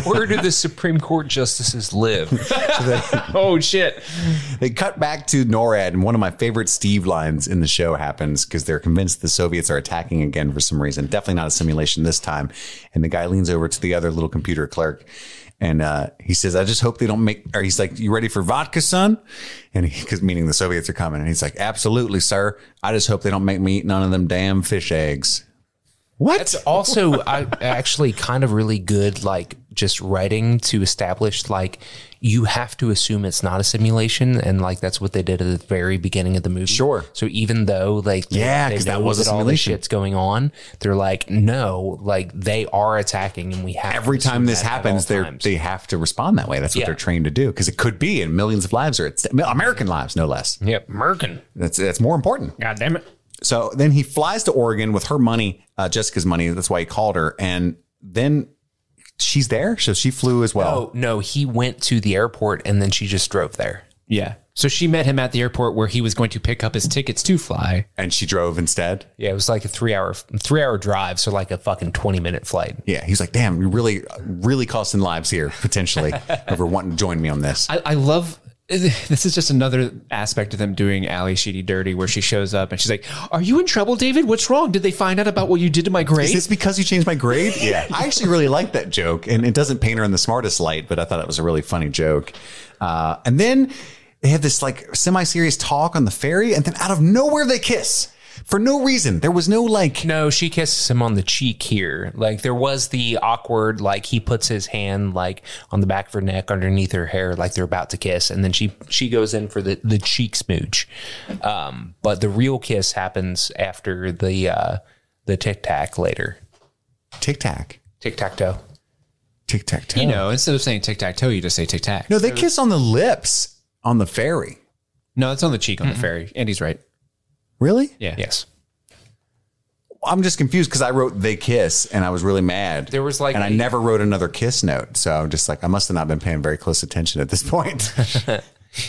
[SPEAKER 8] Where do the Supreme Court justices live?
[SPEAKER 9] Oh shit!
[SPEAKER 7] They cut back to NORAD, and one of my favorite Steve lines in the show happens because they're convinced the Soviets are attacking again for some reason. Definitely not a simulation this time. And the guy leans over to the other little computer clerk and uh, he says, I just hope they don't make, or he's like, You ready for vodka, son? And he, because meaning the Soviets are coming. And he's like, Absolutely, sir. I just hope they don't make me eat none of them damn fish eggs. What?
[SPEAKER 8] That's also I, actually kind of really good, like just writing to establish like you have to assume it's not a simulation, and like that's what they did at the very beginning of the movie.
[SPEAKER 7] Sure.
[SPEAKER 8] So even though like they-
[SPEAKER 7] Yeah,
[SPEAKER 8] they
[SPEAKER 7] 'cause that
[SPEAKER 8] know
[SPEAKER 7] was a
[SPEAKER 8] all this
[SPEAKER 7] simulation.
[SPEAKER 8] shit's going on, they're like no, like they are attacking, and we have
[SPEAKER 7] Every
[SPEAKER 8] to
[SPEAKER 7] time
[SPEAKER 8] assume
[SPEAKER 7] this
[SPEAKER 8] that at
[SPEAKER 7] happens,
[SPEAKER 8] all
[SPEAKER 7] they are
[SPEAKER 8] times.
[SPEAKER 7] they have to respond that way. That's what
[SPEAKER 8] Yeah.
[SPEAKER 7] they're trained to do because it could be, and millions of lives are at st- American lives, no less.
[SPEAKER 8] yep Merkin.
[SPEAKER 7] That's that's more important.
[SPEAKER 9] God damn it!
[SPEAKER 7] So then he flies to Oregon with her money, uh, Jessica's money. That's why he called her. And then she's there. So she flew as well.
[SPEAKER 8] Oh no, he went to the airport and then she just drove there.
[SPEAKER 9] Yeah. So she met him at the airport where he was going to pick up his tickets to fly.
[SPEAKER 7] And she drove instead.
[SPEAKER 8] Yeah, it was like a three hour three hour drive, so like a fucking twenty minute flight.
[SPEAKER 7] Yeah. He's like, damn, you're really, really costing lives here, potentially, over wanting to join me on this.
[SPEAKER 9] I, I love this is just another aspect of them doing Ali Sheedy dirty where she shows up and she's like, Are you in trouble, David? What's wrong? Did they find out about what you did to my grade?
[SPEAKER 7] Is this because you changed my grade? Yeah. I actually really like that joke. And it doesn't paint her in the smartest light, but I thought it was a really funny joke. Uh, and then they have this like semi serious talk on the ferry. And then out of nowhere, they kiss for no reason. There was no like,
[SPEAKER 8] No, she kisses him on the cheek here. Like there was the awkward, like he puts his hand like on the back of her neck underneath her hair, like they're about to kiss, and then she she goes in for the the cheek smooch. Um, but the real kiss happens after the uh, the tic tac later.
[SPEAKER 7] tic tac.
[SPEAKER 8] Tic tac toe.
[SPEAKER 7] Tic tac toe.
[SPEAKER 9] you know, instead of saying tic tac toe, you just say tic tac.
[SPEAKER 7] No, they kiss on the lips on the ferry.
[SPEAKER 9] No, that's on the cheek on the ferry. Andy's right.
[SPEAKER 7] Really?
[SPEAKER 9] Yeah.
[SPEAKER 8] Yes.
[SPEAKER 7] I'm just confused because I wrote "They Kiss" and I was really mad.
[SPEAKER 8] There was like
[SPEAKER 7] and I
[SPEAKER 8] a-
[SPEAKER 7] never wrote another kiss note, so I'm just like, I must have not been paying very close attention at this point.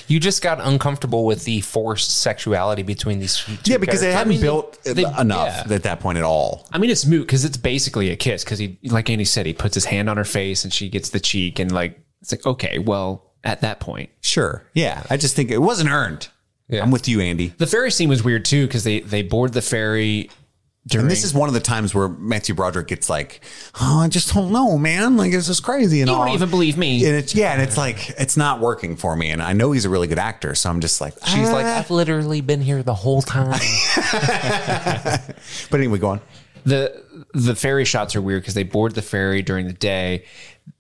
[SPEAKER 8] You just got uncomfortable with the forced sexuality between these two
[SPEAKER 7] yeah, because they
[SPEAKER 8] characters.
[SPEAKER 7] hadn't built
[SPEAKER 9] they-
[SPEAKER 7] enough
[SPEAKER 9] yeah.
[SPEAKER 7] at that point at all.
[SPEAKER 9] I mean, it's moot because it's basically a kiss because he, like Andy said, he puts his hand on her face and she gets the cheek and like it's like okay, well, at that point,
[SPEAKER 7] Sure. Yeah, I just think it wasn't earned.
[SPEAKER 8] Yeah.
[SPEAKER 7] I'm with you, Andy.
[SPEAKER 9] the ferry scene was weird too because they they board the ferry during.
[SPEAKER 7] And this is one of the times where Matthew Broderick gets like, "Oh, I just don't know, man. Like it's just crazy and
[SPEAKER 9] you
[SPEAKER 7] all."
[SPEAKER 9] don't even believe me.
[SPEAKER 7] and it's yeah, and it's like it's not working for me. And I know he's a really good actor, so I'm just like,
[SPEAKER 8] She's
[SPEAKER 7] ah.
[SPEAKER 8] like, I've literally been here the whole time.
[SPEAKER 7] But anyway, go on.
[SPEAKER 9] the the ferry shots are weird because they board the ferry during the day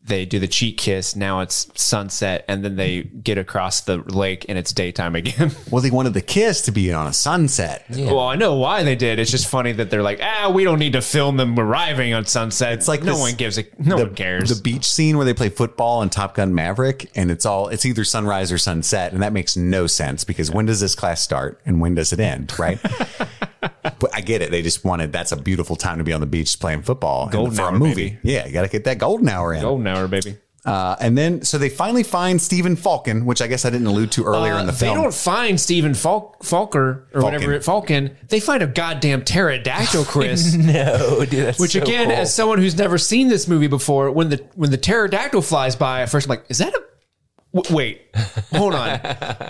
[SPEAKER 9] they do the cheek kiss now it's sunset and then they get across the lake and it's daytime again
[SPEAKER 7] Well, they wanted the kiss to be on a sunset.
[SPEAKER 9] well i know why they did it's just funny that they're like ah we don't need to film them arriving on sunset it's
[SPEAKER 7] like
[SPEAKER 9] no
[SPEAKER 7] this-
[SPEAKER 9] one gives a no
[SPEAKER 7] the,
[SPEAKER 9] one cares
[SPEAKER 7] The beach scene where they play football and Top Gun Maverick, and it's all it's either sunrise or sunset, and that makes no sense because when does this class start and when does it end, right? but I get it. They just wanted that's a beautiful time to be on the beach playing football and
[SPEAKER 9] Golden
[SPEAKER 7] for
[SPEAKER 9] hour,
[SPEAKER 7] a movie.
[SPEAKER 9] baby.
[SPEAKER 7] Yeah, you got to get that golden hour in.
[SPEAKER 9] golden hour baby
[SPEAKER 7] Uh, and then so they finally find Stephen Falcon, which I guess I didn't allude to earlier in the
[SPEAKER 9] Uh, they
[SPEAKER 7] film.
[SPEAKER 9] don't find Stephen Falk, Falker or whatever it Falcon. They find a goddamn pterodactyl, Chris.
[SPEAKER 8] no, dude, that's
[SPEAKER 9] Which
[SPEAKER 8] so
[SPEAKER 9] again,
[SPEAKER 8] cool.
[SPEAKER 9] as someone who's never seen this movie before, when the when the pterodactyl flies by, at first I'm like, is that a w- wait? Hold on,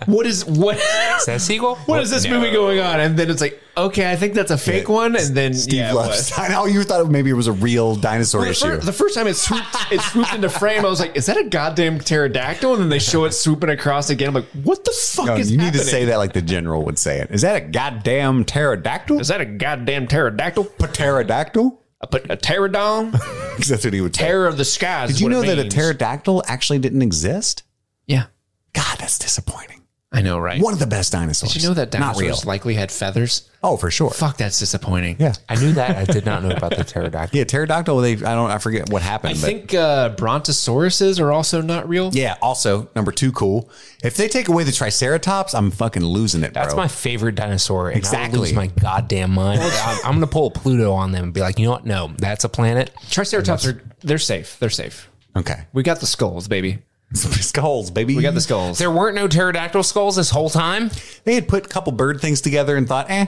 [SPEAKER 9] what is what?
[SPEAKER 8] is that a sequel?
[SPEAKER 9] What is this movie going on? And then it's like, okay, I think that's a fake one. And then
[SPEAKER 7] Steve
[SPEAKER 9] yeah, it was.
[SPEAKER 7] loves. I know you thought maybe it was a real dinosaur
[SPEAKER 9] The
[SPEAKER 7] issue.
[SPEAKER 9] fir- the first time it swooped, it swooped into frame, I was like, "Is that a goddamn pterodactyl?" And then they show it swooping across again. I'm like, "What the fuck
[SPEAKER 7] No,
[SPEAKER 9] is
[SPEAKER 7] you need
[SPEAKER 9] happening?"
[SPEAKER 7] to say that like the general would say it. Is that a goddamn pterodactyl?
[SPEAKER 9] Is that a goddamn pterodactyl?
[SPEAKER 7] pterodactyl?
[SPEAKER 9] A, p- a pterodon?
[SPEAKER 7] Because that's what he would say.
[SPEAKER 9] Terror of the skies.
[SPEAKER 7] Did
[SPEAKER 9] is
[SPEAKER 7] you
[SPEAKER 9] what
[SPEAKER 7] know
[SPEAKER 9] it
[SPEAKER 7] that a
[SPEAKER 9] means.
[SPEAKER 7] pterodactyl actually didn't exist?
[SPEAKER 9] Yeah,
[SPEAKER 7] God, that's disappointing.
[SPEAKER 9] I know, right?
[SPEAKER 7] One of the best dinosaurs.
[SPEAKER 9] Did you know that
[SPEAKER 7] Not real.
[SPEAKER 9] dinosaurs likely had feathers?
[SPEAKER 7] oh, for sure.
[SPEAKER 9] Fuck, that's disappointing.
[SPEAKER 7] Yeah.
[SPEAKER 8] I knew that. I did not know about the pterodactyl.
[SPEAKER 7] Yeah, pterodactyl. They, I don't. I forget what happened.
[SPEAKER 9] I
[SPEAKER 7] but
[SPEAKER 9] think uh, brontosauruses are also not real.
[SPEAKER 7] yeah. Also, number two, cool. If they take away the triceratops, I'm fucking losing it, bro.
[SPEAKER 8] That's my favorite dinosaur. And
[SPEAKER 7] Exactly.
[SPEAKER 8] I lose my goddamn mind. I'm, I'm gonna pull a Pluto on them and be like, you know what? No, that's a planet.
[SPEAKER 9] Triceratops are they're safe. They're safe.
[SPEAKER 7] okay.
[SPEAKER 9] We got the skulls, baby.
[SPEAKER 7] skulls, baby.
[SPEAKER 9] We got the skulls.
[SPEAKER 8] There weren't no pterodactyl skulls this whole time.
[SPEAKER 7] They had put a couple bird things together and thought, eh,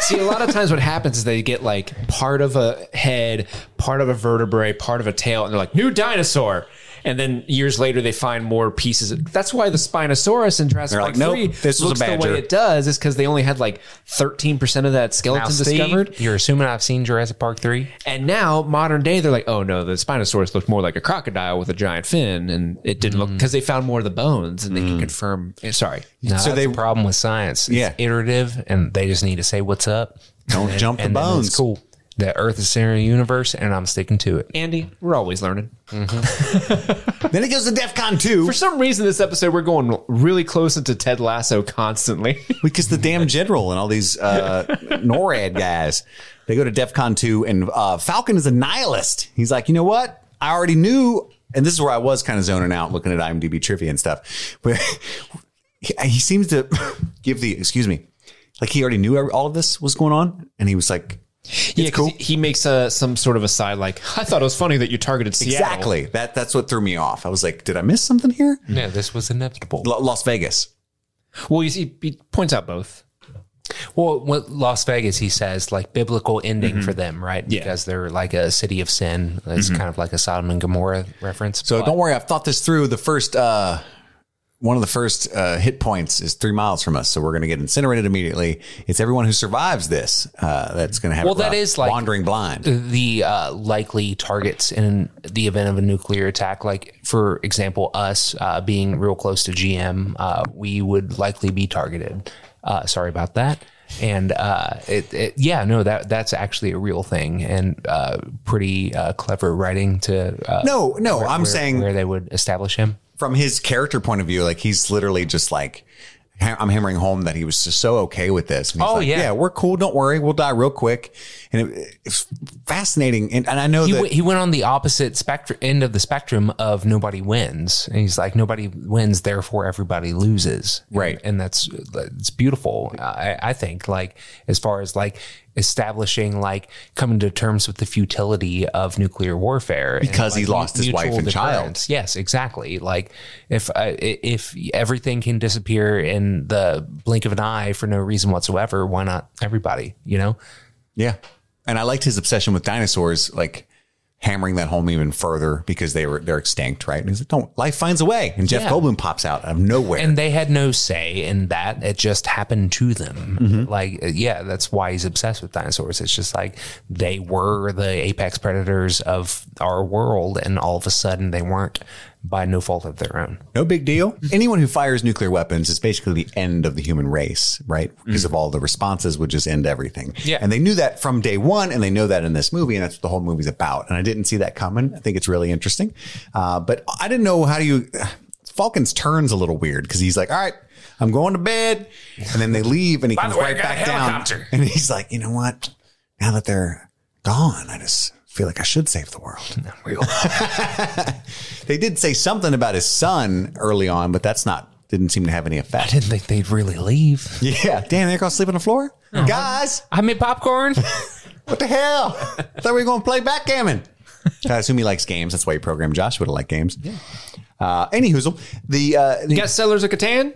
[SPEAKER 9] See, a lot of times what happens is they get like part of a head, part of a vertebrae, part of a tail, and they're like, new dinosaur. And then years later, they find more pieces. That's why the Spinosaurus in Jurassic
[SPEAKER 7] They're
[SPEAKER 9] Park
[SPEAKER 7] like, nope,
[SPEAKER 9] 3
[SPEAKER 7] this was a
[SPEAKER 9] looks the
[SPEAKER 7] badger.
[SPEAKER 9] way it does, is because they only had like 13% of that skeleton
[SPEAKER 8] Now, Steve,
[SPEAKER 9] discovered.
[SPEAKER 8] you're assuming I've seen Jurassic Park three.
[SPEAKER 9] And now, modern day, they're like, oh no, the Spinosaurus looked more like a crocodile with a giant fin, and it didn't
[SPEAKER 7] Mm.
[SPEAKER 9] look because they found more of the bones, and they can confirm. eh, Sorry,
[SPEAKER 8] No,
[SPEAKER 7] So
[SPEAKER 8] so that's
[SPEAKER 7] they-
[SPEAKER 8] the problem with science. It's
[SPEAKER 7] Mm. Yeah.
[SPEAKER 8] iterative, and they just need to say what's up.
[SPEAKER 7] don't jump the
[SPEAKER 8] and then it's
[SPEAKER 7] bones.
[SPEAKER 8] cool. The Earth is center of the universe, and I'm sticking to it.
[SPEAKER 9] Andy, we're always learning.
[SPEAKER 7] Then it goes to DEF CON 2
[SPEAKER 9] For some reason, this episode we're going really close into Ted Lasso constantly.
[SPEAKER 7] because the damn general and all these uh, NORAD guys, they go to DEF CON 2 and uh, Falcon is a nihilist. He's like, you know what? I already knew. And this is where I was kind of zoning out looking at IMDb trivia and stuff. But he, he seems to give the, excuse me, like he already knew every- all of this was going on. And he was like,
[SPEAKER 9] yeah, 'cause
[SPEAKER 7] cool.
[SPEAKER 9] He, he makes uh, some sort of aside like, I thought it was funny that you targeted Seattle.
[SPEAKER 7] exactly. That, that's what threw me off. I was like, did I miss something here?
[SPEAKER 8] No, this was inevitable.
[SPEAKER 7] L- Las Vegas.
[SPEAKER 9] Well, you see, he points out both.
[SPEAKER 8] Well, what Las Vegas, he says, like biblical ending
[SPEAKER 7] Mm-hmm.
[SPEAKER 8] for them, right?
[SPEAKER 9] Yeah.
[SPEAKER 8] Because they're like a city of sin. It's kind of like a Sodom and Gomorrah reference.
[SPEAKER 7] So
[SPEAKER 8] but-
[SPEAKER 7] don't worry, I've thought this through. The first, uh, one of the first uh, hit points is three miles from us, so we're going to get incinerated immediately. It's everyone who survives this uh, that's going to have.
[SPEAKER 8] Well,
[SPEAKER 7] it
[SPEAKER 8] that
[SPEAKER 7] rough.
[SPEAKER 8] is like-
[SPEAKER 7] wandering blind.
[SPEAKER 8] the uh, likely targets in the event of a nuclear attack. Like, for example, us uh, being real close to GM, uh, we would likely be targeted. Uh, sorry about that. And uh, it, it, yeah, no, that that's actually a real thing and uh, pretty uh, clever writing to. Uh,
[SPEAKER 7] No, no, I'm
[SPEAKER 8] where-
[SPEAKER 7] saying
[SPEAKER 8] where they would establish him.
[SPEAKER 7] from his character point of view, like he's literally just like ha- I'm hammering home that he was just so okay with this. And he's
[SPEAKER 8] Oh,
[SPEAKER 7] like,
[SPEAKER 8] yeah.
[SPEAKER 7] yeah, we're cool. Don't worry, we'll die real quick. And it, it's fascinating. And, and I know
[SPEAKER 8] He,
[SPEAKER 7] that
[SPEAKER 8] w- he went on the opposite spectrum end of the spectrum of nobody wins, and he's like nobody wins, therefore everybody loses,
[SPEAKER 7] Right.
[SPEAKER 8] And, and that's it's beautiful, I, I think. Like as far as like establishing, like coming to terms with the futility of nuclear warfare
[SPEAKER 7] Because he
[SPEAKER 8] like,
[SPEAKER 7] lost his
[SPEAKER 8] mutual
[SPEAKER 7] wife and child.
[SPEAKER 8] deterrence. Yes, exactly. Like if uh, if everything can disappear in the blink of an eye for no reason whatsoever, why not everybody? You know.
[SPEAKER 7] Yeah. And I liked his obsession with dinosaurs, like hammering that home even further because they were they're extinct, right? And he's like, Don't life finds a way. And Jeff
[SPEAKER 8] Yeah.
[SPEAKER 7] Goldblum pops out out of nowhere.
[SPEAKER 8] And they had no say in that. It just happened to them. Like, yeah, that's why he's obsessed with dinosaurs. It's just like they were the apex predators of our world, and all of a sudden they weren't by no fault of their own.
[SPEAKER 7] no big deal. Anyone who fires nuclear weapons is basically the end of the human race, right? Because of all the responses would just end everything.
[SPEAKER 8] Mm-hmm. Yeah.
[SPEAKER 7] And they knew that from day one, and they know that in this movie, and that's what the whole movie's about. And I didn't see that coming. I think it's really interesting. Uh, but I didn't know how do you. Falcon's turns a little weird because he's like, all right, I'm going to bed. And then they leave and he comes
[SPEAKER 8] the way, I
[SPEAKER 7] right
[SPEAKER 8] got a
[SPEAKER 7] back down.
[SPEAKER 8] helicopter.
[SPEAKER 7] And he's like, you know what? Now that they're gone, I just feel like I should save the world. They did say something about his son early on, but that's not didn't seem to have any effect.
[SPEAKER 8] Didn't think they'd really leave.
[SPEAKER 7] Yeah, damn, they're gonna sleep on the floor, guys.
[SPEAKER 8] I made popcorn.
[SPEAKER 7] What the hell? I thought we were gonna play backgammon. I assume he likes games. That's why he programmed Joshua to like games. Yeah. Uh, any whoozle, the, uh, the-
[SPEAKER 9] Guess Sellers of Catan?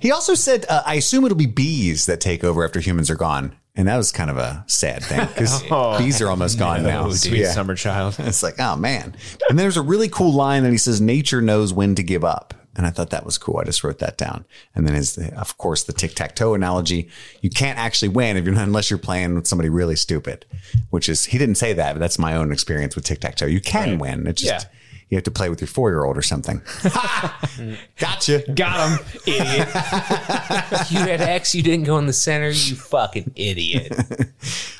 [SPEAKER 7] he also said, uh, I assume it'll be bees that take over after humans are gone, and that was kind of a sad thing because bees are almost gone now.
[SPEAKER 9] Oh, sweet
[SPEAKER 7] Oh. Yeah.
[SPEAKER 9] summer child.
[SPEAKER 7] It's like, oh man. And there's a really cool line that he says, nature knows when to give up. And I thought that was cool. I just wrote that down. And then is the, of course the tic tac toe analogy. You can't actually win if you're not unless you're playing with somebody really stupid, which is he didn't say that, but that's my own experience with tic tac toe. You can win. It's just
[SPEAKER 9] Yeah.
[SPEAKER 7] you have to play with your four year old or something. gotcha.
[SPEAKER 9] Got him, idiot.
[SPEAKER 8] you had X, you didn't go in the center, you fucking idiot.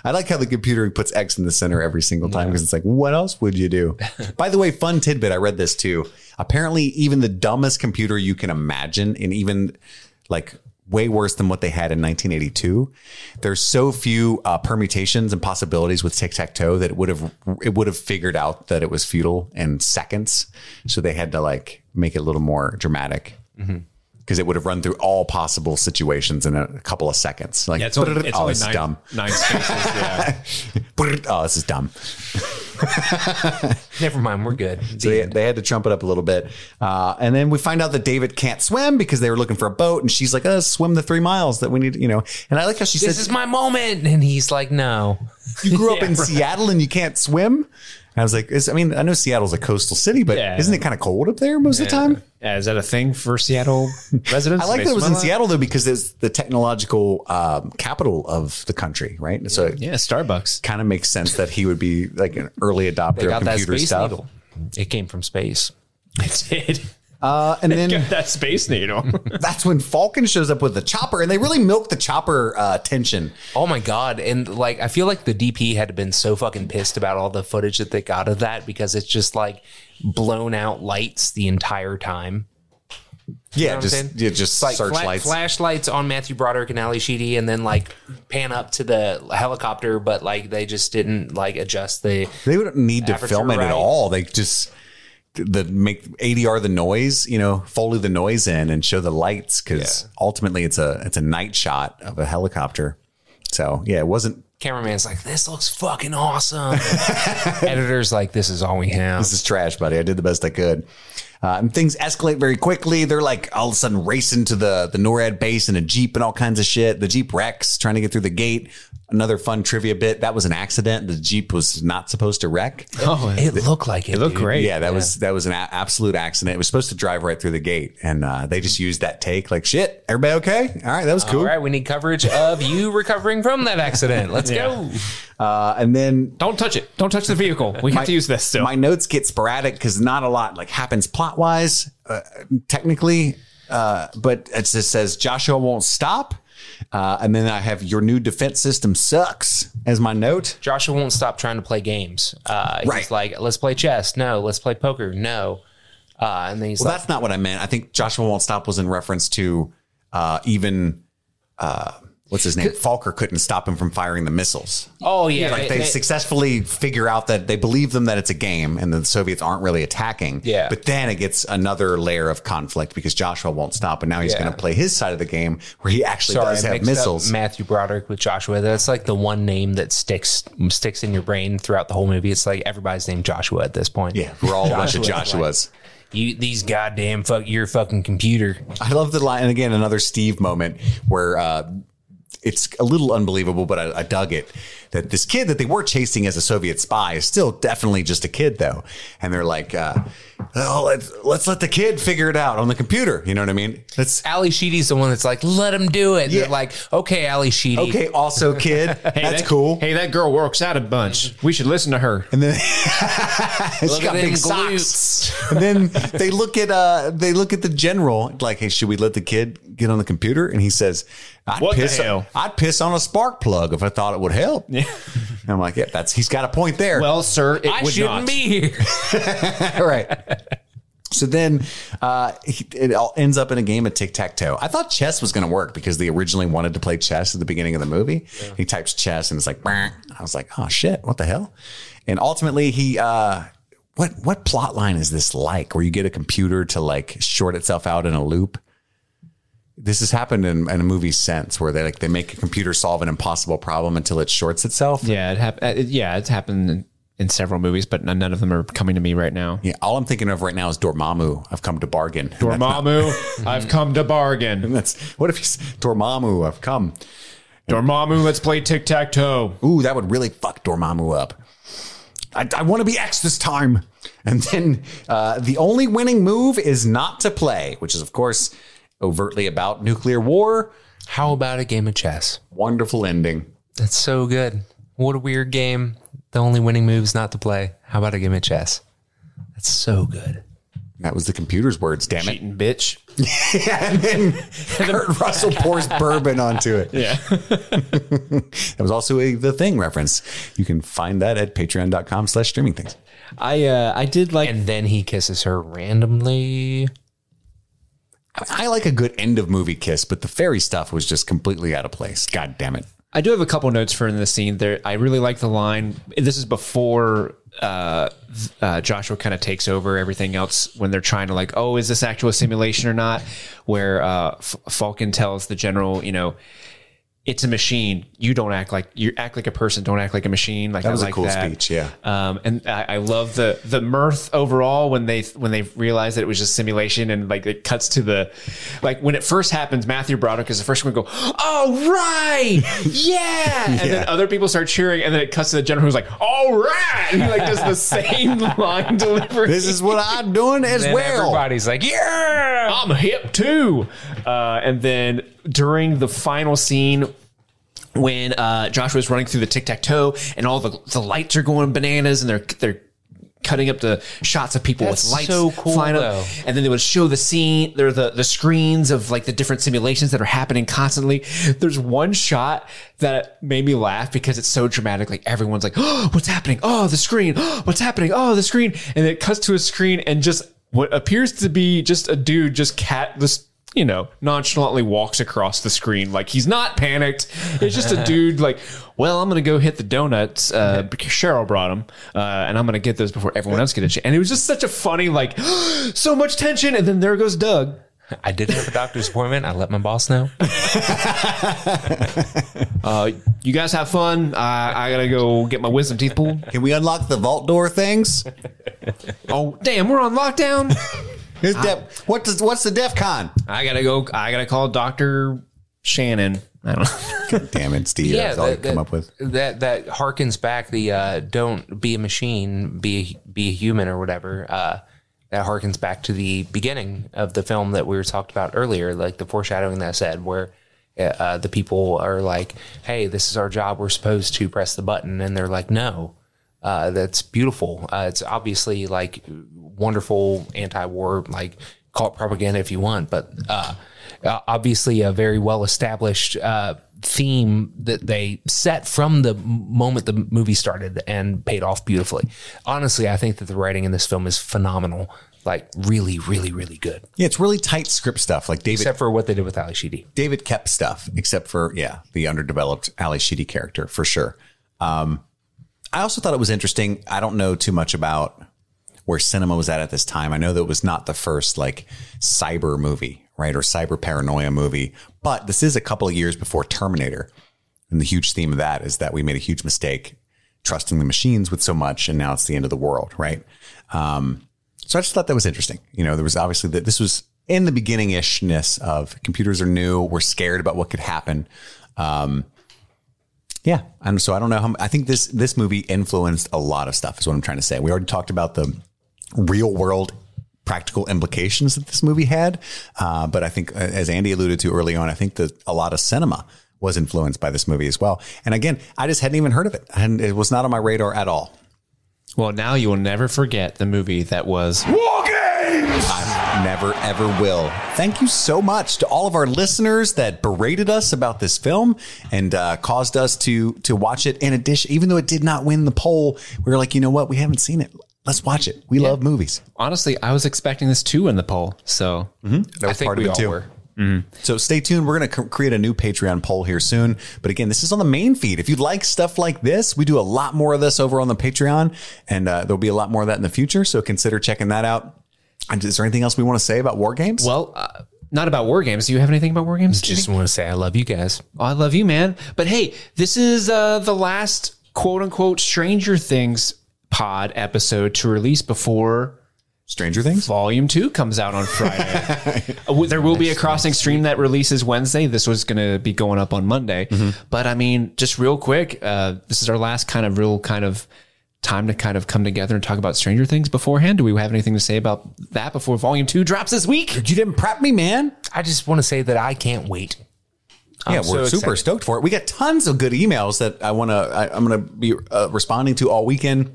[SPEAKER 7] I like how the computer puts X in the center every single time because it's like, what else would you do? By the way, fun tidbit. I read this too. Apparently, even the dumbest computer you can imagine, and even like way worse than what they had in 1982, there's so few uh, permutations and possibilities with tic tac toe that it would have it would have figured out that it was futile in seconds. So they had to like make it a little more dramatic.
[SPEAKER 9] Mm-hmm.
[SPEAKER 7] Because it would have run through all possible situations in a, couple of seconds. Like,
[SPEAKER 9] Yeah, it's only,
[SPEAKER 7] "Brrr,
[SPEAKER 9] it's
[SPEAKER 7] oh,
[SPEAKER 9] only
[SPEAKER 7] this is
[SPEAKER 9] nine,
[SPEAKER 7] dumb.
[SPEAKER 9] nine spaces. Yeah.
[SPEAKER 7] oh, this is dumb.
[SPEAKER 8] Never mind, we're good.
[SPEAKER 7] So they, they had to trump it up a little bit. Uh, and then we find out that David can't swim because they were looking for a boat. And she's like, uh, swim the three miles that we need, you know. And I like how she
[SPEAKER 8] this
[SPEAKER 7] says,
[SPEAKER 8] is my moment. And he's like, no.
[SPEAKER 7] You grew up in Seattle and you can't swim. And I was like, it's- I mean, I know Seattle's a coastal city, but
[SPEAKER 9] Yeah.
[SPEAKER 7] isn't it kind of cold up there most of the time?
[SPEAKER 9] Yeah, is that a thing for Seattle residents?
[SPEAKER 7] I like
[SPEAKER 9] They
[SPEAKER 7] that it was
[SPEAKER 9] smell
[SPEAKER 7] in
[SPEAKER 9] it?
[SPEAKER 7] Seattle, though, because it's the technological um, capital of the country, right? So it
[SPEAKER 9] Yeah, Starbucks.
[SPEAKER 7] kind of makes sense that he would be like an early adopter of
[SPEAKER 9] got that
[SPEAKER 7] computer
[SPEAKER 9] space
[SPEAKER 7] stuff.
[SPEAKER 9] needle.
[SPEAKER 8] It came from space.
[SPEAKER 9] It did.
[SPEAKER 7] Uh, and then
[SPEAKER 9] that space needle.
[SPEAKER 7] that's when Falcon shows up with the chopper, and they really milk the chopper uh, tension.
[SPEAKER 8] Oh my god! And like, I feel like the DP had been so fucking pissed about all the footage that they got of that because it's just like blown out lights the entire time.
[SPEAKER 7] Yeah,
[SPEAKER 8] know what I'm saying?
[SPEAKER 7] just yeah, just
[SPEAKER 8] It's like fla-
[SPEAKER 7] searchlights.
[SPEAKER 8] flashlights on Matthew Broderick and Ali Sheedy, and then like pan up to the helicopter, but like they just didn't like adjust the.
[SPEAKER 7] They wouldn't need to
[SPEAKER 8] Aperture
[SPEAKER 7] film it
[SPEAKER 8] right.
[SPEAKER 7] at all. They just the make ADR the noise, you know, foley the noise in and show the lights because
[SPEAKER 8] Yeah.
[SPEAKER 7] ultimately it's a it's a night shot of a helicopter. So yeah, it wasn't.
[SPEAKER 8] Cameraman's like, "This looks fucking awesome." Editor's like, "This is all we have."
[SPEAKER 7] This is trash, buddy. I did the best I could. Uh, and things escalate very quickly. They're like all of a sudden racing to the the NORAD base in a jeep and all kinds of shit. The jeep wrecks, trying to get through the gate. Another fun trivia bit. That was an accident. The jeep was not supposed to wreck.
[SPEAKER 9] oh,
[SPEAKER 8] It looked like it. It
[SPEAKER 9] looked great.
[SPEAKER 7] Yeah, that was that was an a- absolute accident. It was supposed to drive right through the gate, and uh, they just used that take. Like shit, everybody okay? All right, that was cool.
[SPEAKER 8] All right, we need coverage of you recovering from that accident. Let's go.
[SPEAKER 7] Uh, and then
[SPEAKER 9] Don't touch it. Don't touch the vehicle. We have to use this still.
[SPEAKER 7] my notes get sporadic because not a lot like happens plot wise, uh, technically. Uh, but it just says Joshua won't stop. Uh, and then I have your new defense system sucks as my note.
[SPEAKER 8] Joshua won't stop trying to play games. Uh,
[SPEAKER 7] Right.
[SPEAKER 8] He's like, let's play chess. No, let's play poker. No. Uh, and then he's
[SPEAKER 7] Well,
[SPEAKER 8] like,
[SPEAKER 7] that's not what I meant. I think Joshua won't stop was in reference to uh, even uh, what's his name Falker couldn't stop him from firing the missiles.
[SPEAKER 9] Oh yeah,
[SPEAKER 7] like they,
[SPEAKER 9] they-
[SPEAKER 7] successfully figure out that they believe them that it's a game and the Soviets aren't really attacking.
[SPEAKER 8] Yeah.
[SPEAKER 7] But then it gets another layer of conflict because Joshua won't stop and now he's
[SPEAKER 8] Yeah.
[SPEAKER 7] going to play his side of the game where he actually
[SPEAKER 8] Sorry,
[SPEAKER 7] does
[SPEAKER 8] I
[SPEAKER 7] have
[SPEAKER 8] mixed up
[SPEAKER 7] missiles.
[SPEAKER 8] Matthew Broderick with Joshua. That's like the one name that sticks sticks in your brain throughout the whole movie. It's like everybody's named Joshua at this point.
[SPEAKER 7] yeah, we're all a bunch of
[SPEAKER 8] Joshua's
[SPEAKER 7] Joshuas.
[SPEAKER 8] like, you these goddamn fuck your fucking computer.
[SPEAKER 7] I love the line, and again, another Steve moment where uh, it's a little unbelievable, but I, I dug it. That this kid that they were chasing as a Soviet spy is still definitely just a kid, though. And they're like, uh, oh, let's, let's let the kid figure it out on the computer. You know what I mean? That's
[SPEAKER 8] Ali Sheedy's the one that's like, let him do it. And
[SPEAKER 7] Yeah.
[SPEAKER 8] They're like, okay, Ali Sheedy.
[SPEAKER 7] okay, also kid.
[SPEAKER 9] Hey,
[SPEAKER 7] That's
[SPEAKER 9] that-
[SPEAKER 7] cool.
[SPEAKER 9] Hey, that girl works out a bunch. We should listen to her.
[SPEAKER 7] And then she
[SPEAKER 8] Look
[SPEAKER 7] got
[SPEAKER 8] at them
[SPEAKER 7] big socks. and then they look at uh they look at the general like, hey, should we let the kid get on the computer? And he says, I'd
[SPEAKER 9] What the
[SPEAKER 7] piss
[SPEAKER 9] hell?
[SPEAKER 7] I'd piss on a spark plug if I thought it would help. Yeah. I'm like, yeah, that's he's got a point there.
[SPEAKER 9] Well, sir, it
[SPEAKER 8] I
[SPEAKER 9] would
[SPEAKER 8] shouldn't
[SPEAKER 9] not.
[SPEAKER 8] be here.
[SPEAKER 7] all right. So then uh, he- it all ends up in a game of tic tac toe. I thought chess was going to work because they originally wanted to play chess at the beginning of the movie. He types chess and it's like, "Brr." I was like, oh shit, what the hell? And ultimately, he, uh, what what plot line is this like where you get a computer to like short itself out in a loop? This has happened in, in a movie sense where they like they make a computer solve an impossible problem until it shorts itself.
[SPEAKER 9] Yeah, it happened. yeah, it's happened in, in several movies, but none none of them are coming to me right now.
[SPEAKER 7] Yeah, all I'm thinking of right now is Dormammu. I've come to bargain.
[SPEAKER 9] Dormammu, I've come to bargain.
[SPEAKER 7] That's what if he's Dormammu? I've come.
[SPEAKER 9] Dormammu, let's play tic tac toe.
[SPEAKER 7] Ooh, that would really fuck Dormammu up. I, I want to be X this time. And then uh, the only winning move is not to play, which is of course overtly about nuclear war.
[SPEAKER 8] How about a game of chess?
[SPEAKER 7] Wonderful ending.
[SPEAKER 8] That's so good. What a weird game. The only winning move is not to play. How about a game of chess? That's so good.
[SPEAKER 7] That was the computer's words. Damn it.
[SPEAKER 9] Cheating bitch.
[SPEAKER 7] and then Kurt Russell pours bourbon onto it.
[SPEAKER 9] Yeah.
[SPEAKER 7] That was also a The Thing reference. You can find that at patreon.com slash streaming things.
[SPEAKER 9] I uh, I did like
[SPEAKER 8] And then he kisses her randomly.
[SPEAKER 7] I like a good end of movie kiss, but the fairy stuff was just completely out of place. God damn it.
[SPEAKER 9] I do have a couple notes for in the scene. There, I really like the line. This is before uh, uh, Joshua kind of takes over everything else when they're trying to like, oh, is this actual simulation or not? Where uh, F- Falcon tells the general, you know, it's a machine. You don't act like you act like a person. Don't act like a machine. Like
[SPEAKER 7] That was a
[SPEAKER 9] I like
[SPEAKER 7] cool
[SPEAKER 9] that.
[SPEAKER 7] speech, yeah.
[SPEAKER 9] Um, and I, I love the the mirth overall when they when they realize that it was just simulation and like it cuts to the like when it first happens, Matthew Broderick is the first one to go, all right, yeah, and then other people start cheering, and then it cuts to the general who's like, all right, and he like does the same line delivery.
[SPEAKER 7] This is what I'm doing as
[SPEAKER 8] And
[SPEAKER 7] well.
[SPEAKER 8] everybody's like, yeah.
[SPEAKER 9] I'm hip too. Uh, and then during the final scene, when uh, Joshua's running through the tic tac toe and all the, the lights are going bananas and they're they're cutting up the shots of people
[SPEAKER 8] That's
[SPEAKER 9] with lights
[SPEAKER 8] so cool,
[SPEAKER 9] flying
[SPEAKER 8] though.
[SPEAKER 9] up, and then they would show the scene. There are the the screens of like the different simulations that are happening constantly. There's one shot that made me laugh because it's so dramatic. Like everyone's like, "Oh, what's happening? Oh, the screen! Oh, what's happening? Oh, the screen!" And it cuts to a screen and just what appears to be just a dude just cat this you know nonchalantly walks across the screen like he's not panicked it's just a dude like well i'm gonna go hit the donuts uh because cheryl brought them uh and i'm gonna get those before everyone else gets it and it was just such a funny like so much tension and then there goes doug
[SPEAKER 8] I did have a doctor's appointment. I let my boss know.
[SPEAKER 9] uh you guys have fun uh, i gotta go get my wisdom teeth pulled
[SPEAKER 7] Can we unlock the vault door things?
[SPEAKER 9] oh damn we're on lockdown
[SPEAKER 7] Is def- what does what's the DEF CON?
[SPEAKER 9] i gotta go i gotta call dr shannon i don't know
[SPEAKER 7] Damn it, Steve. that was all you come up with.
[SPEAKER 8] That that harkens back the uh, don't be a machine, be a, be a human or whatever. Uh, that harkens back to the beginning of the film that we were talked about earlier, like the foreshadowing that I said where. uh, Uh, the people are like, "Hey, this is our job. We're supposed to press the button," and they're like, "No, uh, that's beautiful. Uh, it's obviously like wonderful anti-war, like call it propaganda if you want, but uh, uh, obviously a very well-established uh, theme that they set from the m- moment the movie started and paid off beautifully. Honestly, I think that the writing in this film is phenomenal. Like really, really, really good.
[SPEAKER 7] Yeah, it's really tight script stuff, like David
[SPEAKER 8] Except for what they did with Ali Sheedy.
[SPEAKER 7] David Kep stuff, except for yeah, the underdeveloped Ali Sheedy character for sure. Um, I also thought it was interesting. I don't know too much about where cinema was at at this time. I know that it was not the first like cyber movie, right, or cyber paranoia movie, but this is a couple of years before Terminator, and the huge theme of that is that we made a huge mistake trusting the machines with so much, and now it's the end of the world, right? Um, so I just thought that was interesting. You know, there was obviously that this was in the beginning ishness of computers are new. We're scared about what could happen. Um, yeah, and so I don't know how. m- I think this this movie influenced a lot of stuff. Is what I'm trying to say. We already talked about the real world practical implications that this movie had, uh, but I think uh, as Andy alluded to early on, I think that a lot of cinema was influenced by this movie as well. And again, I just hadn't even heard of it, and it was not on my radar at all.
[SPEAKER 9] Well, now you will never forget the movie that was.
[SPEAKER 7] I never ever will. Thank you so much to all of our listeners that berated us about this film and uh, caused us to to watch it. In addition, even though it did not win the poll, we were like, you know what? We haven't seen it. Let's watch it. We love movies.
[SPEAKER 9] Honestly, I was expecting this too in the poll. So
[SPEAKER 7] That was
[SPEAKER 8] think
[SPEAKER 7] part of
[SPEAKER 8] we
[SPEAKER 7] it
[SPEAKER 8] all
[SPEAKER 7] too. Mm-hmm.
[SPEAKER 8] were.
[SPEAKER 7] So stay tuned. We're going to create a new Patreon poll here soon. But again, this is on the main feed. If you like stuff like this, we do a lot more of this over on the Patreon, and uh, there'll be a lot more of that in the future. So consider checking that out. And is there anything else we want to say about war games?
[SPEAKER 9] well, uh, not about war games. Do you have anything about war games? Jimmy?
[SPEAKER 8] Just want to say I love you guys.
[SPEAKER 9] Oh, I love you, man. But hey, this is uh, the last quote unquote Stranger Things pod episode to release before
[SPEAKER 7] Stranger Things.
[SPEAKER 9] Volume 2 comes out on Friday. Uh, there will be a crossing stream that releases Wednesday. This was going to be going up on Monday.
[SPEAKER 8] Mm-hmm.
[SPEAKER 9] But I mean, just real quick, uh, this is our last kind of real kind of time to kind of come together and talk about Stranger Things beforehand. Do we have anything to say about that before Volume 2 drops this week?
[SPEAKER 7] You didn't prep me, man.
[SPEAKER 8] I just want to say that I can't wait.
[SPEAKER 7] yeah,
[SPEAKER 8] I'm
[SPEAKER 7] we're
[SPEAKER 8] so
[SPEAKER 7] super
[SPEAKER 8] excited.
[SPEAKER 7] stoked for it. We got tons of good emails that I want to. I'm going to be uh, responding to all weekend.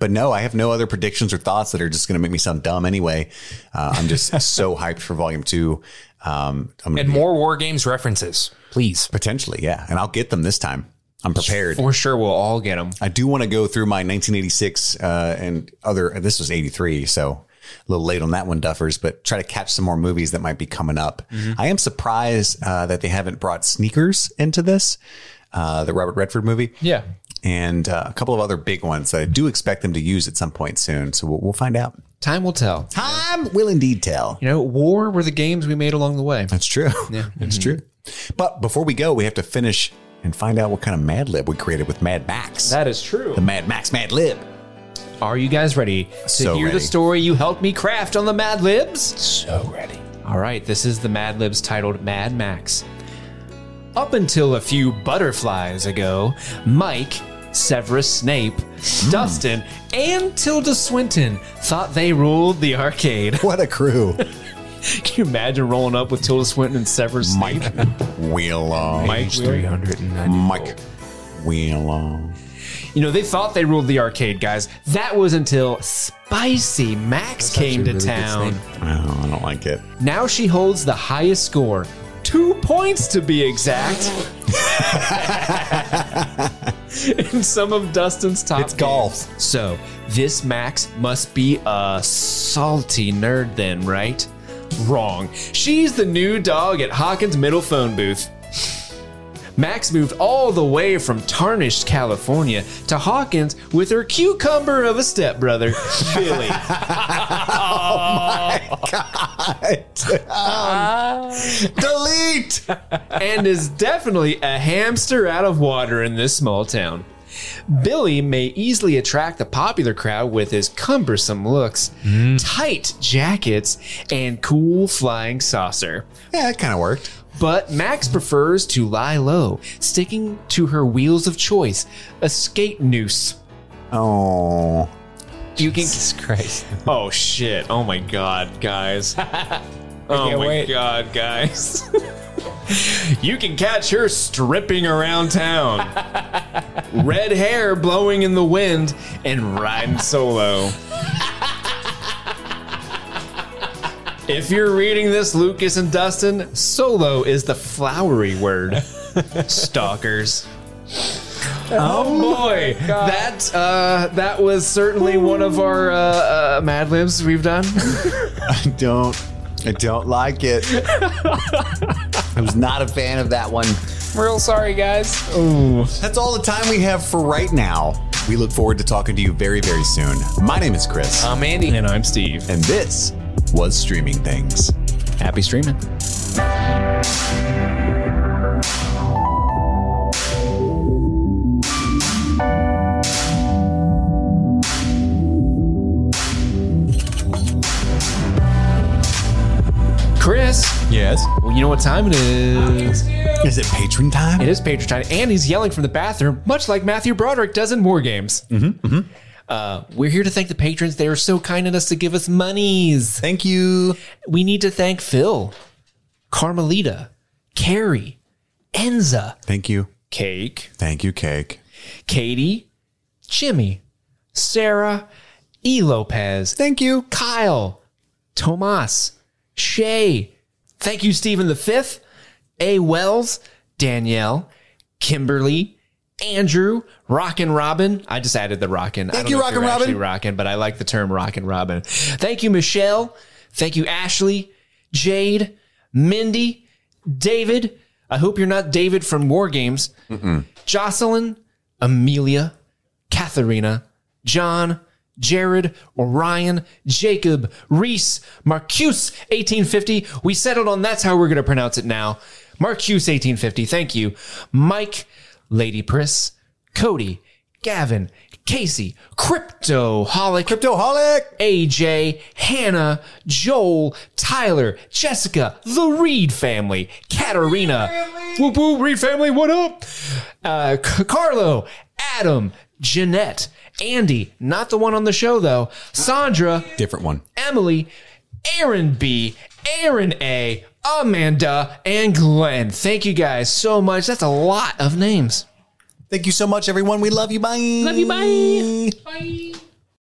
[SPEAKER 7] But no, I have no other predictions or thoughts that are just going to make me sound dumb anyway. Uh, I'm just so hyped for Volume Two. Um, I'm gonna
[SPEAKER 8] And
[SPEAKER 7] be-
[SPEAKER 8] more war games references, please.
[SPEAKER 7] potentially, yeah, and I'll get them this time. I'm prepared.
[SPEAKER 9] For sure, we'll all get them.
[SPEAKER 7] I do want to go through my 1986 uh, and other. This was 83, so a little late on that one, Duffers. But try to catch some more movies that might be coming up.
[SPEAKER 9] Mm-hmm.
[SPEAKER 7] I am surprised uh, that they haven't brought Sneakers into this, uh, the Robert Redford movie.
[SPEAKER 9] Yeah.
[SPEAKER 7] and uh, a couple of other big ones that I do expect them to use at some point soon. So we'll, we'll find out.
[SPEAKER 9] Time will tell.
[SPEAKER 7] Time will indeed tell.
[SPEAKER 9] You know, war were the games we made along the way.
[SPEAKER 7] That's true. Yeah, that's true.
[SPEAKER 9] Mm-hmm.
[SPEAKER 7] But before we go, we have to finish and find out what kind of Mad Lib we created with Mad Max.
[SPEAKER 9] That is true.
[SPEAKER 7] the Mad Max Mad Lib.
[SPEAKER 9] Are you guys ready to
[SPEAKER 7] So
[SPEAKER 9] hear
[SPEAKER 7] ready.
[SPEAKER 9] the story you helped me craft on the Mad Libs?
[SPEAKER 8] So ready.
[SPEAKER 9] All right, this is the Mad Libs titled Mad Max. Up until a few butterflies ago, Mike, Severus Snape,
[SPEAKER 7] Hmm.
[SPEAKER 9] Dustin, and Tilda Swinton thought they ruled the arcade.
[SPEAKER 7] What a crew.
[SPEAKER 9] Can you imagine rolling up with Tilda Swinton and Severus Snape?
[SPEAKER 7] Mike Wheelong.
[SPEAKER 9] Mike Wheeler?
[SPEAKER 8] 390.
[SPEAKER 7] Mike Wheelong.
[SPEAKER 9] You know, they thought they ruled the arcade, guys. That was until Spicy Max came
[SPEAKER 8] actually
[SPEAKER 9] to
[SPEAKER 8] a really good
[SPEAKER 9] town.
[SPEAKER 8] name.
[SPEAKER 7] Oh, I don't like it.
[SPEAKER 9] Now she holds the highest score. Two points to be exact. In some of Dustin's top
[SPEAKER 7] It's golf.
[SPEAKER 9] games. So this Max must be a salty nerd then, right? Wrong. She's the new dog at Hawkins Middle Phone Booth. Max moved all the way from tarnished California to Hawkins with her cucumber of a stepbrother, Billy.
[SPEAKER 7] Um, Delete.
[SPEAKER 9] and is definitely a hamster out of water in this small town. Billy may easily attract the popular crowd with his cumbersome looks, tight jackets, and cool flying saucer.
[SPEAKER 7] Yeah, it kind of worked.
[SPEAKER 9] But Max prefers to lie low, sticking to her wheels of choice, a skate noose.
[SPEAKER 7] Oh.
[SPEAKER 9] You can
[SPEAKER 8] Christ.
[SPEAKER 9] Oh shit. Oh my god, guys. oh my
[SPEAKER 8] wait.
[SPEAKER 9] god, guys. you can catch her stripping around town. Red hair blowing in the wind and riding solo. If you're reading this, Lucas and Dustin, solo is the flowery word. Stalkers. Oh boy, that uh, that was certainly one of our uh, uh, Mad Libs we've done.
[SPEAKER 7] I don't. I don't like it. I was not a fan of that one.
[SPEAKER 9] Real sorry, guys.
[SPEAKER 7] That's all the time we have for right now. We look forward to talking to you very, very soon. My name is Chris,
[SPEAKER 8] I'm Andy.
[SPEAKER 9] And I'm Steve.
[SPEAKER 7] and this was Streaming Things.
[SPEAKER 9] Happy streaming. Chris,
[SPEAKER 7] Yes.
[SPEAKER 9] well, you know what time it is.
[SPEAKER 7] Is it patron time?
[SPEAKER 9] It is Patriot time, and he's yelling from the bathroom, much like Matthew Broderick does in War Games. Mm-hmm, Uh, we're here to thank the patrons. They are so kind enough to give us monies.
[SPEAKER 7] Thank you.
[SPEAKER 9] We need to thank Phil, Carmelita, Carrie, Enza,
[SPEAKER 7] Thank you.
[SPEAKER 9] Cake,
[SPEAKER 7] Thank you, Cake.
[SPEAKER 9] Katie, Jimmy, Sarah, E. Lopez,
[SPEAKER 7] Thank you.
[SPEAKER 9] Kyle, Tomas, Shay. Thank you, Stephen the Fifth, A. Wells, Danielle, Kimberly, Andrew, Rockin' Robin. I just added the Rockin'. Thank
[SPEAKER 7] you, Rockin' Robin.
[SPEAKER 9] Rockin', but I like the term Rockin' Robin. Thank you, Michelle. Thank you, Ashley, Jade, Mindy, David. I hope you're not David from War Games. Jocelyn, Amelia, Katharina, John, Jared, Orion, Jacob, Reese, Marcuse, 1850. We settled on that's how we're going to pronounce it now. Marcuse, 1850. Thank you. Mike, Lady Priss, Cody, Gavin, Casey, Crypto, Holic,
[SPEAKER 7] Cryptoholic.
[SPEAKER 9] AJ, Hannah, Joel, Tyler, Jessica, the Reed family, Katarina, whoop whoop, Reed family, what up? Uh, C- Carlo, Adam, Jeanette, Andy, not the one on the show though, Sandra,
[SPEAKER 7] Different one.
[SPEAKER 9] Emily, Aaron B, Aaron A, Amanda, and Glenn. Thank you guys so much. That's a lot of names.
[SPEAKER 7] Thank you so much, everyone. We love you. Bye.
[SPEAKER 9] Love you. Bye.